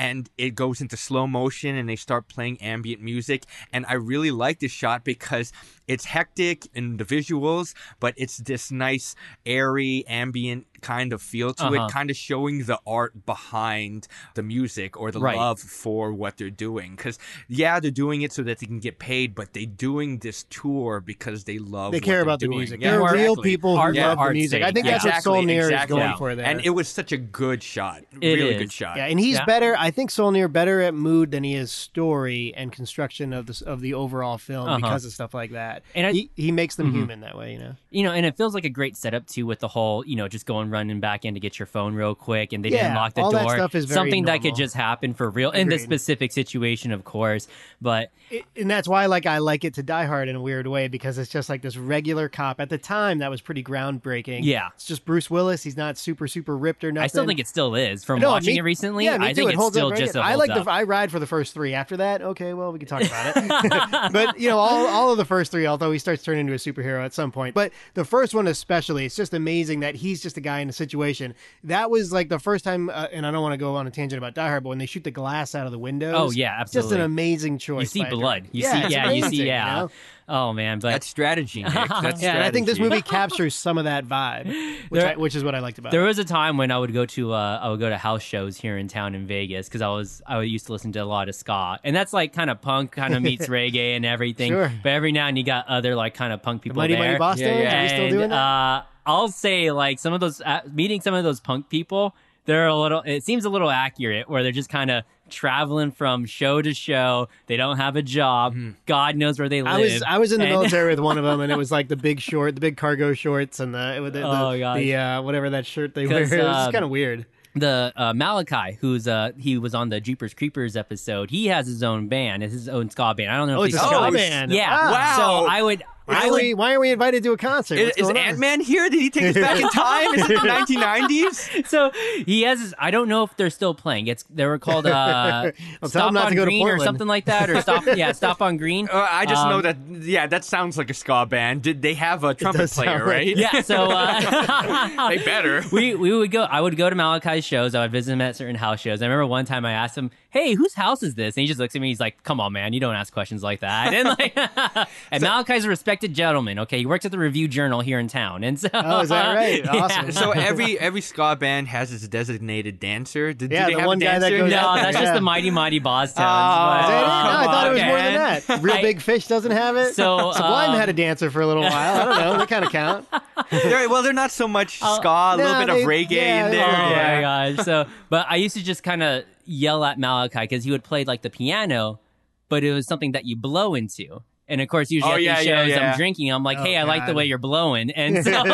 S4: and it goes into slow motion and they start playing ambient music and i really like this shot because it's hectic in the visuals but it's this nice airy ambient kind of feel to
S1: Uh-huh.
S4: it kind of showing the art behind the music or the
S1: Right.
S4: love for what they're doing because yeah they're doing it so that they can get paid but they're doing this tour because they love
S3: They
S4: what
S3: care
S4: they're
S3: about the
S4: doing.
S3: music.
S4: Yeah,
S3: they're real
S4: exactly.
S3: people who
S1: Art for
S3: love the
S1: art's
S3: music. I
S1: sake.
S3: think
S1: Yeah.
S3: that's what Soul Near
S4: exactly.
S3: is going for there.
S4: And it was such a good shot.
S1: It
S4: really
S1: is.
S4: good shot.
S3: yeah, and he's
S1: Yeah.
S3: better. I think Solnier better at mood than he is story and construction of this of the overall film
S1: Uh-huh.
S3: because of stuff like that.
S1: And I-
S3: he, he makes them
S1: Mhm.
S3: human that way, you know.
S1: you know, and it feels like a great setup too with the whole, you know, just going running back in to get your phone real quick and they
S3: Yeah,
S1: didn't lock the
S3: all
S1: door.
S3: that stuff is very
S1: Something that could
S3: normal.
S1: just happen for real in this
S3: Agreed.
S1: specific situation, of course. But
S3: It- and that's why like I like it to Die Hard in a weird way because it's just like this regular cop at the time that was pretty groundbreaking.
S1: Yeah.
S3: it's just Bruce Willis. He's not super super ripped or nothing.
S1: I still think it still is from
S3: No,
S1: watching
S3: me-
S1: it recently.
S3: Yeah, me
S1: I
S3: too.
S1: think
S3: it
S1: it's
S3: holds
S1: still
S3: up very
S1: just
S3: good.
S1: a
S3: I
S1: holds
S3: like
S1: up.
S3: the I ride for the first three. After that, okay, well we can talk about it. but you know, all all of the first three, although he starts turning into a superhero at some point. But the first one especially, it's just amazing that he's just a guy in a situation. That was like the first time, uh, and I don't want to go on a tangent about Die Hard, but when they shoot the glass out of the windows,
S1: Oh, yeah,
S3: just an
S1: absolutely.
S3: amazing choice.
S1: you see
S3: by a director.
S1: blood. You
S3: yeah,
S1: see
S3: it's
S1: yeah, you
S3: amazing,
S1: see yeah.
S3: know?
S1: Oh man, but
S4: That's strategy, Nick. That's strategy.
S1: Yeah,
S3: And I think this movie captures some of that vibe, which
S1: There-
S3: I, which is what I liked about. it.
S1: There was a time when I would go to uh, I would go to house shows here in town in Vegas because I was I used to listen to a lot of ska and that's like kind of punk kind of meets reggae and everything.
S3: Sure.
S1: But every now and you got other like kind of punk people
S3: Mighty
S1: there.
S3: Mighty Boston.
S4: Yeah, yeah.
S3: Are we still
S1: And,
S3: doing that?
S1: Uh, I'll say like some of those uh, meeting some of those punk people. They're a little. It seems a little accurate where they're just kind of traveling from show to show. They don't have a job. God knows where they live.
S3: Hmm. I was I was in the
S1: And-
S3: military with one of them, and it was like the big short, the big cargo shorts, and the it was the,
S1: Oh,
S3: the,
S1: gosh.
S3: the, uh, whatever that shirt they wear.
S1: 'Cause,
S3: it was
S1: um,
S3: just kind of weird.
S1: the uh, Malachi, who's uh, he was on the Jeepers Creepers episode. He has his own band, it's his own ska band. I don't know.
S3: Oh,
S1: if
S3: it's a
S1: they
S4: Oh,
S1: still-
S3: ska
S4: it's-
S3: band.
S1: Yeah.
S4: Wow.
S1: So I would.
S3: Why,
S1: I
S3: are
S1: would.
S3: we, why are we invited to a concert?
S4: Is,
S3: What's
S4: is
S3: going on?
S4: Ant Man here? Did he take us back in time? Is it the 1990s?
S1: So he has. His, I don't know if they're still playing. It's they were called uh,
S3: Well, tell
S1: Stop
S3: him not
S1: on
S3: to go to
S1: Green or
S3: Portland.
S1: something like that, or stop. yeah, Stop on Green.
S4: Uh, I just
S1: Um,
S4: know that. Yeah, that sounds like a ska band. Did they have a trumpet
S3: does sound
S4: player?
S3: like-
S4: Right?
S1: Yeah. So uh,
S4: they better.
S1: we we would go. I would go to Malachi's shows. I would visit him at certain house shows. I remember one time I asked him, "Hey, whose house is this?" And he just looks at me. He's like, "Come on, man, you don't ask questions like that." And like, and Malachi's a respected gentleman. Okay, he works at the Review Journal here in town. And so,
S3: Oh, is that right?
S1: Yeah.
S3: Awesome.
S4: so every every ska band has its designated dancer. Did, do
S3: Yeah,
S4: they
S3: the
S4: have
S3: one
S4: a
S3: guy that
S4: dancer?
S3: goes
S1: No, that's just
S3: Yeah.
S1: the mighty mighty Boss Towns.
S4: Oh,
S1: but-
S3: Is that it?
S4: Oh,
S3: no, I
S4: come
S3: thought it was
S4: on,
S3: more than
S4: man.
S3: that. Real
S1: I-
S3: Big Fish doesn't have it.
S1: So,
S3: Sublime
S1: um,
S3: had a dancer for a little while. I don't know. That kind of count.
S4: They're- well, they're not so much ska. A little
S3: Uh, no,
S4: bit of
S3: they-
S4: reggae
S3: yeah,
S4: in there.
S3: they're-
S1: Oh
S4: yeah.
S1: my gosh. So, but I used to just kind of yell at Malachi because he would play like the piano, but it was something that you blow into. And of course, usually
S4: Oh,
S1: at
S4: yeah,
S1: these
S4: yeah,
S1: shows,
S4: yeah.
S1: I'm drinking. I'm like,
S3: Oh,
S1: hey, I like the
S3: God.
S1: way you're blowing. And so,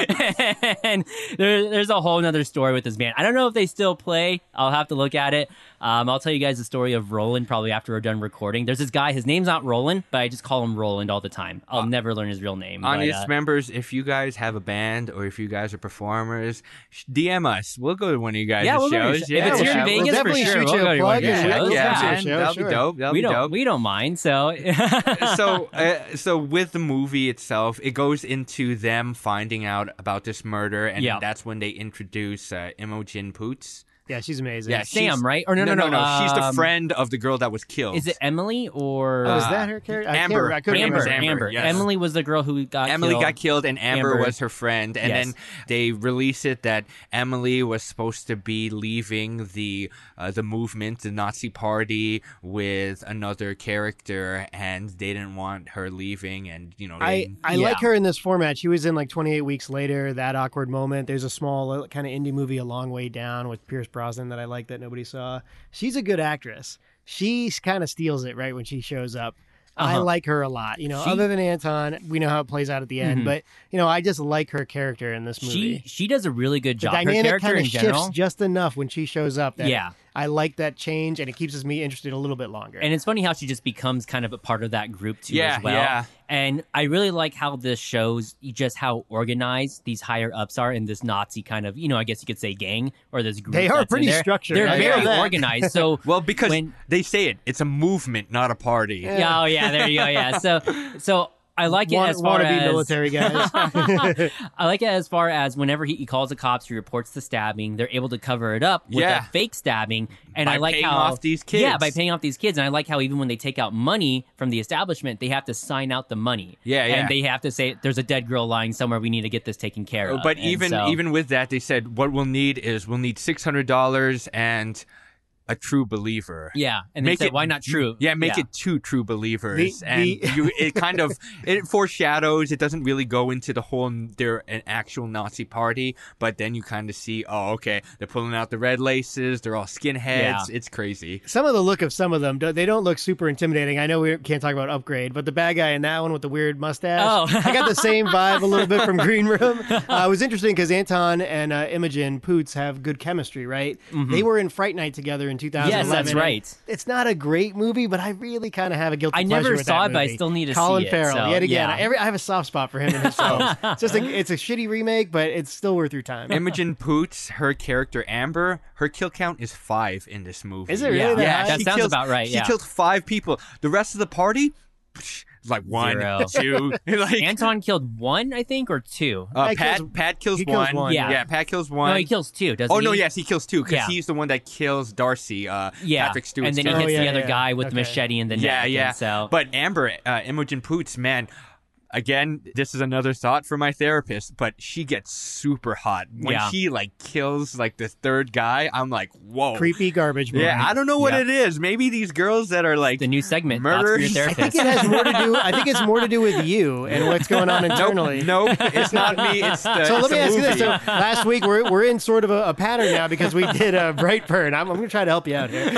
S1: and there, there's a whole nother story with this band. I don't know if they still play. I'll have to look at it. Um, I'll tell you guys the story of Roland probably after we're done recording. There's this guy. His name's not Roland, but I just call him Roland all the time. I'll never learn his real name. but,
S4: Honest
S1: uh,
S4: members, if you guys have a band or if you guys are performers, sh- DM us. We'll go to one of you guys'
S1: Yeah, we'll go to your
S4: shows.
S1: sh- if it's
S3: we'll
S1: here in
S3: shoot- we'll
S1: Vegas, for
S3: definitely
S1: sure.
S3: shoot
S1: We'll
S3: you a
S1: go to your
S3: plug
S1: guys'
S3: and
S4: yeah,
S1: shows.
S3: we'll
S4: yeah,
S3: go to your
S4: man,
S3: show,
S4: that'll
S3: sure.
S4: be dope. That'll
S1: we
S4: be
S1: don't
S4: dope.
S1: we don't mind. So
S4: so, uh, so with the movie itself, it goes into them finding out about this murder, and
S1: Yeah.
S4: that's when they introduce uh, Imogen Poots.
S3: Yeah, she's amazing.
S4: Yeah,
S1: Sam,
S4: she's-
S1: right? Or Oh, no, no,
S4: no,
S1: no.
S4: She's the
S1: um,
S4: friend of the girl that was killed. Uh,
S1: Is it Emily or
S3: Oh, is that her character? I can't
S4: Amber.
S3: remember. I couldn't
S1: Amber?
S4: Her
S1: Amber.
S4: name's
S3: remember.
S4: Amber, yes.
S1: Emily was the girl who got
S4: Emily
S1: killed.
S4: got killed and Amber,
S1: Amber-
S4: was her friend. And
S1: Yes.
S4: then they release it that Emily was supposed to be leaving the uh, the movement, the Nazi party, with another character, and they didn't want her leaving. And you know,
S3: I,
S4: they,
S3: I
S1: Yeah.
S3: like her in this format. She was in like 28 weeks later, that awkward moment. There's a small uh, kind of indie movie, A Long Way Down, with Pierce Brosnan that I like that nobody saw. She's a good actress. She kind of steals it right when she shows up. I
S1: Uh-huh.
S3: like her a lot. You know,
S1: She-
S3: other than Anton, we know how it plays out at the end,
S1: Mhm.
S3: but you know, I just like her character in this
S1: She
S3: movie.
S1: she does a really good
S3: the
S1: job. Her
S3: dynamic
S1: character
S3: kind
S1: in
S3: of shifts
S1: general.
S3: just enough when she shows up that
S1: Yeah.
S3: I like that change and it keeps me interested a little bit longer.
S1: And it's funny how she just becomes kind of a part of that group too
S4: Yeah,
S1: as well.
S4: yeah.
S1: And I really like how this shows just how organized these higher ups are in this Nazi kind of, you know, I guess you could say gang or this group.
S3: They are
S1: that's in
S3: pretty
S1: there.
S3: structured.
S1: They're
S3: I know
S1: very
S3: that.
S1: organized. So
S4: well, because
S1: when-
S4: they say it, it's a movement, not a party.
S1: yeah. oh yeah, there you go. Yeah. So so I like it
S3: Want-
S1: as far
S3: wanna
S1: as
S3: be military guys.
S1: I like it as far as whenever he, he calls the cops, he reports the stabbing. They're able to cover it up with
S4: Yeah.
S1: a fake stabbing, and
S4: By
S1: I like
S4: paying
S1: how
S4: off these kids.
S1: Yeah, by paying off these kids, and I like how even when they take out money from the establishment, they have to sign out the money.
S4: Yeah, yeah.
S1: and they have to say, "There's a dead girl lying somewhere. We need to get this taken care of."
S4: Oh, Uh, But
S1: And
S4: even
S1: so-
S4: even with that, they said what we'll need is we'll need six hundred dollars and a true believer.
S1: yeah, and they said, "Why not true?"
S4: Yeah, make it two true believers,
S3: The-
S4: and
S3: the-
S4: you it kind of it foreshadows. It doesn't really go into the whole n- they're an actual Nazi party, but then you kind of see, oh, okay, they're pulling out the red laces, they're all skinheads.
S1: Yeah.
S4: It's crazy.
S3: some of the look of some of them don't- they don't look super intimidating i know we can't talk about upgrade but the bad guy in that one with the weird mustache
S1: Oh.
S3: i got the same vibe a little bit from green room uh, it was interesting because anton and uh, imogen poots have good chemistry right they were in fright night together in 2011
S1: Mm-hmm. Yes, that's right.
S3: it's not a great movie but i really kind of have a guilty
S1: I
S3: pleasure
S1: never
S3: with
S1: saw
S3: that
S1: it, but I
S3: movie.
S1: still need to
S3: colin
S1: see it,
S3: farrell
S1: so,
S3: yet again
S1: yeah.
S3: Every, i have a soft spot for him in his films it's just a, it's a shitty remake but it's still worth your time
S4: Imogen Poots, her character Amber, her kill count is five in this movie.
S3: Is it really
S1: Yeah.
S3: that
S1: Yeah,
S3: high?
S1: that
S4: she
S1: sounds
S4: kills-
S1: about right,
S4: She
S1: yeah.
S4: killed five people. The rest of the party, psh, like one,
S1: Zero.
S4: two, like.
S1: Anton killed one, I think, or two.
S4: uh,
S3: He
S4: Pat,
S3: kills-
S4: Pat kills,
S3: he kills one,
S1: yeah.
S4: yeah, Pat kills one.
S1: no, he kills two. Doesn't
S4: Oh no,
S1: he?
S4: yes, he kills two because
S1: Yeah.
S4: he's the one that kills Darcy. Uh,
S1: yeah.
S4: Patrick Stewart.
S1: and then he
S3: character.
S1: hits
S3: Oh,
S1: the
S3: yeah,
S1: other
S3: yeah.
S1: guy with the
S3: Okay.
S1: machete in the neck.
S4: yeah,
S1: and
S4: yeah.
S3: Oh,
S1: so
S4: But Amber, uh, Imogen Poots, man. Again, this is another thought for my therapist, but she gets super hot when
S1: Yeah.
S4: she like kills like the third guy. I'm like, whoa,
S3: creepy garbage movie.
S4: yeah. I don't know what
S1: Yeah.
S4: it is. Maybe these girls that are like
S1: the new segment.
S4: Murder-
S1: Thoughts for your
S3: I
S1: therapist.
S3: think it has more to do. I think it's more to do with you and what's going on internally.
S4: no, it's not me. It's the,
S3: So
S4: it's
S3: let me
S4: the
S3: ask you
S4: movie.
S3: this. So last week we're, we're in sort of a, a pattern now because we did uh, Brightburn. I'm, I'm going to try to help you out here.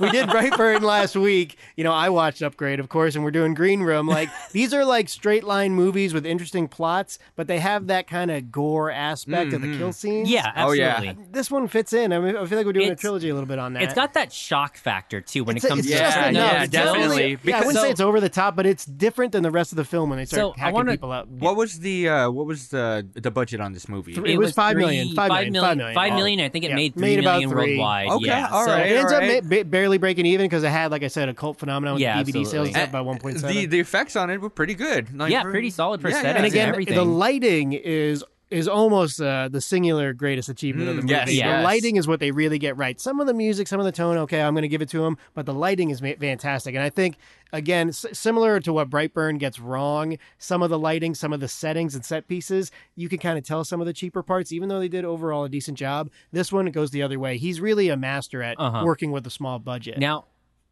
S3: we did Brightburn last week. You know, I watched Upgrade, of course, and we're doing Green Room. Like these are like straight line movies with interesting plots, but they have that kind of gore aspect of the kill scenes.
S1: yeah,
S4: Oh, yeah.
S1: absolutely.
S3: This one fits in. I, mean, I feel like we're doing
S1: It's-
S3: a trilogy a little bit on that.
S1: It's got that shock factor too when
S3: It's
S1: it
S3: a-
S1: comes
S3: it's
S1: to
S3: just
S4: Yeah,
S1: the
S3: enough.
S4: yeah,
S3: It's
S4: definitely.
S3: definitely- yeah, I wouldn't
S1: Because-
S3: say it's over the top, but it's different than the rest of the film when they start
S1: So, I
S3: hacking
S1: wanna-
S3: people up.
S4: What was the uh, what was the the budget on this movie?
S3: It was five million,
S1: three-
S3: five
S1: five
S3: million,
S1: million,
S3: five million. Oh,
S1: five million, I think it
S3: Yeah.
S1: made three
S3: Made
S1: million
S3: about three.
S1: worldwide.
S4: Okay,
S1: yeah.
S4: all
S1: so,
S4: right.
S3: It ends
S4: alright.
S3: up ma- ba- barely breaking even because it had, like I said, a cult phenomenon with
S1: Yeah,
S3: DVD sales
S1: absolutely.
S3: up by one point seven.
S4: The the effects on it were pretty good. Like,
S1: Yeah, pretty solid for
S4: Yeah, yeah.
S1: seven
S4: And
S1: and
S3: Again,
S1: everything.
S3: the lighting is is almost uh, the singular greatest achievement of the
S4: Mm,
S3: movie.
S4: yes,
S1: yes.
S3: The lighting is what they really get right. Some of the music, some of the tone, okay, I'm going to give it to them, but the lighting is ma- fantastic. And I think again, s- similar to what Brightburn gets wrong, some of the lighting, some of the settings and set pieces, you can kind of tell some of the cheaper parts, even though they did overall a decent job. This one it goes the other way. He's really a master at
S1: Uh-huh.
S3: working with a small budget.
S1: now,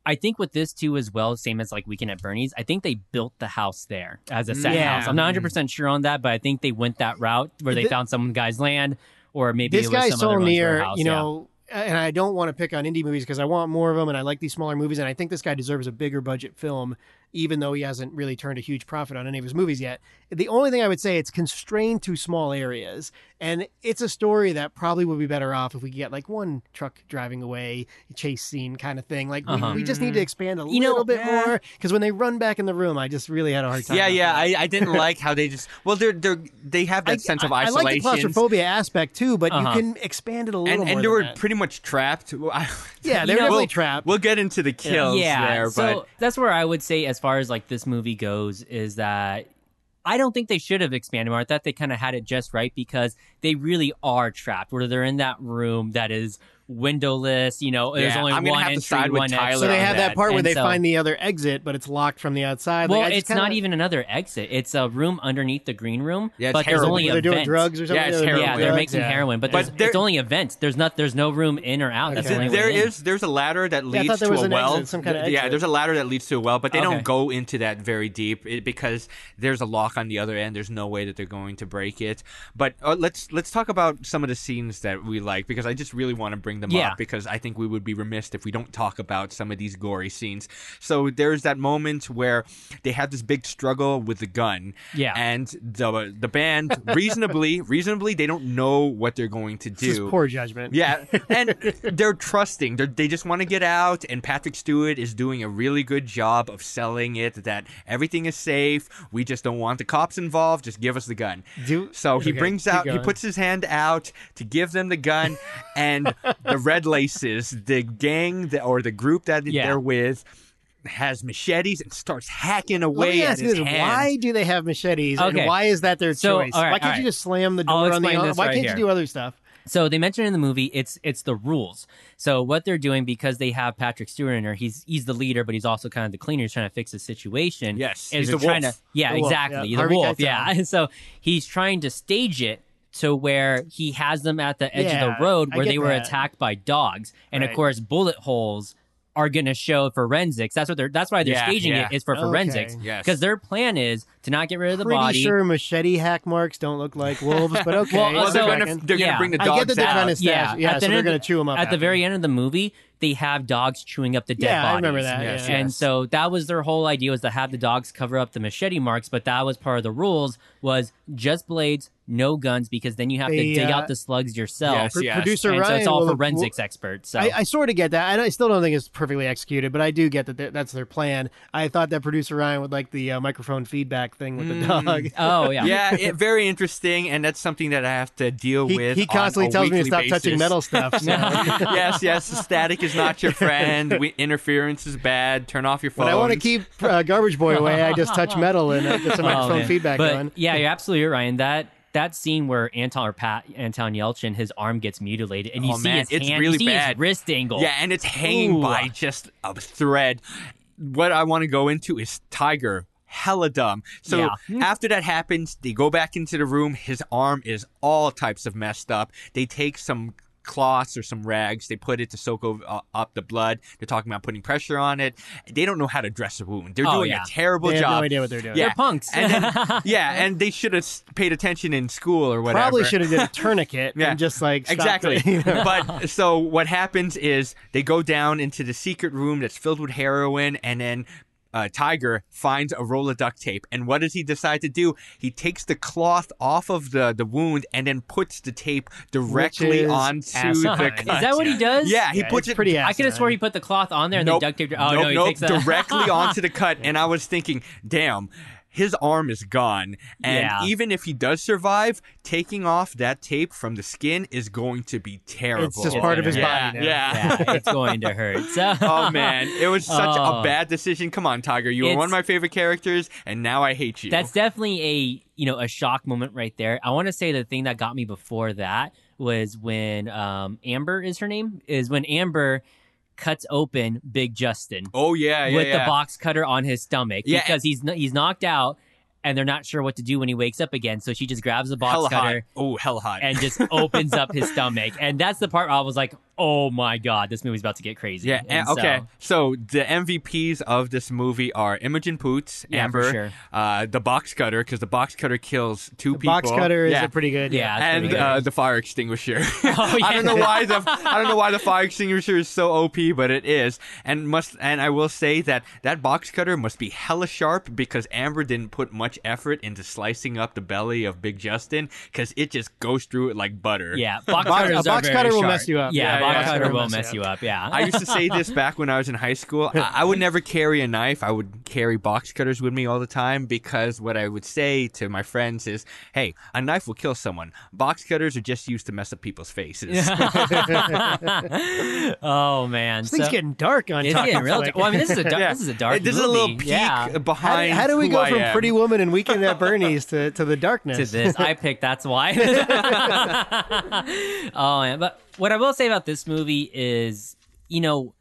S1: I think with this too as well, same as like Weekend at Bernie's. I think they built the house there as a set
S3: Yeah.
S1: house. I'm not 100 percent sure on that, but I think they went that route where they
S3: Thi-
S1: found some guy's land, or maybe
S3: this
S1: it was
S3: guy's
S1: some
S3: so
S1: other one's
S3: near,
S1: warehouse,
S3: you
S1: yeah.
S3: know. And I don't want to pick on indie movies because I want more of them, and I like these smaller movies, and I think this guy deserves a bigger budget film, even though he hasn't really turned a huge profit on any of his movies yet. The only thing I would say, it's constrained to small areas, and it's a story that probably would be better off if we could get like one truck driving away chase scene kind of thing. Like we-
S1: Uh-huh.
S3: we, just need to expand a
S1: You know,
S3: little bit
S4: yeah.
S3: more because when they run back in the room, I just really had a hard time.
S4: Yeah,
S3: with
S4: yeah.
S3: that.
S4: I, I didn't like how they just well they're they are they have that sense of
S3: I
S4: isolation.
S3: like the claustrophobia aspect too, but
S1: Uh-huh.
S3: you can expand it a little
S4: and
S3: more.
S4: and they
S3: than
S4: were
S3: that.
S4: pretty much trapped. Well, I-
S3: yeah, they're
S1: you know-
S3: definitely
S1: Well-
S3: trapped.
S4: we'll get into the kills there, but
S1: so that's where I would say, as far as like this movie goes, is that I don't think they should have expanded more. I thought they kind of had it just right because they really are trapped, where they're in that room that is windowless. You know, there's
S4: Yeah,
S1: only
S4: I'm gonna
S1: one
S4: have to
S1: entry,
S4: side with
S1: one
S4: Tyler
S1: exit.
S4: on
S3: So they have that,
S4: that.
S3: part where
S1: And
S3: they
S1: so-
S3: find the other exit, but it's locked from the outside.
S1: Well,
S3: Like, I just
S1: it's not
S3: kinda-
S1: even another exit. It's a room underneath the green room.
S4: Yeah, it's
S1: but there's
S4: heroin.
S1: only
S3: They're
S1: a
S3: doing
S1: vent.
S3: drugs or something.
S4: Yeah, it's
S3: doing
S1: Yeah,
S4: heroin.
S1: they're
S3: drugs,
S1: making
S3: yeah.
S1: heroin, but,
S4: But
S1: there's,
S4: there-
S1: it's only a vent. There's not. There's no room in or out. That's
S3: Okay.
S1: the only
S4: There
S1: way in.
S4: is there's a ladder that
S3: I
S4: leads
S3: thought there
S4: to
S3: was
S4: a
S3: an
S4: well.
S3: exit, some kind of
S4: yeah,
S3: exit.
S4: there's a ladder that leads to a well, but they
S1: Okay.
S4: don't go into that very deep it, because there's a lock on the other end. There's no way that they're going to break it. But uh, let's let's talk about some of the scenes that we like because I just really want to bring them
S1: Yeah.
S4: up because I think we would be remiss if we don't talk about some of these gory scenes. So there's that moment where they have this big struggle with the gun.
S1: Yeah.
S4: and the the band reasonably reasonably they don't know what they're going to do.
S3: This is poor judgment.
S4: Yeah, and they're trusting. They're, they just want to get out, and Patrick Stewart is doing a really good job of selling it that everything is safe. We just don't want the cops involved. Just give us the gun.
S3: Do-
S4: so he
S3: okay,
S4: brings
S3: keep
S4: out, he
S3: going.
S4: puts his hand out to give them the gun, and the Red Laces, the gang that, or the group that
S1: Yeah.
S4: they're with, has machetes and starts hacking away
S3: Let me
S4: at
S3: ask you
S4: his
S3: this:
S4: hand.
S3: Why do they have machetes,
S1: Okay.
S3: and why is that their
S1: So,
S3: choice?
S1: all right,
S3: why can't
S1: all
S3: you
S1: right.
S3: just slam the
S1: I'll
S3: door on the?
S1: explain this
S3: why
S1: right
S3: can't
S1: here.
S3: you do other stuff?
S1: So they mention in the movie it's it's the rules. So what they're doing because they have Patrick Stewart in her, he's he's the leader, but he's also kind of the cleaner. He's trying to fix the situation.
S4: Yes,
S1: is
S4: he's
S1: they're
S4: the
S1: trying
S4: wolf.
S1: to yeah
S3: The wolf,
S1: exactly
S3: yeah.
S1: the
S3: Harvey
S1: wolf
S3: Keitel.
S1: yeah. And so he's trying to stage it to where he has them at the edge of
S3: Yeah,
S1: the road
S3: I
S1: where
S3: get
S1: they were
S3: that.
S1: attacked by dogs, and of
S3: Right.
S1: course bullet holes are going to show forensics. That's what they're that's why they're
S4: Yeah,
S1: staging
S4: yeah.
S1: it is for
S3: Okay.
S1: forensics
S4: Yes.
S1: because their plan is to not get rid of the
S3: Pretty
S1: body.
S3: sure machete hack marks don't look like wolves, but okay.
S1: Well,
S4: Well,
S1: So-
S4: they're
S3: I
S4: gonna,
S3: reckon.
S4: they're gonna
S1: Yeah.
S4: bring the
S3: I
S4: dogs
S3: get that they're
S4: out.
S3: trying to stash. Yeah,
S1: at
S3: so
S1: the
S3: they're
S1: end-
S3: gonna chew 'em up
S1: At the
S3: after.
S1: very end of the movie, they have dogs chewing up the dead
S3: Yeah, I
S1: bodies.
S3: remember that, Yes, yeah.
S1: And
S3: yes.
S1: so that was their whole idea was to have the dogs cover up the machete marks, but that was part of the rules was just blades, no guns, because then you have
S3: They,
S1: to dig
S3: uh,
S1: out the slugs yourself.
S4: Yes,
S3: Pro-
S4: yes.
S3: Producer
S1: And
S3: Ryan
S1: so it's all
S3: will-
S1: forensics experts. So
S3: I, I sort of get that. I, don't- I still don't think it's perfectly executed, but I do get that th- that's their plan. I thought that producer Ryan would like the uh, microphone feedback thing with the dog.
S1: oh yeah.
S4: yeah, it, very interesting, and that's something that I have to deal
S3: He,
S4: with.
S3: he constantly
S4: on a
S3: tells me to
S4: weekly
S3: stop touching
S4: basis.
S3: metal stuff. So.
S4: yes, yes, static is not your friend. We, interference is bad. Turn off your phone.
S3: But I want to keep uh, Garbage Boy away. I just touch metal and I get some
S1: Oh,
S3: microphone
S1: man.
S3: feedback
S1: but,
S3: on.
S1: Yeah, you're absolutely right, Ryan. That that scene where Anton or Pat Anton Yelchin, his arm gets mutilated, and you
S4: Oh,
S1: see
S4: man,
S1: his
S4: it's
S1: hand,
S4: really
S1: you see his
S4: bad.
S1: wrist angle.
S4: Yeah, and it's hanging
S1: Ooh.
S4: by just a thread. What I want to go into is Tiger. Hella dumb. So
S3: Hmm.
S1: Yeah.
S4: after that happens, they go back into the room. His arm is all types of messed up. They take some cloths or some rags. They put it to soak over, uh, up the blood. They're talking about putting pressure on it. They don't know how to dress a wound. They're
S1: Oh,
S4: doing
S1: yeah.
S4: a terrible
S3: They have
S4: job.
S3: no idea what they're doing.
S4: Yeah.
S1: They're punks.
S4: And then- yeah, and they should have s- paid attention in school or whatever.
S3: Probably should have did a tourniquet
S4: Yeah.
S3: and just like stopped
S4: Exactly.
S3: it, you know?
S4: but so what happens is they go down into the secret room that's filled with heroin, and then uh, Tiger finds a roll of duct tape. And what does he decide to do? He takes the cloth off of the, the wound and then puts the tape directly
S3: is
S4: onto
S3: asinine.
S4: the
S1: Is
S4: cut.
S1: that what he does?
S4: Yeah, he
S3: Yeah,
S4: puts
S3: it's
S4: it
S3: pretty.
S1: I could have swore
S3: asinine.
S1: he put the cloth on there and
S4: nope,
S1: then duct taped it. Oh
S4: nope,
S1: no, he
S4: nope,
S1: takes that.
S4: directly onto the cut, and I was thinking, damn. His arm is gone, and
S1: Yeah.
S4: even if he does survive, taking off that tape from the skin is going to be terrible.
S3: It's just part of his
S4: yeah,
S3: body now.
S4: Yeah.
S1: yeah, it's going to hurt. So,
S4: oh man, it was such
S1: Oh.
S4: a bad decision. Come on, Tiger, you were
S1: It's-
S4: one of my favorite characters, and now I hate you.
S1: that's definitely a you know a shock moment right there. I want to say the thing that got me before that was when um, Amber is her name is when Amber cuts open Big Justin
S4: oh yeah, yeah,
S1: with the
S4: yeah.
S1: box cutter on his stomach
S4: Yeah,
S1: because he's kn- he's knocked out and they're not sure what to do when he wakes up again. So she just grabs the box
S4: hella
S1: cutter.
S4: hot. Oh, hella hot.
S1: and just opens up his stomach. And that's the part where I was like, oh my God, this movie's about to get crazy.
S4: Yeah.
S1: And
S4: and-
S1: so-
S4: okay. So the MVPs of this movie are Imogen Poots,
S1: Yeah, for
S4: Amber,
S1: sure.
S4: uh, the box cutter, because the box cutter kills two
S3: The
S4: people.
S3: box cutter is
S4: Yeah.
S3: a pretty good.
S1: Yeah. That's
S4: and
S1: pretty
S4: uh,
S1: good.
S4: the fire extinguisher.
S1: yeah.
S4: I don't know why the I don't know why the fire extinguisher is so OP, but it is. And must and I will say that that box cutter must be hella sharp because Amber didn't put much effort into slicing up the belly of Big Justin because it just goes through it like butter.
S1: Yeah, box,
S3: Box-
S1: cutters
S3: a
S1: are
S3: box
S1: very
S3: cutter will
S1: sharp.
S3: mess you up.
S1: Yeah,
S4: Yeah,
S1: a box
S4: yeah.
S1: cutter will mess you up. Yeah,
S4: I used to say this back when I was in high school. I, I would never carry a knife. I would carry box cutters with me all the time because what I would say to my friends is, "Hey, a knife will kill someone. Box cutters are just used to mess up people's faces."
S1: oh man,
S3: This thing's
S1: So-
S3: getting dark on
S1: it's
S3: Talking
S1: getting real.
S3: Slick.
S1: well, I mean, this is a dark.
S4: Yeah.
S1: This is a dark.
S4: This is a little
S1: movie.
S4: peek
S1: Yeah.
S3: How,
S4: behind.
S3: how do we
S4: who
S3: go
S4: I
S3: from
S4: am.
S3: Pretty Woman and Weekend at Bernie's to, to the darkness?
S1: to this. I picked that's why. oh, man. but what I will say about this movie is, you know,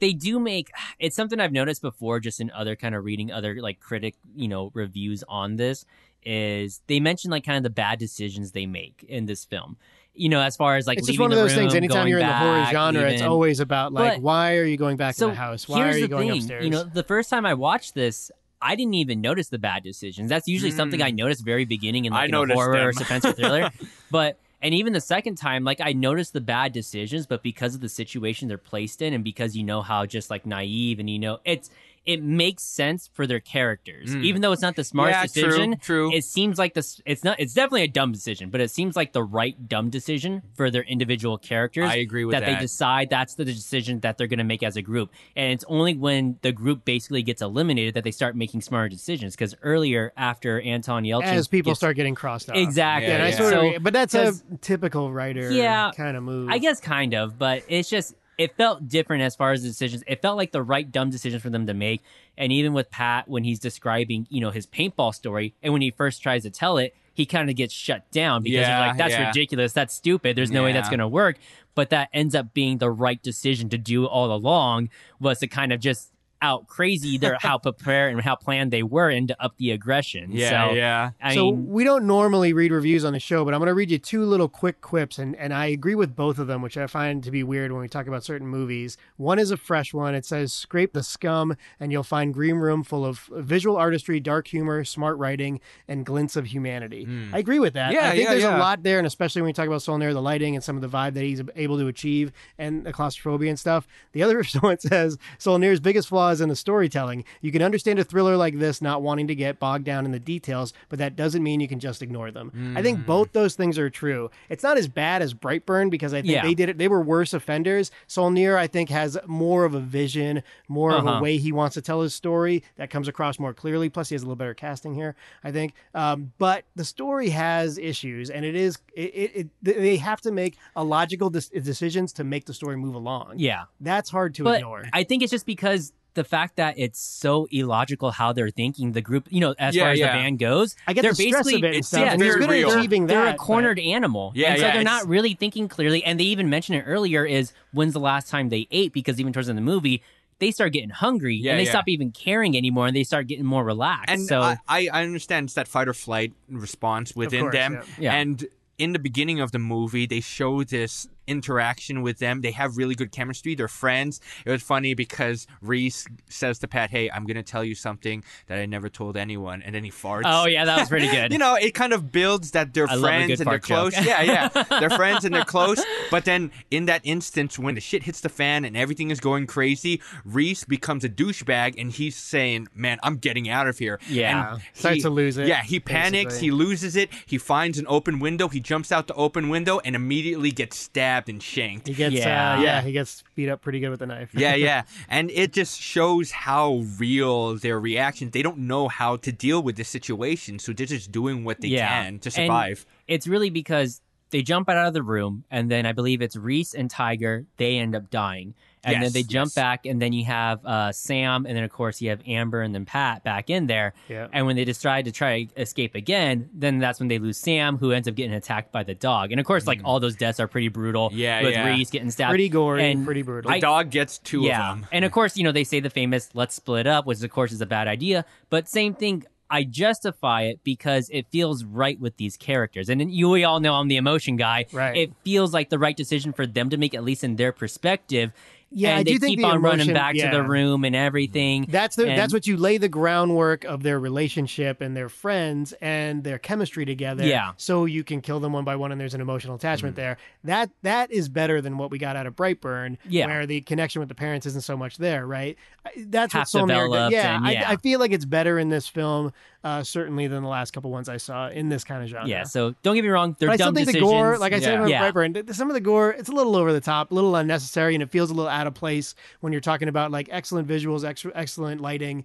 S1: they do make it's something I've noticed before just in other kind of reading other like critic, you know, reviews on this is they mention like kind of the bad decisions they make in this film. You know, as far as like
S3: it's just
S1: leaving
S3: one of
S1: the
S3: those
S1: room,
S3: things. Anytime
S1: going
S3: you're in the horror
S1: back,
S3: genre, it's
S1: even.
S3: always about like,
S1: But-
S3: why are you going back to the house? Why are you going upstairs?
S1: You know, the first time I watched this, I didn't even notice the bad decisions. That's usually something I notice very beginning in
S4: Mm. I
S1: like in a
S4: noticed
S1: horror or
S4: them.
S1: suspense or thriller. but and even the second time, like I noticed the bad decisions, but because of the situation they're placed in, and because you know how just like naive and you know it's it makes sense for their characters,
S4: Mm.
S1: even though it's not the smartest
S4: Yeah, true,
S1: decision.
S4: true.
S1: It seems like this. It's not. It's definitely a dumb decision, but it seems like the right dumb decision for their individual characters
S4: I agree with
S1: they
S4: that.
S1: decide that's the decision that they're going to make as a group. And it's only when the group basically gets eliminated that they start making smarter decisions. Because earlier, after Anton Yelchin,
S3: as people
S1: gets-
S3: start getting crossed off.
S1: exactly,
S3: Yeah, and I
S4: Yeah.
S3: sort of.
S1: So-
S3: agree. But that's a
S1: 'cause-
S3: typical writer.
S1: Yeah,
S3: kind of move.
S4: Mm.
S1: I guess kind of, but it's just it felt different as far as the decisions. It felt like the right dumb decisions for them to make. And even with Pat when he's describing, you know, his paintball story and when he first tries to tell it, he kind of gets shut down because
S4: Yeah,
S1: he's like, That's
S4: yeah.
S1: ridiculous, that's stupid, there's no way that's
S4: Yeah.
S1: gonna work. But that ends up being the right decision to do all along was to kind of just out crazy their how prepared and how planned they were and up the aggression.
S4: Yeah,
S1: so,
S4: yeah.
S1: I
S3: so
S1: mean,
S3: we don't normally read reviews on the show, but I'm going to read you two little quick quips, and, and I agree with both of them, which I find to be weird when we talk about certain movies. One is a fresh one. It says, "Scrape the scum, and you'll find Green Room full of visual artistry, dark humor, smart writing, and glints of humanity."
S1: Hmm.
S3: I agree with that.
S4: Yeah,
S3: I think
S4: yeah,
S3: there's a
S4: yeah.
S3: lot there, and especially when we talk about Solnair, the lighting and some of the vibe that he's able to achieve, and the claustrophobia and stuff. The other one says, Solnair's biggest flaw is in the storytelling. You can understand a thriller like this not wanting to get bogged down in the details, but that doesn't mean you can just ignore them. I
S1: Mm.
S3: think both those things are true. It's not as bad as Brightburn because I think
S1: Yeah.
S3: they did it. They were worse offenders. Solnair, I think, has more of a vision, more of a
S1: Uh-huh.
S3: way he wants to tell his story that comes across more clearly. Plus, he has a little better casting here, I think. Um, but the story has issues, and it is it, it, it they have to make a logical des- decisions to make the story move along.
S1: yeah.
S3: that's hard to
S1: but
S3: ignore.
S1: I think it's just because the fact that it's so illogical how they're thinking, the group, you know, as
S4: Yeah,
S1: far as
S4: yeah.
S1: the band goes,
S3: I get
S1: they're
S3: the stress
S1: basically
S3: of it and
S4: it's-
S3: stuff.
S1: yeah,
S3: and he's
S1: they're
S3: good at
S4: real.
S3: achieving
S1: they're
S3: that.
S1: a
S3: but-
S1: cornered animal.
S4: Yeah,
S1: and so
S4: yeah,
S1: they're
S4: it's-
S1: not really thinking clearly. And they even mentioned it earlier is when's the last time they ate? Because even towards the end of the movie, they start getting hungry
S4: Yeah,
S1: and they
S4: yeah.
S1: stop even caring anymore and they start getting more relaxed.
S4: And
S1: so
S4: I, I I understand it's that fight or flight response within
S3: course,
S4: them.
S1: yeah. Yeah.
S4: And in the beginning of the movie, they show this interaction with them. They have really good chemistry. They're friends. It was funny because Reese says to Pat, Hey, I'm going to tell you something that I never told anyone. And then he farts.
S1: oh yeah, that was pretty good.
S4: You know, it kind of builds that they're
S1: I love a
S4: friends
S1: good
S4: and they're
S1: fart joke.
S4: close. Yeah, yeah. They're friends and they're close. But then in that instance, when the shit hits the fan and everything is going crazy, Reese becomes a douchebag and he's saying, Man, I'm getting out of here.
S1: Yeah.
S4: And
S3: Starts to lose it,
S4: Yeah, he panics.
S3: basically.
S4: He loses it. He finds an open window. He jumps out the open window and immediately gets stabbed and shanked.
S3: He gets yeah.
S1: Yeah.
S3: Uh, yeah,
S4: Yeah.
S3: he gets beat up pretty good with a knife.
S4: yeah, yeah. And it just shows how real their reactions. They don't know how to deal with this situation, so they're just doing what they can to
S1: And
S4: survive.
S1: it's really because they jump out of the room, and then I believe it's Reese and Tiger. They end up dying, and
S4: Yes,
S1: then they jump
S4: yes.
S1: back, and then you have uh, Sam, and then of course you have Amber, and then Pat back in there.
S3: Yeah.
S1: And when they decide to try to escape again, then that's when they lose Sam, who ends up getting attacked by the dog. And of course, like all those deaths are pretty brutal.
S4: Yeah,
S1: with
S4: yeah.
S1: Reese getting stabbed,
S3: Pretty gory,
S1: and
S3: pretty brutal.
S4: the dog gets two of them.
S1: and of course, you know, they say the famous let's split up, which of course is a bad idea. But same thing, I justify it because it feels right with these characters. And you we all know I'm the emotion guy.
S3: Right.
S1: It feels like the right decision for them to make, at least in their perspective.
S3: Yeah,
S1: and
S3: I
S1: they
S3: do think
S1: keep
S3: the
S1: on
S3: emotion-
S1: running back
S3: yeah.
S1: to the room and everything.
S3: That's the
S1: And-
S3: that's what you lay the groundwork of their relationship and their friends and their chemistry together.
S1: Yeah. Mm.
S3: So you can kill them one by one and there's an emotional attachment there. That that is better than what we got out of Brightburn,
S1: Yeah.
S3: where the connection with the parents isn't so much there, right? I- That's
S1: Half
S3: what Solnier did.
S1: developed
S3: Yeah,
S1: and- yeah.
S3: I, I feel like it's better in this film, uh, certainly than the last couple ones I saw in this kind of genre.
S1: yeah. So don't get me wrong, they're
S3: But I still
S1: dumb
S3: think
S1: decisions.
S3: the gore, like I said
S4: Yeah.
S3: with
S1: Yeah.
S3: Brightburn, th- some of the gore, it's a little over the top, a little unnecessary, and it feels a little out of place when you're talking about like excellent visuals, ex- excellent lighting.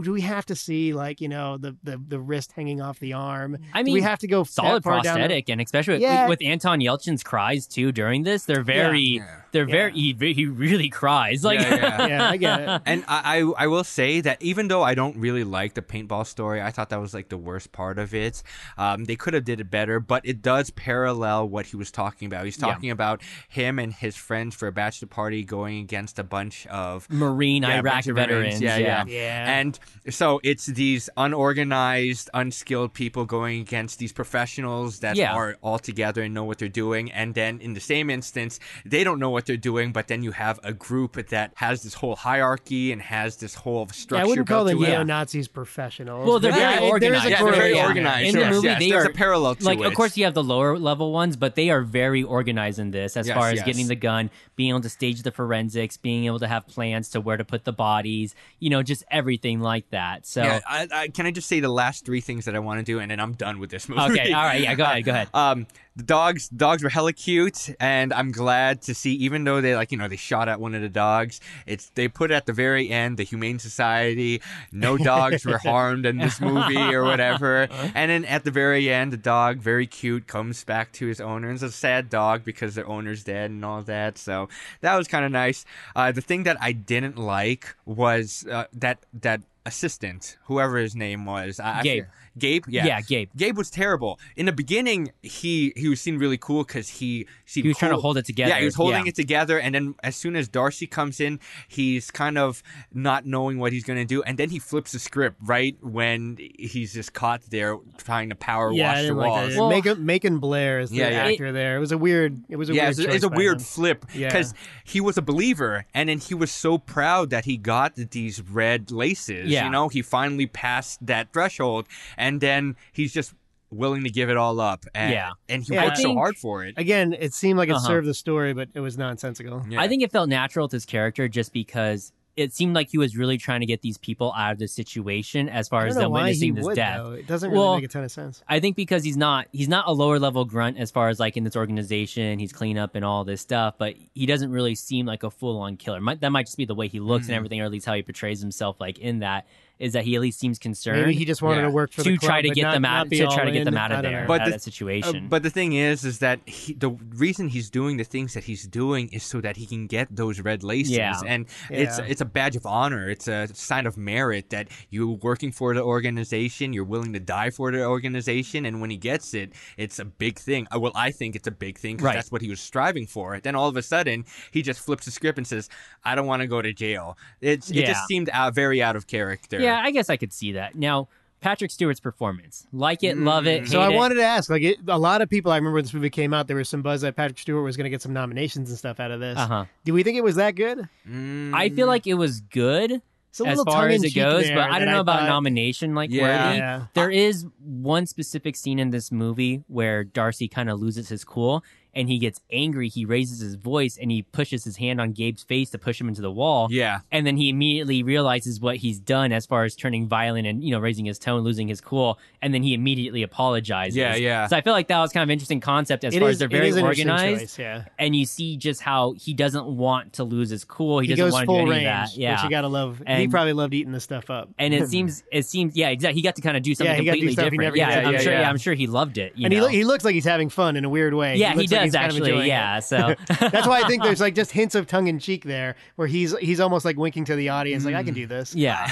S3: do we have to see like you know the the, the wrist hanging off the arm?
S1: I
S3: Do
S1: mean,
S3: we have to go that
S1: solid
S3: far down the-
S1: prosthetic, and especially with-
S3: Yeah.
S1: with, Anton Yelchin's cries too during this, they're very,
S4: Yeah.
S1: they're
S3: Yeah.
S1: very. He, he really cries like.
S4: Yeah, yeah.
S3: yeah, I get it.
S4: And I, I I will say that even though I don't really like the paintball story, I thought that was like the worst part of it. Um, they could have did it better, but it does parallel what he was talking about. He's talking about him and his friends for a bachelor party going against a bunch of
S1: Marine
S4: yeah,
S1: Iraq
S4: bunch of Marines.
S1: veterans.
S4: Yeah, yeah,
S3: Yeah.
S4: And so it's these unorganized, unskilled people going against these professionals that
S1: Yeah.
S4: are all together and know what they're doing. And then in the same instance, they don't know what they're doing, but then you have a group that has this whole hierarchy and has this whole structure.
S3: I wouldn't call the
S4: built to it.
S3: neo Nazis professionals.
S1: Well, they're
S3: but
S1: very
S3: yeah, it- there is
S1: organized.
S3: a
S4: Yeah, they're very
S3: correlation.
S4: organized.
S1: In the
S4: yes,
S1: movie,
S4: yes.
S1: they
S4: there's
S1: are-
S4: a parallel to
S1: like
S4: it.
S1: of course you have the lower level ones but they are very organized in this as
S4: Yes,
S1: far as
S4: yes.
S1: getting the gun being able to stage the forensics being able to have plans to where to put the bodies you know just everything like that so
S4: Yeah, I, I, can I just say the last three things that I want to do, and then I'm done with this movie.
S1: okay all right yeah go ahead go ahead
S4: Um, the dogs, dogs were hella cute, and I'm glad to see. Even though they like, you know, they shot at one of the dogs. It's they put at the very end the Humane Society. No dogs were harmed in this movie or whatever.
S1: Uh-huh.
S4: And then at the very end, the dog, very cute, comes back to his owner. And it's a sad dog because their owner's dead and all that. So that was kind of nice. Uh, the thing that I didn't like was uh, that that assistant, whoever his name was, I, I
S1: Gabe.
S4: forget- Gabe, yeah,
S1: Yeah, Gabe.
S4: Gabe was terrible. In the beginning, he he was seen really cool because he seemed
S1: He was trying to
S4: cool.
S1: hold it together.
S4: Yeah, he was holding
S1: Yeah.
S4: it together, and then as soon as Darcy comes in, he's kind of not knowing what he's going to do, and then he flips the script right when he's just caught there trying to power
S3: Yeah, I
S4: wash the
S3: didn't like that
S4: walls.
S3: either.
S1: Well-
S3: Macon, Macon Blair is the
S4: Yeah, yeah.
S3: actor there. It was a weird. It was a
S4: yeah,
S3: weird.
S4: it's, it's
S3: choice
S4: a
S3: by
S4: weird
S3: him.
S4: flip
S3: Yeah.
S4: because he was a believer, and then he was so proud that he got these red laces.
S1: Yeah.
S4: you know, he finally passed that threshold, and then he's just willing to give it all up. And,
S1: Yeah.
S4: and he
S3: Yeah.
S4: worked
S1: I
S4: so
S1: think-
S4: hard for it.
S3: Again, it seemed like it
S1: Uh-huh.
S3: served the story, but it was nonsensical.
S4: Yeah.
S1: I think it felt natural to his character just because it seemed like he was really trying to get these people out of this situation as far
S3: I
S1: as
S3: don't know
S1: them
S3: why he
S1: witnessing this
S3: would,
S1: death.
S3: though. It doesn't really
S1: Well,
S3: make a ton of sense.
S1: I think because he's not he's not a lower level grunt as far as like in this organization, he's cleanup and all this stuff, but he doesn't really seem like a full on killer. Might, that might just be the way he looks
S3: Mm-hmm.
S1: and everything, or at least how he portrays himself. Like in that, is that he at least seems concerned
S3: Maybe he just wanted
S4: Yeah.
S3: to work for
S1: to
S3: the club,
S1: try to
S3: but
S1: get
S3: not-
S1: them
S3: not
S1: out
S3: be
S1: to
S3: all
S1: try to get
S3: in.
S1: them out
S3: I
S1: of
S3: don't
S1: there,
S3: know.
S4: But
S1: out of
S4: the-
S1: that
S4: Uh,
S1: situation.
S4: but the thing is, is that he, the reason he's doing the things that he's doing is so that he can get those red laces,
S1: Yeah.
S4: and it's
S3: Yeah.
S4: it's a badge of honor. It's a sign of merit that you're working for the organization, you're willing to die for the organization, and when he gets it, it's a big thing. Uh, Well, I think it's a big thing because
S1: Right.
S4: that's what he was striving for. Then all of a sudden, he just flips the script and says, "I don't want to go to jail." It's it
S1: Yeah.
S4: just seemed out, very out of character.
S1: yeah, I guess I could see that. Now Patrick Stewart's performance, like it, love it.
S3: Mm-hmm. So I
S1: hate it.
S3: wanted to ask, like, it, a lot of people. I remember when this movie came out, there was some buzz that Patrick Stewart was going to get some nominations and stuff out of this.
S1: Uh-huh.
S3: Do we think it was that good?
S4: Mm.
S1: I feel like it was good.
S3: It's a
S1: as
S3: little
S1: far as it
S3: tongue-in-cheek
S1: goes,
S3: there
S1: but I
S3: that
S1: don't know about
S3: thought-
S1: nomination like
S4: Yeah.
S1: worthy.
S3: Yeah.
S1: There is one specific scene in this movie where Darcy kind of loses his cool and he gets angry. He raises his voice and he pushes his hand on Gabe's face to push him into the wall.
S4: yeah.
S1: And then he immediately realizes what he's done as far as turning violent and, you know, raising his tone, losing his cool. And then he immediately apologizes.
S4: Yeah, yeah.
S1: So I feel like that was kind of an interesting concept as
S3: It
S1: far
S3: is-
S1: as they're
S3: it
S1: very
S3: is an interesting
S1: organized.
S3: choice, yeah.
S1: And you see just how he doesn't want to lose his cool. He,
S3: He
S1: doesn't
S3: goes
S1: want to do
S3: full
S1: any
S3: range,
S1: of that. Yeah
S3: which you gotta love. he
S1: And-
S3: probably loved eating this stuff up.
S1: and it seems it seems yeah exactly he got to kind of do something
S3: Yeah, he got to do
S1: completely
S3: stuff he
S1: different
S3: never
S1: yeah,
S3: did.
S1: I'm
S3: Yeah,
S1: sure
S4: yeah.
S1: I'm sure he loved it you
S3: and he,
S1: know
S3: lo- he looks like he's having fun in a weird way.
S1: yeah he,
S3: looks
S1: does
S3: like he's kind of
S1: actually
S3: enjoying it.
S1: yeah so
S3: That's why I think there's like just hints of tongue in cheek there, where he's he's almost like winking to the audience, like I
S4: Mm.
S3: can do this.
S1: yeah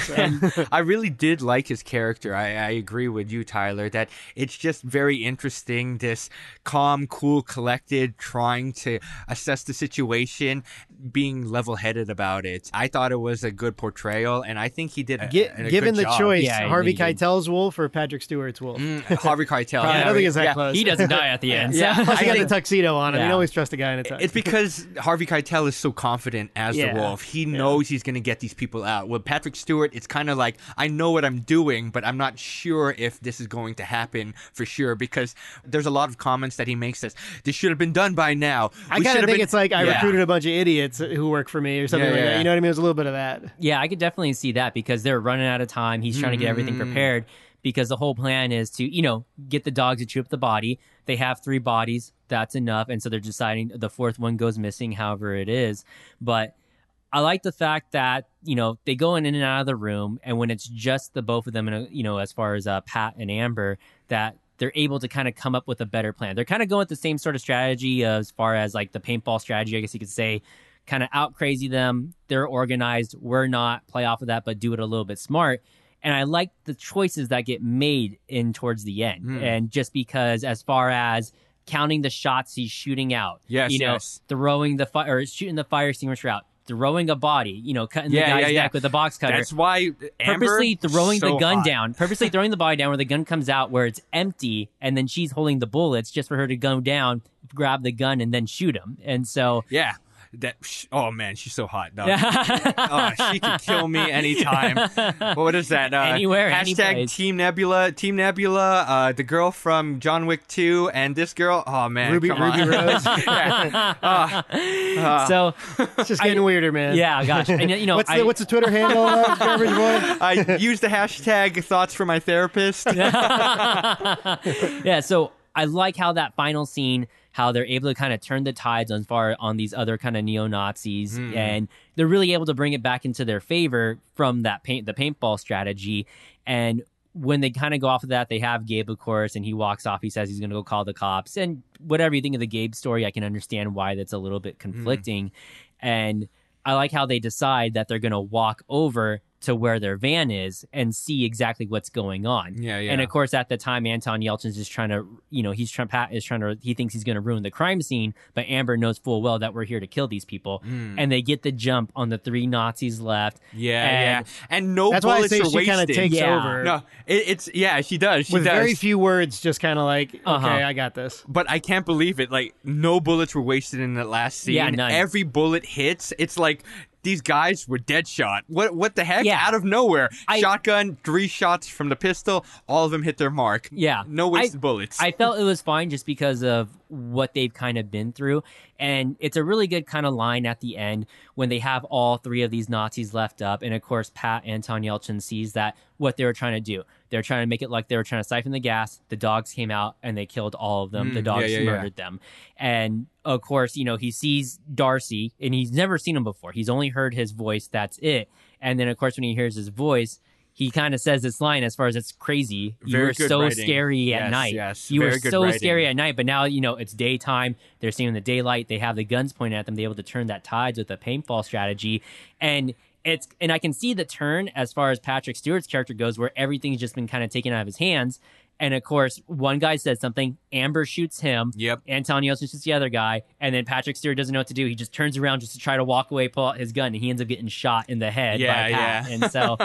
S4: I really did like his character. I, I agree with you, Tyler, that it's just very interesting. This calm, cool, collected, trying to assess the situation, being level headed about it. I thought it was a good portrayal, and I think he did. A,
S3: Gi-
S4: a
S3: given
S4: good
S3: the
S4: job.
S3: choice,
S1: Yeah, I
S3: Harvey
S1: think he did.
S3: Keitel's wolf or Patrick Stewart's wolf.
S4: Mm, Harvey Keitel.
S3: I don't think it's that
S4: yeah.
S3: close.
S1: he doesn't die at the end
S4: Yeah.
S1: so.
S3: Plus, he
S4: I
S3: got
S4: think-
S3: the tuxedo on. I mean,
S1: Yeah.
S3: always trust a guy in a tuxedo.
S4: It's because Harvey Keitel is so confident as
S3: Yeah.
S4: the wolf. He knows he's going to get these people out. With Patrick Stewart, it's kind of like I know what I'm doing, but I'm not sure if this is going to happen for sure because there's a lot of comments that he makes that this should have been done by now.
S3: I
S4: We should have
S3: kind of think
S4: been-"
S3: it's like I
S4: Yeah.
S3: recruited a bunch of idiots who work for me or something
S4: Yeah,
S3: like that.
S4: yeah.
S3: You know what I mean? It was a little bit of that.
S1: yeah I could definitely see that because they're running out of time he's trying to get everything prepared because the whole plan is to you know get the dogs to chew up the body they have three bodies that's enough and so they're deciding the fourth one goes missing however it is but I like the fact that you know they go in and out of the room, and when it's just the both of them, and you know, as far as uh, Pat and Amber, that they're able to kind of come up with a better plan. They're kind of going with the same sort of strategy as far as like the paintball strategy, I guess you could say, kind of out crazy them. They're organized. We're not play off of that, but do it a little bit smart. And I like the choices that get made in towards the end,
S4: Hmm.
S1: and just because as far as counting the shots he's shooting out,
S4: Yes,
S1: you know,
S4: yes.
S1: throwing the fire or shooting the fire extinguisher out, throwing a body, you know, cutting
S4: Yeah,
S1: the guy's
S4: yeah, yeah.
S1: neck with a box cutter.
S4: That's why Amber,
S1: purposely throwing the
S4: so
S1: gun
S4: hot.
S1: down, purposely throwing the body down where the gun comes out where it's empty and then she's holding the bullets just for her to go down, grab the gun and then shoot him. And so
S4: Yeah. That sh- oh man, she's so hot. dog. oh, she could kill me anytime. what is that? Uh,
S1: Anywhere, any
S4: Hashtag
S1: place.
S4: Team Nebula. Team Nebula. Uh, the girl from John Wick Two, and this girl. Oh man,
S3: Ruby-
S4: come
S3: Ruby
S4: on.
S3: Rose.
S4: Yeah. Uh, uh,
S1: so
S3: It's just getting weirder, man.
S1: yeah, gosh. And you know,
S5: what's
S1: I,
S5: the what's the Twitter handle? of Garbage boy.
S4: I used the hashtag thoughts for my therapist.
S1: yeah, so I like how that final scene, how they're able to kind of turn the tides on far on these other kind of neo Nazis, and they're really able to bring it back into their favor from that paint the paintball strategy. And when they kind of go off of that, they have Gabe, of course, and he walks off. He says he's going to go call the cops. And whatever you think of the Gabe story, I can understand why that's a little bit conflicting. And I like how they decide that they're going to walk over to where their van is and see exactly what's going on.
S4: Yeah, yeah.
S1: And of course, at the time, Anton Yelchin's just trying to, you know, he's trying, Pat is trying to, he thinks he's going to ruin the crime scene, but Amber knows full well that we're here to kill these people.
S4: Hmm.
S1: And they get the jump on the three Nazis left.
S4: yeah,
S1: And-
S4: yeah. And no
S5: That's why I
S4: bullets
S5: say
S4: are
S5: she kind
S4: wasted.
S5: of takes
S1: Yeah.
S5: over
S4: no, it, it's yeah, she does. She
S5: with
S4: does.
S5: very few words, just kind of like, okay,
S1: Uh-huh.
S5: I got this.
S4: but I can't believe it. Like no bullets were wasted in that last scene.
S1: Yeah, none.
S4: Every bullet hits. It's like these guys were dead shot. What what the heck?
S1: Yeah.
S4: Out of nowhere.
S1: I-
S4: Shotgun, three shots from the pistol, all of them hit their mark.
S1: Yeah.
S4: No wasted bullets.
S1: I felt it was fine just because of what they've kind of been through. And it's a really good kind of line at the end when they have all three of these Nazis left up. And of course, Pat Anton Yelchin sees that what they were trying to do. They're trying to make it like they were trying to siphon the gas. The dogs came out and they killed all of them. the
S4: Mm,
S1: dogs
S4: yeah, yeah, yeah.
S1: murdered them. And of course, you know, he sees Darcy and he's never seen him before. He's only heard his voice. That's it. And then, of course, when he hears his voice, he kind of says this line as far as it's crazy.
S4: Very
S1: You're
S4: good
S1: so
S4: writing.
S1: scary at
S4: Yes,
S1: night.
S4: yes,
S1: you were
S4: very good
S1: so
S4: writing.
S1: scary at night, but now you know it's daytime. They're seeing the daylight. They have the guns pointed at them. They're able to turn that tides with a paintball strategy, and it's and I can see the turn as far as Patrick Stewart's character goes, where everything's just been kind of taken out of his hands. And of course, one guy says something. Amber shoots him.
S4: Yep.
S1: Anton Yelchin shoots the other guy, and then Patrick Stewart doesn't know what to do. He just turns around just to try to walk away, pull out his gun, and he ends up getting shot in the head
S4: Yeah,
S1: by Pat.
S4: yeah.
S1: And so,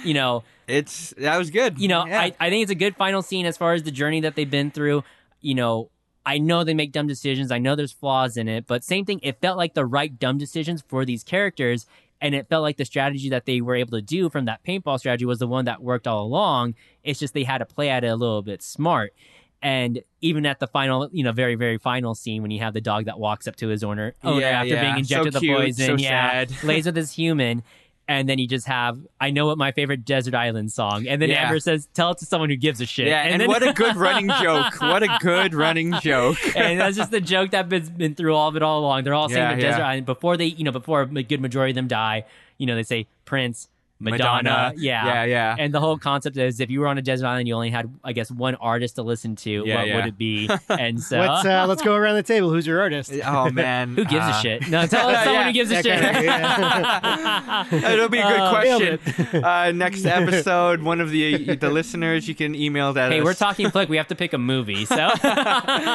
S1: you know,
S4: It's that was good.
S1: you know,
S4: Yeah.
S1: I, I think it's a good final scene as far as the journey that they've been through. You know, I know they make dumb decisions. I know there's flaws in it, but same thing. It felt like the right dumb decisions for these characters, and it felt like the strategy that they were able to do from that paintball strategy was the one that worked all along. It's just they had to play at it a little bit smart. And even at the final, you know, very very final scene when you have the dog that walks up to his owner, owner
S4: Yeah,
S1: after
S4: yeah.
S1: being injected
S4: So
S1: the
S4: cute,
S1: poison,
S4: so
S1: yeah,
S4: sad.
S1: lays with his human. And then you just have, I know what my favorite desert island song. And then
S4: Yeah.
S1: Amber says, tell it to someone who gives a shit.
S4: yeah, and,
S1: then,
S4: what a good running joke. What a good running joke.
S1: and that's just the joke that's been, been through all of it all along. They're all saying
S4: Yeah,
S1: the
S4: yeah.
S1: desert island before they, you know, before a good majority of them die. You know, they say Prince, Madonna, yeah,
S4: Yeah, yeah.
S1: And the whole concept is if you were on a desert island, you only had, I guess, one artist to listen to.
S4: Yeah,
S1: what
S4: yeah.
S1: would it be? And so,
S5: Let's uh, let's go around the table. Who's your artist?
S4: oh man.
S1: who gives
S4: Uh,
S1: a shit? No, tell us someone
S4: yeah,
S1: who gives a
S5: that
S1: shit.
S5: kinda-
S4: It'll be a good
S1: Uh,
S4: question. Uh, next episode, one of the the listeners, you can email that.
S1: Hey,
S4: us.
S1: we're talking flick. We have to pick a movie. So,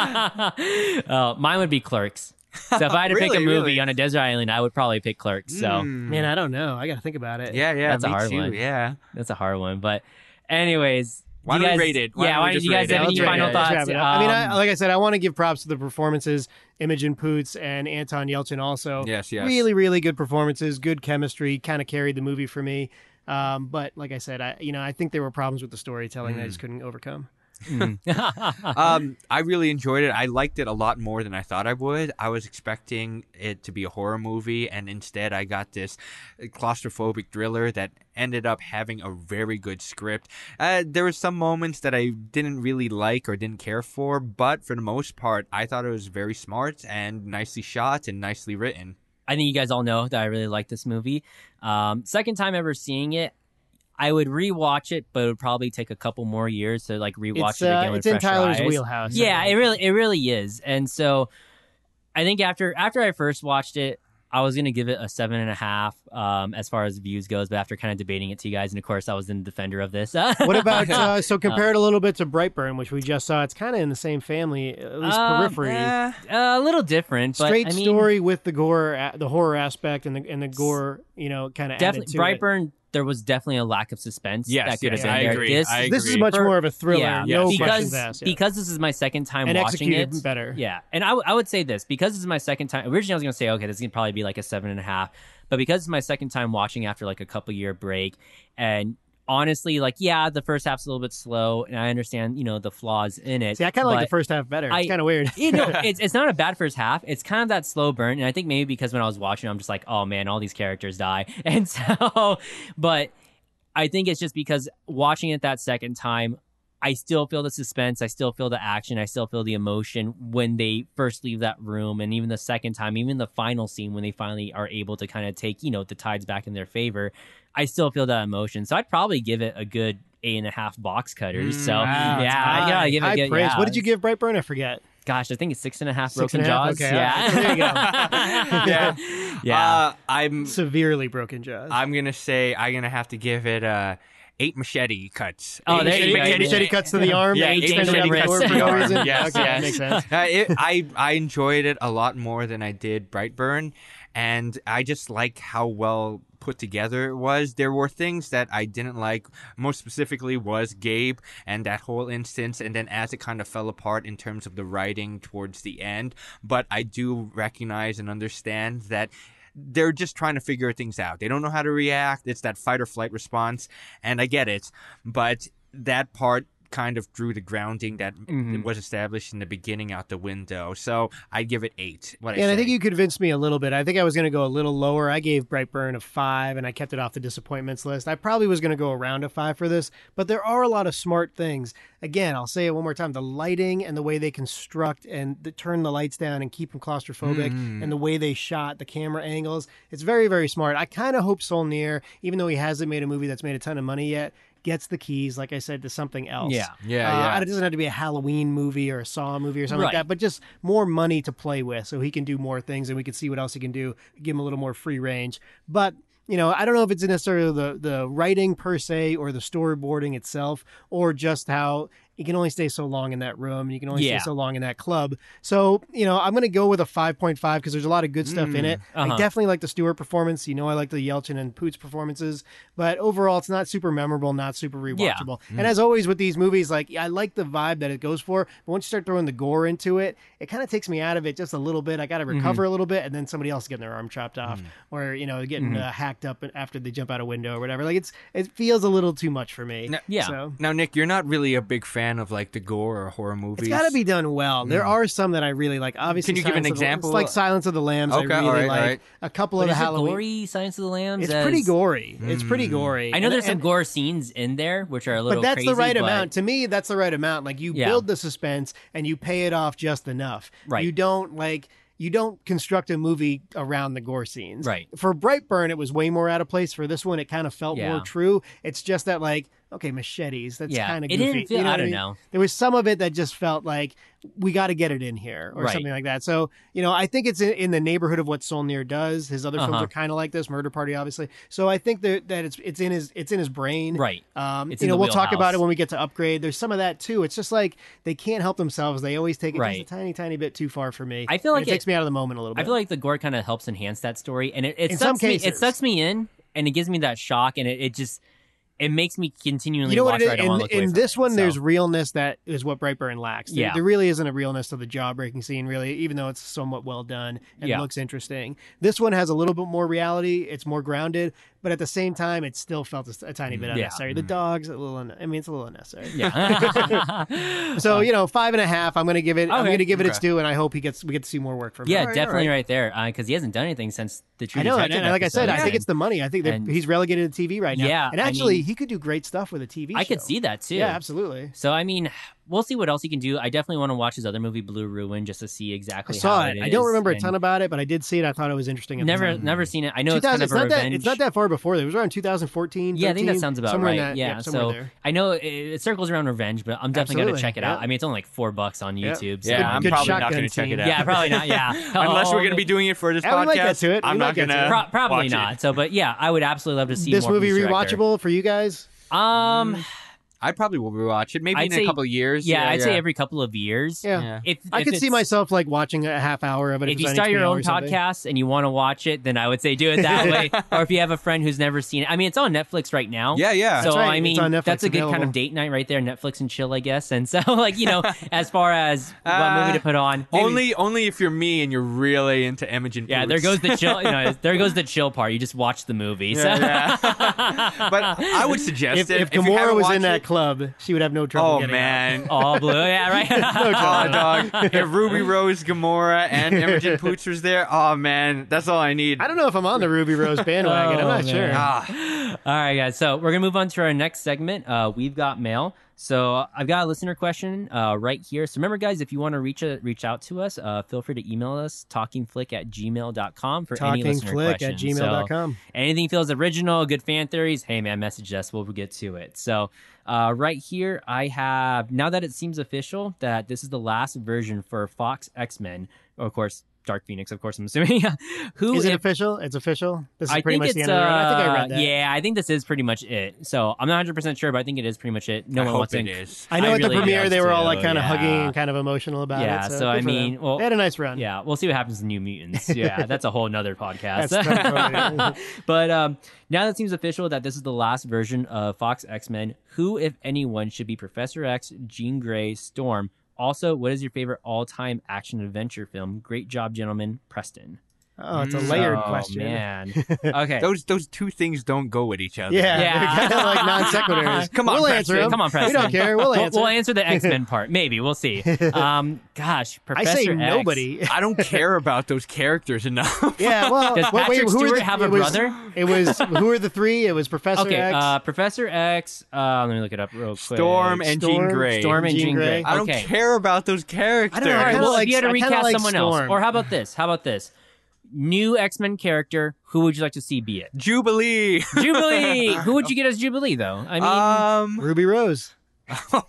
S1: uh, mine would be Clerks. So if I had to pick a
S4: Really,
S1: movie
S4: really? Hmm.
S1: on a desert island, I would probably pick Clerks. So
S5: Mm.
S3: Man, I don't know. I got to think about it.
S4: Yeah, yeah,
S1: That's a
S4: me
S1: hard
S4: too.
S1: one.
S4: Yeah,
S1: that's a hard one. But, anyways,
S4: Why
S1: do you
S4: don't
S1: guys,
S4: we rate it? Why
S1: yeah,
S4: don't we
S1: why don't
S4: just
S1: you guys
S4: rate it?
S1: have
S5: Yeah,
S1: any
S5: let's wrap
S1: final
S5: it up. Let's
S1: thoughts?
S5: wrap it up. I mean,
S1: Um,
S5: I, like I said, I want to give props to the performances. Imogen Poots and Anton Yelchin also.
S4: Yes, yes.
S5: Really, really good performances. Good chemistry. Kind of carried the movie for me. Um, but like I said, I you know I think there were problems with the storytelling
S1: Mm.
S5: that I just couldn't overcome.
S4: um, I really enjoyed it. I liked it a lot more than I thought I would. I was expecting it to be a horror movie, and instead, I got this uh, claustrophobic thriller that ended up having a very good script. Uh, there were some moments that I didn't really like or didn't care for, but for the most part, I thought it was very smart and nicely shot and nicely written.
S1: I think you guys all know that I really like this movie. Um, second time ever seeing it, I would rewatch it, but it would probably take a couple more years to like rewatch
S3: it's
S1: it
S3: uh,
S1: again. with
S3: it's in
S1: fresh
S3: Tyler's
S1: eyes.
S3: wheelhouse.
S1: Yeah, it really it really is. And so I think after after I first watched it, I was gonna give it a seven and a half um, as far as views goes, but after kind of debating it to you guys, and of course I was in defender of this.
S3: what about uh, so compare it a little bit to Brightburn, which we just saw? It's kind of in the same family, at least
S1: Um,
S3: periphery.
S4: Eh,
S1: a little different, but
S3: Straight
S1: I mean,
S3: story with the gore, a- the horror aspect, and the and the gore, you know, kind of added
S1: Definitely,
S3: to
S1: Brightburn. There was definitely a lack of suspense.
S4: Yes,
S1: that could
S4: yes,
S1: have been
S4: I
S1: there.
S4: agree,
S1: This,
S4: I
S3: It. This is
S4: Agreed.
S3: much
S1: For-
S3: more of a thriller,
S1: Yeah,
S3: no
S4: Yes.
S3: questions
S1: because
S3: asked. yeah.
S1: because this is my second time
S3: and
S1: watching
S3: executed
S1: it.
S3: better.
S1: Yeah, and I, w- I would say this because this is my second time. Originally, I was gonna say okay, this is gonna probably be like a seven and a half, but because it's my second time watching after like a couple year break, and honestly, like yeah, the first half's a little bit slow, and I understand you know the flaws in it.
S3: See, I kind of like the
S1: but-
S3: first half better.
S1: I-
S3: It's kind of weird.
S1: you know, it's it's not a bad first half. It's kind of that slow burn, and I think maybe because when I was watching, I'm just like, oh man, all these characters die, and so, but I think it's just because watching it that second time, I still feel the suspense, I still feel the action, I still feel the emotion when they first leave that room, and even the second time, even the final scene when they finally are able to kind of take you know the tides back in their favor, I still feel that emotion. So I'd probably give it a good eight and a half box cutters. so
S3: Wow,
S1: yeah, I gotta give it.
S3: Mm, high
S1: a good,
S3: praise.
S1: yeah.
S3: What did you give Brightburn? I forget.
S1: Gosh, I think it's six and a half
S3: Six
S1: broken
S3: and a half?
S1: jaws.
S3: Okay,
S1: yeah.
S3: all
S1: yeah. Yeah.
S4: Uh, I'm
S3: Severely broken jaws.
S4: I'm gonna say I'm gonna have to give it uh, eight machete cuts.
S1: Oh,
S4: Eight
S1: there you go.
S3: machete, machete cuts to the arm.
S4: Yeah,
S3: and
S4: eight
S3: extended
S1: machete
S3: out
S1: cuts
S3: door
S1: to
S3: for
S1: the
S3: no
S1: arm.
S3: reason?
S4: Yes,
S3: okay,
S4: yes.
S3: That makes sense.
S4: Uh, it, I I enjoyed it a lot more than I did Brightburn, and I just liked how well put together it was. There were things that I didn't like. Most specifically, was Gabe and that whole instance, and then as it kind of fell apart in terms of the writing towards the end. But I do recognize and understand that. They're just trying to figure things out. They don't know how to react. It's that fight or flight response, and I get it. But that part kind of drew the grounding that
S1: Mhm.
S4: was established in the beginning out the window. So I give it eight. What
S3: And I think
S4: say.
S3: you convinced me a little bit. I think I was going to go a little lower. I gave Brightburn a five, and I kept it off the disappointments list. I probably was going to go around a five for this, but there are a lot of smart things. Again, I'll say it one more time: the lighting and the way they construct and the, turn the lights down and keep them claustrophobic, and the way they shot the camera angles. It's very, very smart. I kind of hope Solnier, even though he hasn't made a movie that's made a ton of money yet, gets the keys, like I said, to something else.
S1: Yeah.
S4: Yeah,
S3: Uh,
S4: yeah.
S3: It doesn't have to be a Halloween movie or a Saw movie or something like
S1: Right.
S3: that, but just more money to play with so he can do more things and we can see what else he can do, give him a little more free range. But you know, I don't know if it's necessarily the the writing per se or the storyboarding itself or just how you can only stay so long in that room and you can only
S1: Yeah.
S3: stay so long in that club. So, you know, I'm going to go with a 5.5 because there's a lot of good stuff in it. I
S1: uh-huh.
S3: definitely like the Stewart performance. You know, I like the Yelchin and Poots performances, but overall, it's not super memorable, not super rewatchable.
S1: Yeah.
S4: Mm.
S3: And as always with these movies, like I like the vibe that it goes for, but once you start throwing the gore into it, it kind of takes me out of it just a little bit. I got to recover a little bit, and then somebody else getting their arm chopped off,
S4: Mm.
S3: or you know, getting uh, hacked up after they jump out a window or whatever. Like it's it feels a little too much for me.
S4: No-
S1: Yeah.
S3: So.
S4: now, Nick, you're not really a big fan of like the gore or horror movies. Mm.
S3: It's got to be done well. There are some that I really like. Obviously,
S4: Can you give
S3: Silence
S4: an
S3: of the-
S4: example?
S3: It's like Silence of the Lambs.
S4: Okay,
S3: I
S4: all
S3: really
S4: right,
S3: like
S4: all right.
S3: a couple
S1: But
S3: of the
S1: is it
S3: Halloween.
S1: gory? Science of the Lambs?
S3: It's
S1: as- Hmm.
S3: pretty gory. It's pretty gory.
S1: I know
S3: And-
S1: there's some
S3: and-
S1: gore scenes in there which are a little
S3: but that's
S1: crazy,
S3: the right
S1: but-
S3: amount to me that's the right amount like you
S1: Yeah.
S3: build the suspense and you pay it off just enough
S1: Right.
S3: you don't like you don't construct a movie around the gore scenes
S1: Right.
S3: for brightburn it was way more out of place for this one it kind of felt
S1: Yeah.
S3: more true it's just that like okay machetes that's
S1: Yeah.
S3: kind of
S1: It
S3: goofy
S1: didn't feel-
S3: you know
S1: I
S3: what
S1: don't
S3: mean?
S1: know.
S3: there was some of it that just felt like we got to get it in here or
S1: Right.
S3: something like that so you know i think it's in, in the neighborhood of what solnier does his other films
S1: Uh-huh.
S3: are kind of like this murder party obviously so i think that, that it's it's in his it's in his brain
S1: Right.
S3: um,
S1: It's
S3: you
S1: in
S3: know,
S1: the
S3: we'll talk about it
S1: wheelhouse.
S3: when we get to upgrade. There's some of that too. It's just like they can't help themselves. They always take it just a
S1: Right.
S3: tiny, tiny bit too far for me.
S1: I feel
S3: And
S1: like
S3: it,
S1: it-
S3: takes me out of the moment a little bit.
S1: I feel like the gore kind of helps enhance that story, and it, it
S3: In
S1: sucks
S3: some
S1: me. It
S3: cases.
S1: sucks me in, and it gives me that shock, and it, it just it makes me continually
S3: you know
S1: watch
S3: what it is?
S1: where I don't
S3: in
S1: want to look away
S3: in
S1: from
S3: this
S1: it,
S3: one,
S1: so.
S3: there's realness that is what Brightburn lacks. There,
S1: Yeah.
S3: there really isn't a realness to the jaw-breaking scene, really, even though it's somewhat well done and
S1: Yeah.
S3: looks interesting. This one has a little bit more reality. It's more grounded, but at the same time, it still felt a, a tiny
S1: Mm,
S3: bit
S1: Yeah.
S3: unnecessary. The dog's a little. Un- I mean, it's a little unnecessary.
S1: yeah,
S3: So you know, five and a half. I'm gonna give it. I'm
S1: Uh, Okay.
S3: gonna give it its due, and I hope he gets. We get to see more work from him.
S1: yeah, definitely right, there because he hasn't done anything since the True
S3: I know, and,
S1: Detective
S3: and like I said,
S1: episode,
S3: I think
S1: and
S3: it's the money. I think that
S1: And-
S3: he's relegated to TV right now.
S1: Yeah,
S3: and
S1: I
S3: actually,
S1: mean-
S3: he could do great stuff with a TV.
S1: I could
S3: show.
S1: see that too.
S3: Yeah, absolutely.
S1: So I mean, we'll see what else he can do. I definitely want to watch his other movie, Blue Ruin, just to see
S3: I
S1: exactly.
S3: saw
S1: how
S3: it.
S1: it
S3: I don't
S1: is,
S3: remember a
S1: and
S3: ton about it, but I did see it. I thought it was interesting. At
S1: Never,
S3: the time.
S1: never seen it. I know it's kind
S3: 2000
S1: of a
S3: not that.
S1: revenge.
S3: It's not that far before. It was around 2014.
S1: Yeah, I think that
S3: 13,
S1: sounds about
S3: somewhere in
S1: right.
S3: that-
S1: Yeah,
S3: yep, somewhere
S1: so-
S3: there.
S1: I know it, it circles around revenge, but I'm definitely
S3: Absolutely,
S1: gonna check it out.
S3: yeah.
S1: I mean, it's only like four bucks on
S3: Yeah.
S1: YouTube. So
S4: Yeah,
S3: good-
S4: I'm
S3: good
S4: probably not
S3: shotgun
S4: going to check
S3: scene.
S4: it out.
S1: yeah, probably not. Yeah,
S4: Unless we're
S1: Oh,
S4: going to be doing it for this
S3: Yeah, we
S4: podcast,
S3: might get to it. We
S4: I'm
S3: might
S4: not
S3: get
S4: going
S3: to it.
S1: Pro- probably
S4: watch it.
S1: not. So, but yeah, I would absolutely love to see
S3: this
S1: more
S3: movie
S1: from director.
S3: rewatchable Mm, for you guys.
S1: Um,
S4: I probably will rewatch it. Maybe
S1: I'd
S4: in
S1: say-
S4: a couple of years.
S1: yeah, I'd say every couple of years.
S3: Yeah,
S4: Yeah.
S1: If
S3: I
S1: if
S3: could see
S1: it's-
S3: myself like watching a half hour of it.
S1: If
S3: it
S1: you
S3: was on
S1: start your
S3: HBO
S1: own
S3: or something.
S1: podcast and you want to watch it, then I would say do it that way. Or if you have a friend who's never seen it, I mean, it's on Netflix right now.
S4: Yeah, yeah.
S1: So
S3: That's right.
S1: I
S3: It's
S1: mean,
S3: on Netflix
S1: that's a good kind
S3: available.
S1: of date night right there, Netflix and chill, I guess. And so, like you know, as far as what movie to put on,
S4: Uh, Only, only if you're me and you're really into Imogen.
S1: yeah, there
S4: Poots.
S1: goes the chill. You know, there goes the chill part. You just watch the movie.
S4: Yeah,
S1: so.
S4: yeah. but I would suggest
S3: If,
S4: it.
S3: if
S4: you
S3: Gamora
S4: haven't
S3: was
S4: watched
S3: in that
S4: it-
S3: club, she would have no trouble.
S4: oh
S3: getting out.
S4: man,
S1: All blue, yeah, right.
S4: Oh, dog. If Ruby Rose, Gamora, and Imogen Poots was there, oh, man, that's all I need.
S3: I don't know if I'm on the Ruby Rose bandwagon.
S1: Oh,
S3: I'm not
S1: man.
S3: sure.
S4: Ah,
S1: All right, guys. So we're gonna move on to our next segment. Uh, we've got mail. So I've got a listener question uh, right here. So remember, guys, if you want to reach a, reach out to us, uh, feel free to email us talkingflick at gmail.com for any listener
S3: TalkingFlick at
S1: questions. So
S3: gmail.com.
S1: anything feels original, good fan theories, hey man, message us. We'll get to it. So uh, right here, I have now that it seems official that this is the last version for Fox X Men. Of course, Dark Phoenix. Of course, I'm assuming. Who
S3: Is it
S1: if-
S3: official? It's official. This is
S1: I
S3: pretty
S1: think
S3: much
S1: it's
S3: the end of the road. I think I read
S1: uh,
S3: that.
S1: Yeah, I think this is pretty much it. So I'm not 100 percent sure, but I think it is pretty much it. No
S4: I
S1: one
S4: hope
S1: wants
S4: it
S1: to.
S4: is.
S3: I know
S1: I
S3: at the
S1: really
S3: premiere
S1: guess
S3: they were all
S1: so,
S3: like kind of
S1: yeah.
S3: hugging and kind of emotional about
S1: Yeah,
S3: it.
S1: so I
S3: good for
S1: mean,
S3: them.
S1: well-
S3: they had a nice run.
S1: Yeah, we'll see what happens in New Mutants. Yeah, that's a whole nother podcast.
S3: That's tough.
S1: but um, now that it seems official that this is the last version of Fox X Men, who, if anyone, should be Professor X, Jean Grey, Storm? Also, what is your favorite all time action adventure film? Great job, gentlemen. Preston.
S3: Oh, it's a
S4: Mm.
S3: layered
S1: oh,
S3: question.
S1: man. Okay.
S4: Those those two things don't go with each other.
S3: Yeah,
S1: Yeah.
S3: kind of like non sequiturs.
S4: Come on,
S3: we'll
S4: Preston.
S3: answer 'em.
S1: Come on,
S3: We
S1: Preston.
S3: don't care. We'll
S1: We'll,
S3: answer.
S1: we'll answer the X Men part. Maybe we'll see. Um, gosh,
S3: I
S1: Professor
S3: say
S1: X.
S3: nobody.
S4: I don't care about those characters enough.
S3: yeah, well,
S1: Does
S3: wait, wait,
S1: Patrick
S3: who are
S1: Stewart
S3: the,
S1: have a
S3: it was-
S1: brother?
S3: It was who are the three? It was Professor
S1: Okay,
S3: X.
S1: uh, Professor X. Uh, let me look it up real quick.
S4: Storm and Jean
S3: Storm,
S4: Grey.
S1: Storm and
S3: Jean
S1: Jean Grey.
S3: Grey.
S4: I don't
S1: okay.
S4: care about those characters.
S3: know, I
S1: All right,
S3: kinda
S1: well,
S3: like-
S1: if you had to
S3: I kinda
S1: recast
S3: like
S1: someone else,
S3: Storm.
S1: or how about this? How about this? New X Men character. Who would you like to see be it?
S4: Jubilee.
S1: Jubilee. who would you get as Jubilee though? I mean,
S4: um,
S3: Ruby Rose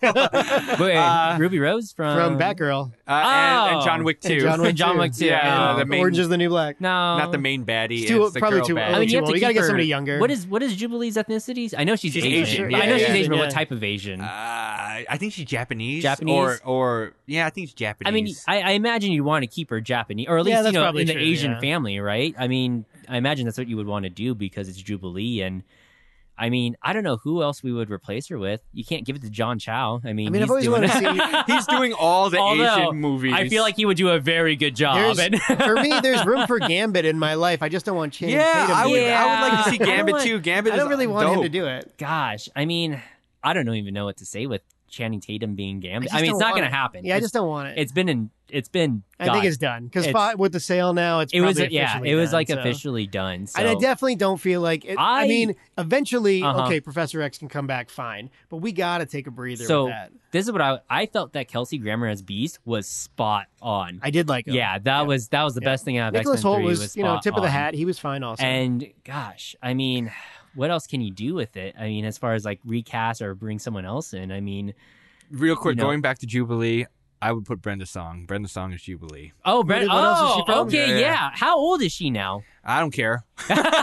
S1: wait,
S4: uh,
S1: Ruby Rose from
S3: from Batgirl.
S4: uh, and, and
S1: Oh.
S4: John Wick 2.
S3: And John Wick.
S1: and um, John Wick too.
S4: Yeah,
S1: Oh.
S4: the main-
S3: Orange is the New Black.
S1: no,
S4: Not the main baddie.
S3: It's too-
S4: it's the
S3: probably
S4: girl
S3: too
S4: baddie.
S3: old.
S1: I mean, you,
S3: Too
S1: have to
S3: old. You gotta
S1: keep
S3: get
S1: her-
S3: somebody younger.
S1: What is what is Jubilee's ethnicity? I know she's,
S4: She's
S1: Asian.
S4: Asian.
S1: I know
S4: Yeah,
S1: she's
S4: yeah.
S1: Asian, but what
S3: Yeah.
S1: type of Asian?
S4: Uh, I think she's Japanese.
S1: Japanese?
S4: Or, or, yeah, I think she's Japanese.
S1: I mean, I, I imagine you want to keep her Japanese, or at
S3: Yeah,
S1: least you
S3: that's
S1: know
S3: probably
S1: in the
S3: true,
S1: Asian
S3: yeah.
S1: family, right? I mean, I imagine that's what you would want to do because it's Jubilee, and I mean, I don't know who else we would replace her with. You can't give it to John Chow. I mean,
S3: I mean,
S1: he's
S3: I've always
S1: doing
S3: wanted to
S1: it.
S3: see.
S4: He's doing all the
S1: Although,
S4: Asian movies.
S1: I feel like he would do a very good job.
S3: There's-
S1: And
S3: for me, there's room for Gambit in my life. I just don't want Channing
S4: yeah,
S3: Tatum.
S4: I
S3: to
S4: would,
S3: do it.
S4: I would like to see
S1: Yeah. I don't
S4: Gambit
S1: want-
S4: too. Gambit.
S3: I don't
S4: is
S3: really want him to
S4: dope.
S3: do it.
S1: gosh, I mean, I don't even know what to say with Channing Tatum being Gambit.
S3: just
S1: I, mean, it's
S3: don't
S1: not
S3: want
S1: going to
S3: it.
S1: happen.
S3: Yeah, I
S1: It's-
S3: just don't want it.
S1: it's been in. It's been.
S3: I think
S1: God,
S3: it's done because
S1: It's-
S3: with the sale now, it's
S1: It was.
S3: probably
S1: Yeah,
S3: officially
S1: it was
S3: done,
S1: like
S3: so.
S1: officially done. So.
S3: And I definitely don't feel like it, I,
S1: I-
S3: mean, eventually,
S1: Uh-huh.
S3: okay, Professor X can come back fine, but we got to take a breather
S1: So-
S3: with that.
S1: this is what I I felt that Kelsey Grammer as Beast was spot on.
S3: I did like him.
S1: Yeah, that was that was the
S3: Yeah.
S1: best thing out of
S3: Nicholas
S1: X-Men
S3: Holt
S1: 3
S3: was, you know,
S1: spot
S3: tip of the
S1: on.
S3: hat. He was fine also.
S1: And gosh, I mean, what else can you do with it? I mean, as far as like recast or bring someone else in, I mean,
S4: Real quick,
S1: You know.
S4: going back to Jubilee, I would put Brenda Song. Brenda Song is Jubilee.
S1: oh, Brent,
S3: did- what else is
S1: oh,
S3: she from?
S1: okay,
S4: Yeah,
S1: yeah.
S4: yeah.
S1: How old is she now?
S4: I don't care.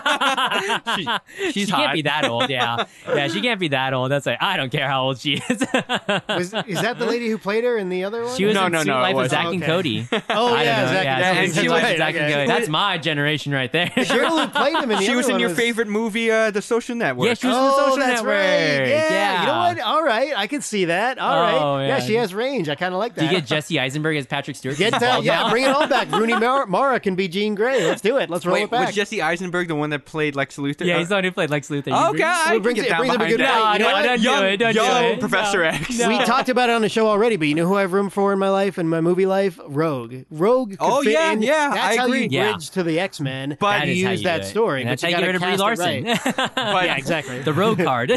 S1: she,
S4: she's
S1: can't
S4: hot.
S1: be that old. Yeah, yeah, she can't be that old. That's like I don't care how old she is.
S3: was, is that the lady who played her in the other one?
S1: she was
S4: No,
S1: in
S4: no,
S1: Suit
S4: no, it
S1: Life with
S4: wasn't.
S1: Zach and
S3: Okay.
S1: Cody. I
S3: oh,
S1: don't
S3: yeah,
S1: know.
S3: Zack
S1: yeah,
S3: and
S1: and
S4: Cody.
S1: Suit
S3: Cody.
S1: Life
S3: Right,
S1: with Zach and
S3: okay.
S1: Cody. That's my generation right there.
S3: Cheryl who played him in the
S4: She
S3: other
S4: was in
S3: one
S4: your favorite movie, uh, The Social Network.
S1: Yeah, she was in The
S3: Oh,
S1: Social
S3: that's
S1: Network.
S3: right. Yeah, you know
S1: Yeah.
S3: what? All right, I can see that. All right,
S1: Oh,
S3: yeah.
S1: yeah.
S3: she has range. I kind of like
S1: Do
S3: that.
S1: you get Jesse Eisenberg as Patrick Stewart?
S3: Get
S1: He's
S3: that?
S1: bald
S3: Yeah,
S1: now.
S3: bring it all back. Rooney Mara, Mara can be Jean Grey. Let's do it. Let's roll
S4: Wait,
S3: with back.
S4: Was Jesse Eisenberg the one that played Lex Luthor?
S1: Yeah,
S4: Uh,
S1: he's the one who played Lex Luthor. You
S4: Okay,
S3: Oh,
S1: agree?
S4: I
S3: brings
S4: can
S3: it-
S4: get down
S3: brings up a
S4: behind
S3: good
S4: that.
S3: point.
S4: You know
S3: No,
S4: what?
S1: don't do
S4: young,
S1: it, don't do
S4: young
S1: it.
S4: Professor
S1: No.
S4: X.
S1: No.
S3: we talked about it on the show already, but you know who I have room for in my life, in my movie life? Rogue. Rogue. could
S4: Oh,
S3: fit
S4: yeah,
S3: in.
S4: yeah, I
S3: That's how
S4: agree.
S3: you
S1: Yeah.
S3: bridge to the X Men.
S4: But
S3: you
S1: is how
S3: use
S1: you
S3: that
S1: do it.
S3: story,
S1: And
S3: but
S1: that's
S3: you
S1: how you get rid of Brie
S3: gotta cast
S1: Larson.
S3: it yeah, exactly.
S1: the rogue card.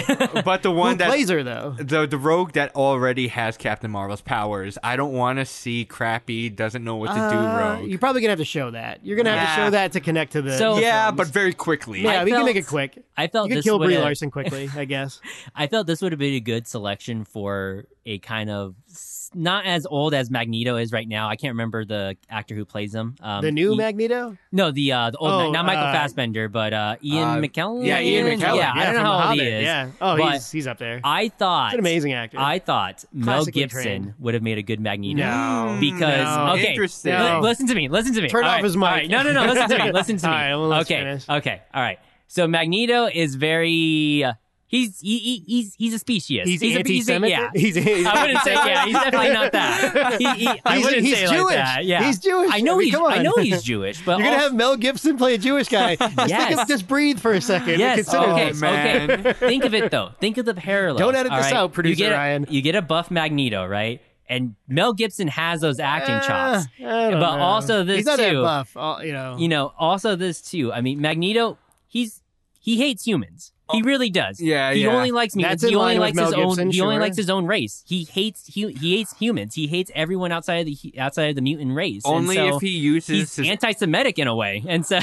S4: But the one
S3: Who
S4: that
S3: plays her though?
S4: the the rogue that already has Captain Marvel's powers. I don't want to see crappy doesn't know what to
S3: Uh,
S4: do rogue.
S3: you're probably gonna have to show that. You're gonna have to
S4: Yeah.
S3: show that to connect to the.
S1: So-
S3: the
S4: yeah,
S3: films.
S4: but very quickly.
S3: yeah,
S1: I
S3: we can
S1: felt-
S3: make it quick.
S1: I felt
S3: You can
S1: this
S3: kill
S1: would
S3: Brie
S1: have-
S3: Larson quickly, I guess.
S1: I felt this would have been a good selection for a kind of s- not as old as Magneto is right now. I can't remember the actor who plays him. Um,
S3: The new
S1: he-
S3: Magneto.
S1: No, the uh, the old
S3: Oh,
S1: Ma- not Michael
S3: uh,
S1: Fassbender, but uh, Ian
S4: uh,
S1: McKellen.
S4: yeah, Ian McKellen.
S1: Yeah, I don't know
S3: from The
S1: how old he
S3: Hobbit,
S1: is.
S3: Yeah. Oh,
S1: but
S3: he's he's up there.
S1: I thought
S3: He's an amazing actor.
S1: I thought Mel
S3: Classically
S1: Gibson
S3: trained.
S1: would have made a good Magneto.
S3: No.
S1: Because
S3: No.
S1: okay,
S4: Interesting.
S1: li-
S3: Mm. No.
S1: listen to me. Listen to me.
S3: Turn
S1: All
S3: off
S1: right,
S3: his mic.
S1: all right. No, no, no. Listen to me. Listen to me.
S3: All right, well, let's
S1: okay.
S3: finish.
S1: Okay. All right. So Magneto is very. Uh, he's he, he, he's he's a species.
S3: he's
S1: a, he's a,
S3: anti-Semitic.
S1: yeah.
S3: He's, he's
S1: I wouldn't say yeah. He's definitely not that. He, he- I
S3: He's-
S1: wouldn't
S3: he's
S1: say it
S3: Jewish.
S1: like that. Yeah,
S3: He's Jewish.
S1: I know
S3: I mean,
S1: he's.
S3: come on.
S1: I know he's Jewish. But
S3: You're gonna
S1: also-
S3: have Mel Gibson play a Jewish guy. Just think
S1: Yes.
S3: of- just breathe for a second.
S1: Yes.
S3: Consider
S1: okay.
S3: this.
S4: man.
S1: Okay. Think of it though. Think of the parallel.
S3: Don't edit
S1: all
S3: this
S1: right?
S3: out,
S1: you
S3: producer
S1: get a,
S3: Ryan.
S1: You get a buff Magneto, right? And Mel Gibson has those acting
S3: Uh,
S1: chops.
S3: I don't
S1: But
S3: know.
S1: also this
S3: he's not that
S1: too.
S3: buff. all- you know.
S1: You know. Also, this too. I mean, Magneto. He's he hates humans. He really does.
S4: yeah,
S1: He
S4: yeah.
S1: only likes me.
S3: Oh. That's
S1: he
S3: in
S1: only
S3: line
S1: likes
S3: with Mel
S1: his
S3: Gibson,
S1: own. He only
S3: sure.
S1: likes his own race. He hates. He, he hates humans. He hates everyone outside of the hu- outside of the mutant race. And
S4: Only
S1: so
S4: if he uses
S1: he's
S4: his
S1: anti-Semitic in a way. And so.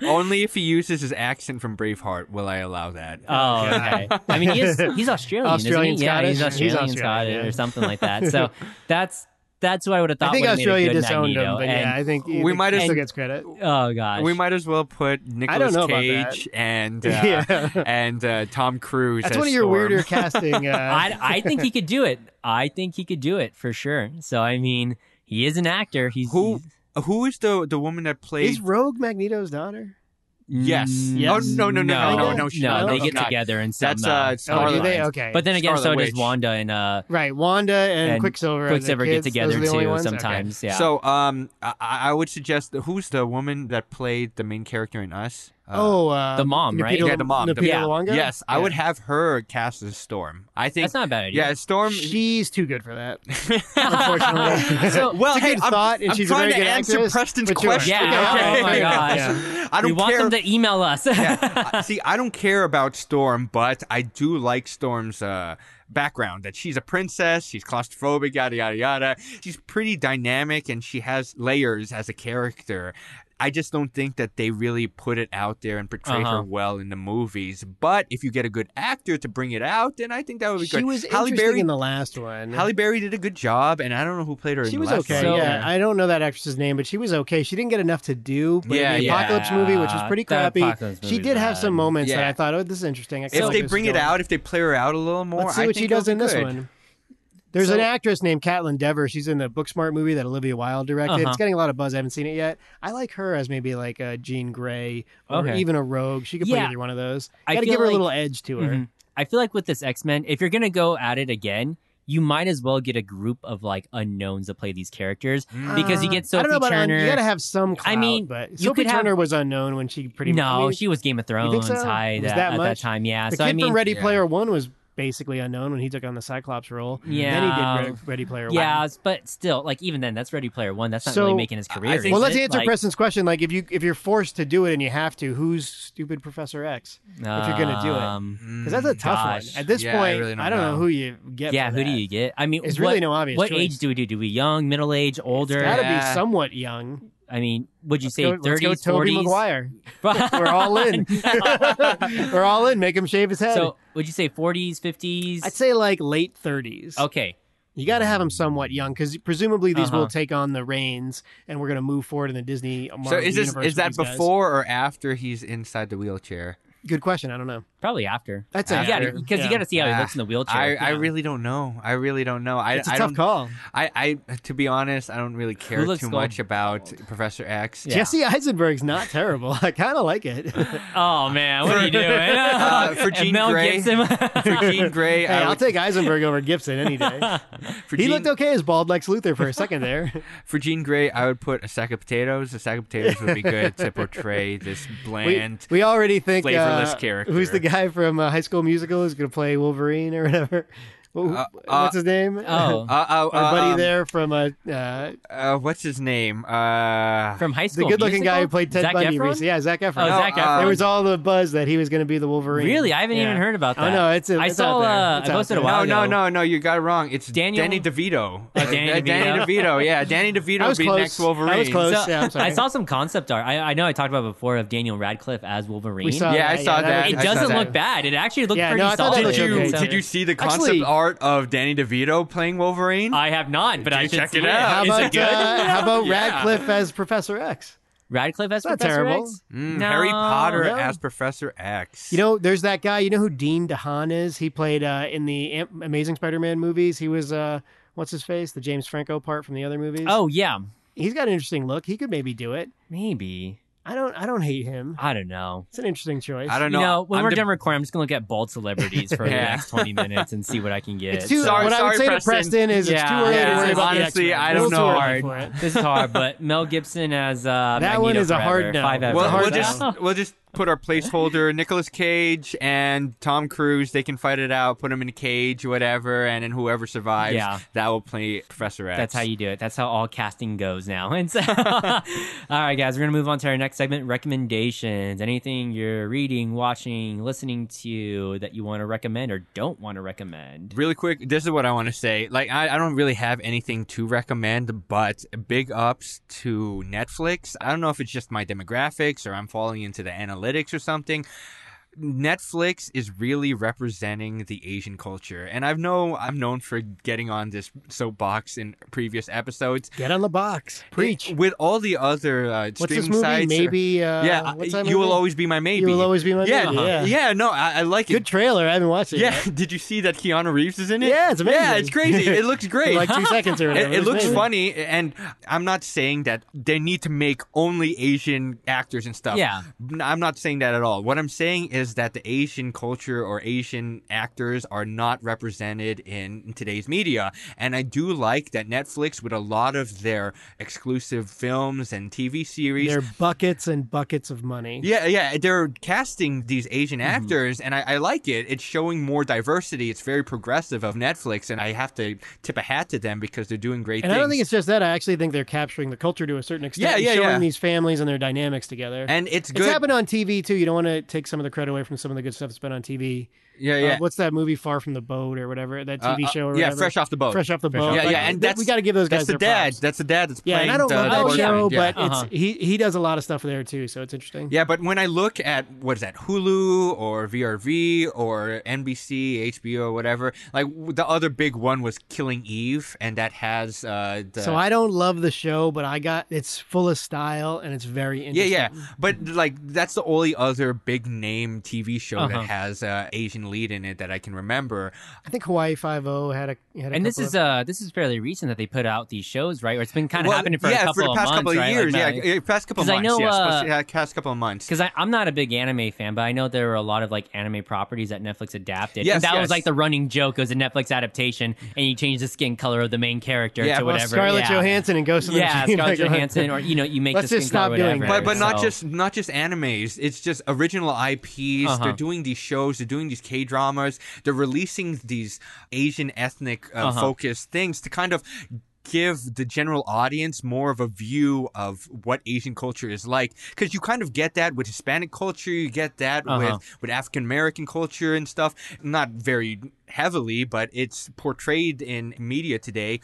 S4: only if he uses his accent from Braveheart will I allow that.
S1: Oh, okay. I mean, he is, he's Australian,
S3: Australian
S1: isn't he? Yeah, he's Australian,
S3: Scottish. He's Australian,
S1: Scottish
S3: yeah.
S1: or something like that. So that's that's what I would have thought.
S3: I think
S1: would've made a
S3: Australia
S1: good
S3: disowned him,
S1: Magneto.
S3: but yeah, I
S1: And-
S3: think
S4: We might
S3: have
S4: as-
S3: still gets credit.
S1: oh gosh,
S4: we might as well put
S3: don't
S4: Nicolas
S3: know about that.
S4: Cage and uh,
S3: Yeah.
S4: and uh, Tom Cruise.
S3: That's
S4: as
S3: one of your
S4: Storm.
S3: weirder casting. Uh,
S1: I I think he could do it. I think he could do it for sure. So I mean, he is an actor. He's
S4: Who who is the the woman that plays
S3: is Rogue Magneto's daughter? Oh,
S1: he's-
S4: Yes.
S1: Mm,
S4: Oh, no, no, no,
S1: no,
S3: no, no,
S4: no, she-
S1: no.
S4: no,
S1: They
S4: no,
S1: get
S4: not.
S1: together and some.
S4: That's uh,
S3: Oh,
S4: Starlight.
S3: do they? Okay.
S1: But then again,
S4: Scarlet
S1: so does
S4: Witch.
S1: Wanda and uh,
S3: right, Wanda and,
S1: and
S3: Quicksilver. are the
S1: Quicksilver
S3: kids.
S1: get together
S3: Those are the only
S1: too
S3: ones? Okay.
S1: sometimes. Yeah.
S4: So, um, I, I would suggest who's the woman that played the main character in Us? Uh,
S3: Oh, uh,
S1: The mom, right?
S3: Lupita-
S4: yeah, the mom.
S3: Lupita
S4: the, yeah.
S3: Nyong'o?
S4: Yes, I
S3: Yeah.
S4: would have her cast as Storm. I think
S1: that's not a bad idea.
S4: Yeah, Storm.
S3: She's too good for that. Unfortunately,
S1: So-
S4: well,
S3: it's a
S4: hey,
S3: good
S4: I'm,
S3: thought, and
S4: I'm
S3: she's a
S4: trying
S3: very
S4: to
S3: good
S4: answer
S3: actress,
S4: Preston's
S3: but you're right.
S4: question.
S1: Yeah,
S4: okay?
S1: oh my gosh.
S4: I
S1: we
S4: don't
S1: want
S4: care.
S1: them to email us.
S4: yeah. I- See, I don't care about Storm, but I do like Storm's uh, background that she's a princess, she's claustrophobic, yada, yada, yada. She's pretty dynamic and she has layers as a character. I just don't think that they really put it out there and portray
S1: Uh-huh.
S4: her well in the movies. But if you get a good actor to bring it out, then I think that would be
S3: she
S4: good.
S3: was
S4: Halle
S3: interesting
S4: Berry,
S3: in the last one.
S4: Halle Berry did a good job, and I don't know who played her
S3: She
S4: in
S3: was
S4: the last
S3: okay.
S1: So-
S4: one.
S3: yeah, I don't know that actress's name, but she was okay. She didn't get enough to do. But
S4: Yeah,
S3: in the
S4: yeah.
S3: Apocalypse movie, which was pretty
S1: The
S3: crappy.
S1: Apocalypse
S3: She
S1: movie's
S3: did have
S1: bad.
S3: some moments that
S4: Yeah.
S3: I thought, oh, this is interesting. I kinda
S4: If
S3: like
S4: they
S3: this
S4: bring it
S3: going.
S4: out, if they play her out a little more,
S3: let's see
S4: I
S3: what
S4: think
S3: she does
S4: it'll
S3: in
S4: be
S3: this
S4: good.
S3: one. There's an
S4: So-
S3: actress named Catelyn Dever. She's in the Booksmart movie that Olivia Wilde directed.
S1: Uh-huh.
S3: It's getting a lot of buzz. I haven't seen it yet. I like her as maybe like a Jean Grey or
S1: Okay.
S3: even a Rogue. She could play
S1: Yeah.
S3: either one of those.
S1: I
S3: Got to
S1: feel
S3: give her
S1: like-
S3: a little edge to her.
S1: Mhm. I feel like with this X Men, if you're gonna go at it again, you might as well get a group of like unknowns to play these characters
S4: Mm.
S1: because you
S3: Uh,
S1: get
S3: I
S1: Sophie
S3: don't know about un-
S1: Turner.
S3: you got to have some.
S1: I
S3: Clout,
S1: mean, you
S3: but Sophie
S1: could have-
S3: Turner was unknown when she pretty.
S1: no,
S3: I mean,
S1: she was Game of
S3: think
S1: Thrones
S3: so?
S1: high
S3: Was
S1: that,
S3: that
S1: at that
S3: much?
S1: time. Yeah,
S3: the
S1: so
S3: kid
S1: I mean,
S3: from Ready
S4: Yeah.
S3: Player One was basically unknown when he took on the Cyclops role.
S1: Yeah.
S3: Then he did Re- Ready Player One.
S1: yeah, but still, like even then, that's Ready Player One. That's not really
S3: So,
S1: making his career.
S4: think-
S1: is
S3: Well, let's
S1: it?
S3: answer
S1: Like,
S3: Preston's question. Like, if you if you're forced to do it and you have to, who's stupid Professor X? if you're gonna do it.
S1: um,
S4: Mm.
S3: Because that's a tough
S1: Gosh.
S3: one. At this
S4: Yeah, I
S3: point, I,
S4: really don't
S3: don't know.
S4: know.
S3: who you get.
S1: yeah,
S3: for
S1: who do
S3: that.
S1: you get? I mean,
S3: It's
S1: what,
S3: really no obvious
S1: What
S3: choice.
S1: age do we do? Do we young, middle age, older?
S3: It's got to
S4: Yeah.
S3: be somewhat young.
S1: I mean, would you
S3: Let's
S1: say
S3: go, let's go
S1: 30s,
S3: Toby
S1: 40s?
S3: Maguire. We're all in. We're all in. Make him shave his head.
S1: so, would you say 40s, 50s?
S3: I'd say like late 30s.
S1: okay.
S3: You got to have him somewhat young because presumably these will
S1: Uh-huh.
S3: take on the reins and we're going to move forward in the Disney uh, Marvel
S4: So is this
S3: universe
S4: is
S3: with
S4: that
S3: these guys.
S4: before or after he's inside the wheelchair?
S3: Good question. I don't know.
S1: Probably after.
S3: That's
S1: You
S3: it.
S1: gotta, because you
S3: Yeah.
S1: got to see how he
S4: Ah,
S1: looks in the wheelchair.
S4: I, I really don't know. I really don't know. I
S3: It's a
S4: I
S3: tough
S4: don't-
S3: call.
S4: I, I to be honest, I don't really care
S1: looks
S4: too
S1: gold?
S4: much about Professor X.
S1: Yeah.
S3: Jesse Eisenberg's not terrible. I kind of like it.
S1: oh man, what are you doing?
S4: uh, for Gene
S1: Mel
S4: Gray.
S1: Gibson.
S4: For Gene Gray,
S3: Hey,
S4: I
S3: I'll
S4: would,
S3: take Eisenberg over Gibson any day.
S4: for,
S3: he
S4: Gene,
S3: looked okay as bald Lex Luthor for a second there.
S4: for Gene Gray, I would put a sack of potatoes. A sack of potatoes would be good to portray this
S3: We,
S4: bland.
S3: we already think uh,
S4: flavorless character.
S3: Who's the guy from uh, High School Musical who's going to play Wolverine or whatever? Wh-
S4: Uh, uh,
S3: What's his name?
S1: oh,
S4: uh, oh,
S3: Our
S4: uh,
S3: buddy
S4: um,
S3: there from uh, uh,
S4: Uh, what's his name? Uh,
S1: from high
S3: the
S1: school.
S3: good-looking guy who
S1: Musical?
S3: played Ted
S1: Zac
S3: Bundy.
S1: Efron?
S3: recently. Yeah, Zach Efron.
S1: Oh,
S4: No,
S1: Zac
S4: uh,
S1: Efron.
S3: there was all the buzz that he was going to be the Wolverine.
S1: Really, I haven't even
S3: Yeah.
S1: heard about
S3: Oh,
S1: that.
S3: no, it's-
S1: I
S3: it's
S1: saw.
S3: out there.
S1: Uh,
S3: It's
S1: I
S3: out
S1: posted a
S3: there.
S1: while ago.
S4: no, oh, no, no, no! You got it wrong. It's
S1: Daniel-
S4: Danny DeVito.
S1: Oh, Danny
S4: Uh, Danny
S1: DeVito.
S4: DeVito. Yeah, Danny DeVito
S3: I
S4: would
S3: was
S4: be
S3: close.
S4: next Wolverine.
S3: I was close.
S1: So,
S3: yeah, Oh, I'm sorry.
S1: I saw some concept art. I, I know I talked about it before of Daniel Radcliffe as Wolverine.
S3: We saw
S4: Yeah, I
S3: that.
S4: saw that.
S3: was-
S1: it
S4: I saw
S1: doesn't
S4: that.
S1: look bad. It actually looked
S3: Yeah,
S1: pretty
S3: no, I thought that
S1: solid.
S3: looked
S4: Did you
S3: okay.
S4: did you see the concept
S3: Actually-
S4: art of Danny DeVito playing Wolverine?
S1: I have not, but
S4: Did
S1: I
S4: you
S1: should
S4: check
S1: see
S4: it out?
S3: How
S1: Is
S3: about,
S1: it good?
S3: Uh, how about
S4: Yeah.
S3: Radcliffe as Professor X?
S1: Radcliffe as
S3: It's not
S1: Professor
S3: terrible.
S1: X?
S4: Mm,
S1: No.
S4: Harry Potter
S3: No.
S4: as Professor X.
S3: You know, there's that guy. You know who Dean DeHaan is? He played uh, in the Am- Amazing Spider-Man movies. He was uh, what's his face, the James Franco part from the other movies.
S1: Oh yeah,
S3: he's got an interesting look. He could maybe do it.
S1: maybe.
S3: I don't. I don't hate him.
S1: I don't know.
S3: It's an interesting choice.
S4: I don't know.
S1: you know, when
S4: I'm
S1: we're
S4: de-
S1: done recording, I'm just gonna look at bald celebrities for the
S4: Yeah.
S1: next 20 minutes and see what I can get.
S3: It's too.
S4: Sorry-
S3: what I
S4: sorry,
S3: would say
S4: Preston.
S3: to Preston is it's
S1: Yeah.
S3: too early
S1: Yeah,
S3: to worry about the
S4: honestly,
S3: X-Men.
S4: I
S3: A
S4: don't
S3: little too
S4: know.
S3: early for it.
S1: this is hard, but Mel Gibson as uh,
S3: That one
S1: Magneto
S3: is a hard
S1: forever.
S3: no.
S1: Five
S3: Well,
S1: ever.
S4: We'll,
S3: hard
S4: we'll
S3: no.
S4: just we'll just put our placeholder. Nicolas Cage and Tom Cruise. They can fight it out. Put them in a cage, whatever, and then whoever survives,
S1: Yeah.
S4: that will play Professor X.
S1: That's how you do it. That's how all casting goes now. And so, all right, guys, we're gonna move on to our next segment: recommendations. Anything you're reading, watching, listening to that you want to recommend or don't want to recommend.
S4: Really quick, this is what I want to say. Like, I, I don't really have anything to recommend, but big ups to Netflix. I don't know if it's just my demographics or I'm falling into the analytics or something. Netflix is really representing the Asian culture, and I know I'm known for getting on this soapbox in previous episodes.
S3: Get on the box. Preach.
S4: With all the other uh,
S3: What's this
S4: streaming
S3: movie?
S4: sites, or-
S3: maybe. Uh,
S4: yeah,
S3: What's that
S4: you will
S3: movie?
S4: always be my maybe.
S3: You will always be my
S4: yeah,
S3: maybe, yeah.
S4: yeah. No, I, I like it.
S3: Good trailer. I haven't watched it.
S4: Yeah,
S3: yet.
S4: did you see that Keanu Reeves is in it?
S3: Yeah, it's amazing.
S4: Yeah, it's crazy. It looks great.
S3: like two seconds or
S4: it,
S3: whatever.
S4: it
S3: It's
S4: looks
S3: amazing.
S4: funny, and I'm not saying that they need to make only Asian actors and stuff.
S1: Yeah.
S4: N- I'm not saying that at all. What I'm saying is that the Asian culture or Asian actors are not represented in today's media. And I do like that Netflix, with a lot of their exclusive films and TV series,
S3: They're buckets and buckets of money.
S4: yeah, yeah, they're casting these Asian
S3: Mm-hmm.
S4: actors, and I, I like it. It's showing more diversity. It's very progressive of Netflix, and I have to tip a hat to them because they're doing great
S3: And
S4: things.
S3: I don't think it's just that. I actually think they're capturing the culture to a certain extent.
S4: Yeah,
S3: and
S4: yeah,
S3: showing
S4: yeah.
S3: these families and their dynamics together.
S4: and it's
S3: it's
S4: good.
S3: happened on TV too. You don't want to take some of the credit away from some of the good stuff that's been on TV.
S4: yeah,
S3: Uh,
S4: yeah,
S3: what's that movie, Far from the Boat, or whatever that
S4: Uh,
S3: TV
S4: uh,
S3: show? Or
S4: yeah,
S3: whatever?
S4: fresh off the boat.
S3: Fresh off the
S1: Fresh
S3: boat.
S1: Off the
S4: yeah,
S3: Like,
S4: yeah, and
S3: th-
S4: that's
S3: we got to give those
S4: that's
S3: guys
S4: the
S3: their
S4: dad.
S3: props.
S4: That's the dad that's
S3: Yeah,
S4: playing.
S3: and I don't
S4: the,
S3: love
S4: the
S3: that
S4: boyfriend.
S3: show,
S4: Yeah.
S3: but it's he he does a lot of stuff there too, so it's interesting.
S4: Yeah, but when I look at what is that Hulu or VRV or NBC, HBO, whatever, like w- the other big one was Killing Eve, and that has uh, the
S3: So I don't love the show, but I got it's full of style and it's very
S4: Yeah,
S3: interesting.
S4: yeah, but like that's the only other big name TV show
S1: Uh-huh.
S4: that has uh, Asian lead in it that I can remember.
S3: I think Hawaii Five O had a had a
S1: And this
S3: couple
S1: is
S3: of,
S1: uh this is fairly recent that they put out these shows, right? Or it's been kind of
S4: Well,
S1: happening for
S4: yeah,
S1: a couple
S4: for the
S1: of
S4: past
S1: months,
S4: couple of
S1: right?
S4: years,
S1: Like,
S4: yeah,
S1: like-
S4: yeah, past couple
S1: 'Cause I
S4: months,
S1: know,
S4: yes,
S1: uh,
S4: yeah, past couple of months.
S1: Because I'm not a big anime fan, but I know there were a lot of like anime properties that Netflix adapted.
S4: Yes,
S1: and that
S4: yes.
S1: was like the running joke. It was a Netflix adaptation, and you change the skin color of the main character
S4: Yeah,
S1: to
S4: well,
S1: whatever.
S3: Scarlett
S1: yeah.
S3: Johansson and Ghost in the
S1: Yeah,
S3: Machine.
S1: Scarlett
S3: Like,
S1: Johansson, or you know, you make
S3: Let's
S1: the
S3: just
S1: skin color
S3: stop doing
S1: whatever,
S4: but but not
S1: so-
S4: just not just animes. It's just original IPs.
S1: Uh-huh.
S4: They're doing these shows. They're doing these K dramas. They're releasing these Asian ethnic uh,
S1: Uh-huh.
S4: focused things to kind of give the general audience more of a view of what Asian culture is like because you kind of get that with Hispanic culture. You get that
S1: Uh-huh.
S4: with with African American culture and stuff. Not very heavily, but it's portrayed in media today,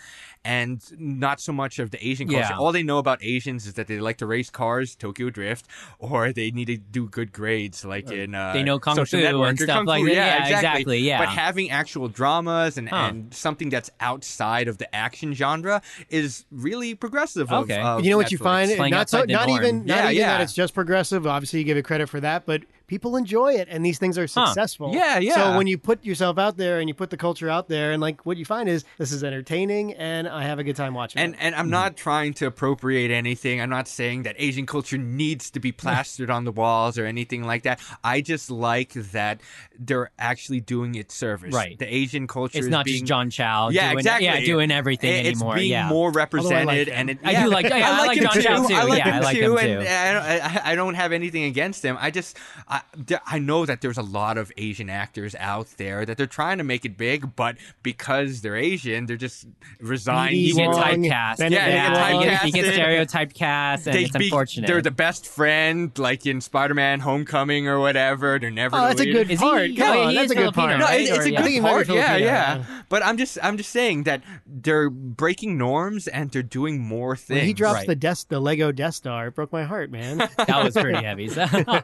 S4: and not so much of the Asian culture.
S1: Yeah.
S4: All they know about Asians is that they like to race cars, Tokyo Drift, or they need to do good grades, like in uh,
S1: they know kung
S4: Social
S1: fu
S4: Network
S1: and
S4: or
S1: stuff
S4: Kung
S1: like
S4: Fu.
S1: that.
S4: Yeah,
S1: Yeah, exactly, yeah.
S4: But having actual dramas and,
S1: Huh.
S4: and something that's outside of the action genre is really progressive. Of,
S1: Okay.
S4: of
S3: you know what you
S4: Netflix.
S3: find?
S1: Playing
S3: Not so,
S1: outside the
S3: not
S1: norm.
S3: even not
S4: Yeah,
S3: even
S4: yeah.
S3: that it's just progressive. Obviously, you give it credit for that, but people enjoy it and these things are
S1: Huh.
S3: successful.
S4: Yeah, yeah.
S3: So when you put yourself out there and you put the culture out there, and like what you find is this is entertaining and I have a good time watching
S4: And
S3: it.
S1: Mm-hmm.
S4: and I'm not trying to appropriate anything. I'm not saying that Asian culture needs to be plastered on the walls or anything like that. I just like that they're actually doing it service.
S1: Right.
S4: The Asian culture
S1: It's
S4: is
S1: not
S4: being,
S1: just John Chow.
S4: Yeah,
S1: doing,
S4: exactly.
S1: Yeah, doing everything
S4: it- it's
S1: anymore.
S4: being
S1: yeah.
S4: more represented,
S3: him.
S4: and it,
S1: I
S4: yeah.
S1: do like- yeah, I like
S4: him
S1: John Chow too.
S4: I like
S1: Yeah,
S4: him
S1: I like
S4: too,
S1: him
S4: and
S1: too.
S4: and I don't, I, I don't have anything against him. I just, I, there- I know that there's a lot of Asian actors out there that they're trying to make it big, but because they're Asian, they're just resigned.
S1: He
S3: He's
S1: gets
S3: wrong.
S1: typecast.
S3: Benedict
S1: yeah, he gets, he gets
S4: Wong.
S1: stereotyped cast, and it's
S4: be-
S1: unfortunate.
S4: They're the best friend, like in Spider-Man: Homecoming or whatever. They're never.
S3: Oh,
S4: the
S3: that's a
S4: leader.
S3: good
S1: Is he-
S3: part. Come
S1: yeah,
S3: on,
S1: he
S3: that's
S1: is
S3: a good
S1: Filipino,
S3: part.
S4: No,
S1: right?
S4: it, it's
S1: Or, yeah.
S4: a
S3: I
S4: good
S3: think he might be
S4: part. Yeah,
S3: Filipino,
S4: yeah,
S3: yeah.
S4: But I'm just, I'm just saying that they're breaking norms and they're doing more things.
S3: When he drops
S1: Right.
S3: the desk, the Lego Death Star. It broke my heart, man.
S1: that was pretty heavy. So. All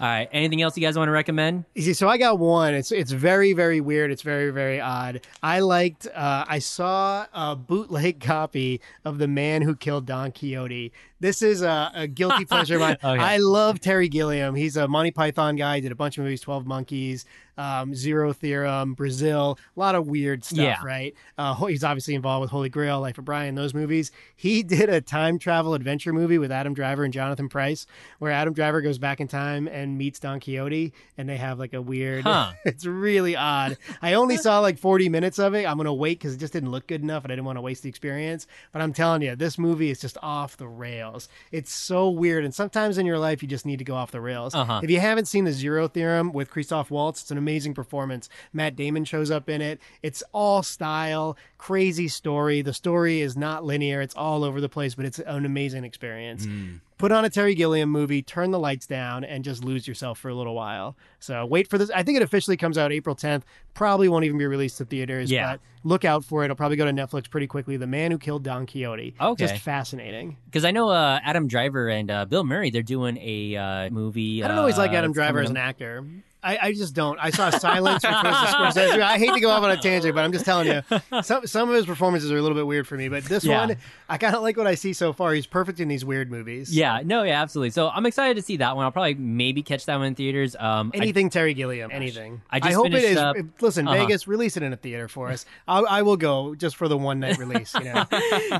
S1: right. Anything else you guys want to recommend?
S3: You see, so I got one. It's it's very very weird. It's very very odd. I liked. Uh, I saw a bootleg copy of the Man Who Killed Don Quixote. This is a, a guilty pleasure of mine.
S1: Okay.
S3: I love Terry Gilliam. He's a Monty Python guy. He did a bunch of movies: Twelve Monkeys, um, Zero Theorem, Brazil. A lot of weird stuff,
S1: Yeah.
S3: right? Uh, ho- he's obviously involved with Holy Grail, Life of Brian, those movies. He did a time travel adventure movie with Adam Driver and Jonathan Price, where Adam Driver goes back in time and meets Don Quixote, and they have like a weird.
S1: Huh.
S3: it's really odd. I only saw like 40 minutes of it. I'm gonna wait because it just didn't look good enough, and I didn't want to waste the experience. But I'm telling you, this movie is just off the rails. It's so weird, and sometimes in your life you just need to go off the rails.
S1: Uh-huh.
S3: If you haven't seen The Zero Theorem with Christoph Waltz, it's an amazing performance. Matt Damon shows up in it. It's all style, crazy story. The story is not linear, it's all over the place, but it's an amazing experience.
S1: Mm.
S3: Put on a Terry Gilliam movie, turn the lights down, and just lose yourself for a little while. So wait for this. I think it officially comes out April 10th. Probably won't even be released to theaters,
S1: Yeah.
S3: but look out for it. It'll probably go to Netflix pretty quickly. The Man Who Killed Don Quixote.
S1: Okay.
S3: Just fascinating.
S1: Because I know uh, Adam Driver and uh, Bill Murray, they're doing a uh, movie.
S3: I don't always like
S1: uh,
S3: Adam Driver as an
S1: coming up-
S3: actor. I, I just don't. I saw Silence from Francis Scorsese. I hate to go off on a tangent, but I'm just telling you, some some of his performances are a little bit weird for me. But this
S1: Yeah.
S3: one, I kind of like what I see so far. He's perfect in these weird movies.
S1: Yeah, no, yeah, absolutely. So I'm excited to see that one. I'll probably maybe catch that one in theaters. Um, I-
S3: Anything Terry Gilliam, anything.
S1: I just
S3: hope it
S1: finished
S3: is.
S1: up-
S3: listen,
S1: Uh-huh.
S3: Vegas, release it in a theater for us. I, I will go just for the one night release. You know,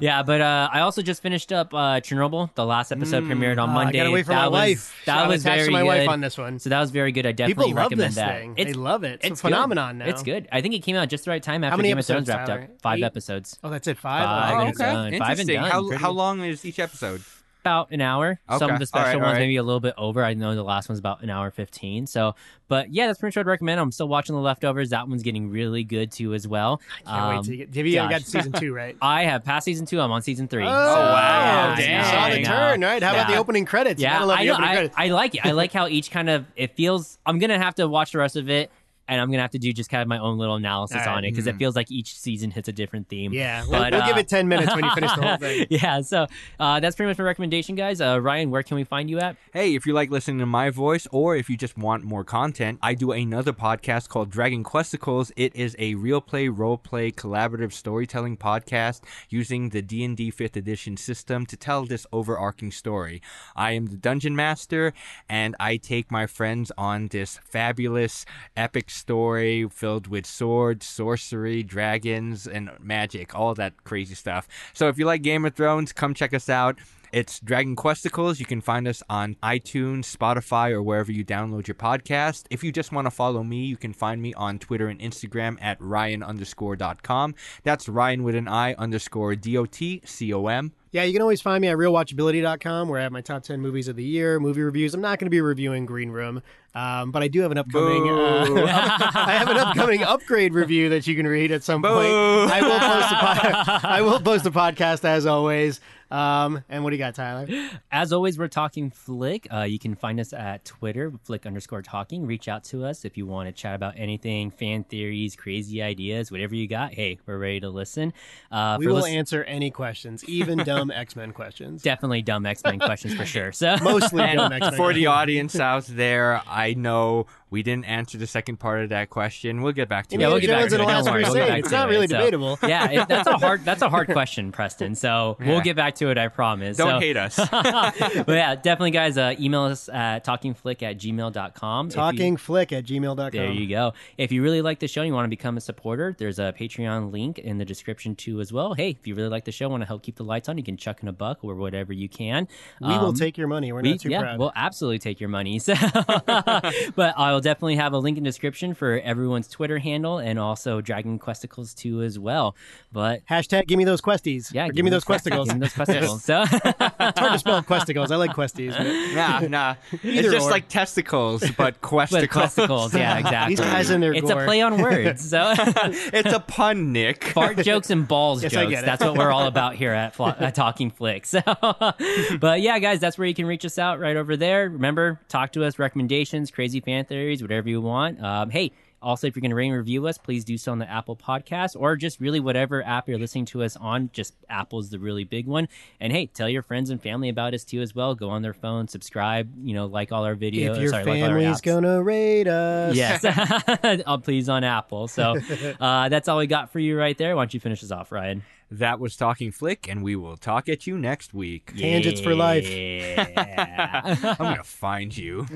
S1: yeah, but uh, I also just finished up uh, Chernobyl. The last episode premiered on
S3: Uh,
S1: Monday.
S3: I gotta wait for
S1: that
S3: my
S1: was,
S3: wife.
S1: That
S3: I'm
S1: was
S3: attached
S1: very
S3: to my wife
S1: good.
S3: on this one.
S1: So that was very good. I definitely
S3: People love
S1: recommend
S3: this
S1: that.
S3: thing.
S1: It's
S3: they love it. It's, a
S1: it's good.
S3: phenomenon now.
S1: It's good. I think it came out just the right time after
S3: many
S1: Game of Thrones
S3: episodes,
S1: wrapped
S3: Tyler?
S1: up. Five
S3: Eight?
S1: episodes.
S3: Oh, that's it. Five.
S1: Five
S3: Oh,
S1: and
S4: Oh,
S1: it's
S4: okay.
S1: done.
S4: Interesting.
S1: Five and done.
S4: How,
S1: Pretty-
S4: how long is each episode?
S1: about an hour. Some
S4: Okay.
S1: of the special
S4: All right, all
S1: ones
S4: right.
S1: maybe a little bit over. I know the last one's about an hour fifteen. So, but yeah, that's pretty much what I'd recommend. I'm still watching The Leftovers. That one's getting really good too as well.
S3: Can't wait
S1: Um,
S3: to get. Have you
S1: gosh.
S3: got season two right?
S1: I have passed season two. I'm on season three.
S3: Oh,
S1: So,
S4: wow.
S1: yeah,
S4: Dang.
S3: You
S1: I
S3: saw the
S1: know.
S3: turn, right? How about
S1: Yeah.
S3: the opening credits? You
S1: Yeah,
S3: gotta love
S1: I,
S3: the
S1: know,
S3: opening
S1: I,
S3: credits.
S1: I like it. I like how each kind of it feels. I'm gonna have to watch the rest of it, and I'm gonna have to do just kind of my own little analysis
S3: All right.
S1: on it because it feels like each season hits a different theme.
S3: yeah, we'll,
S1: But,
S3: we'll give
S1: uh,
S3: it 10 minutes when you finish the whole thing.
S1: yeah, so uh, that's pretty much my recommendation, guys. Uh, Ryan, where can we find you at?
S4: Hey, if you like listening to my voice or if you just want more content, I do another podcast called Dragon Questicles. It is a real play role play collaborative storytelling podcast using the D&D 5th edition system to tell this overarching story. I am the dungeon master and I take my friends on this fabulous epic story filled with swords, sorcery, dragons and magic, all that crazy stuff. So if you like Game of Thrones, come check us out. It's Dragon Questicles. You can find us on iTunes, Spotify, or wherever you download your podcast. If you just want to follow me, you can find me on Twitter and Instagram at Ryan underscore dot com. That's Ryan with an I underscore D O T C O M.
S3: Yeah, you can always find me at realwatchability.com where I have my top 10 movies of the year, movie reviews. I'm not going to be reviewing Green Room, um, but I do have an upcoming uh, I have an upcoming upgrade review that you can read at some point. I will post a po- I will post a podcast as always. Um, and what do you got, Tyler?
S1: As always, we're talking flick. Uh, you can find us at Twitter, flick underscore talking. Reach out to us if you want to chat about anything, fan theories, crazy ideas, whatever you got. Hey, we're ready to listen. Uh,
S3: We
S1: for
S3: will
S1: lis-
S3: answer any questions, even dumb X-Men questions.
S1: definitely dumb X Men questions for sure. So
S3: Mostly dumb X-Men.
S4: For the audience out there, I know we didn't answer the second part of that question. We'll get back to
S3: Yeah,
S4: it.
S3: we'll
S1: get
S3: Indiana
S1: back to it. Don't
S3: Jones and the Last
S1: worry, we'll get
S3: Crusade.
S1: back
S3: It's
S1: to
S3: not
S1: it.
S3: really
S1: So,
S3: debatable.
S1: yeah, it, that's a hard that's a hard question, Preston. So we'll get back to it, I promise. So-
S4: Don't hate us.
S1: but yeah, definitely, guys, uh, email us at talkingflick at gmail.com. If you-
S5: Talkingflick at gmail.com.
S1: There you go. If you really like the show and you want to become a supporter, there's a Patreon link in the description too as well. Hey, if you really like the show, want to help keep the lights on, you can chuck in a buck or whatever you can.
S5: We will
S1: Um,
S5: take your money. We're
S1: we-
S5: not too
S1: yeah,
S5: proud.
S1: we'll absolutely take your money. So, but I'll definitely have a link in description for everyone's Twitter handle and also Dragon Questicles too as well. But
S5: Hashtag give me those questies.
S1: yeah,
S5: Or give me those questicles.
S1: Give me those questicles. So,
S5: it's hard to spell questicles. I like questies. but-
S4: nah, nah.
S5: Either
S4: it's just
S5: or.
S4: like testicles, but questicles.
S1: but questicles, yeah, exactly.
S5: These guys and their
S1: it's
S5: gore.
S1: a play on words. So.
S4: it's a pun, Nick.
S1: fart jokes and balls
S5: Yes, I
S1: jokes.
S5: get it.
S1: That's what we're all about here at, Flo- at Talking Flicks. So, but yeah, guys, that's where you can reach us out right over there. Remember, talk to us, recommendations, crazy fan theories, whatever you want. Um, hey, also, if you're going to rate and review us, please do so on the Apple Podcast or just really whatever app you're listening to us on. Just Apple's the really big one. And hey, tell your friends and family about us too as well. Go on their phone, subscribe, you know, like all our videos.
S5: If your
S1: sorry, like all our
S5: family's
S1: apps.
S5: gonna raid us,
S1: Yes, I'll please on Apple. So uh, that's all we got for you right there. Why don't you finish us off, Ryan?
S4: That was Talking Flick, and we will talk at you next week.
S5: tangents for life.
S1: Yeah.
S4: I'm going to find you.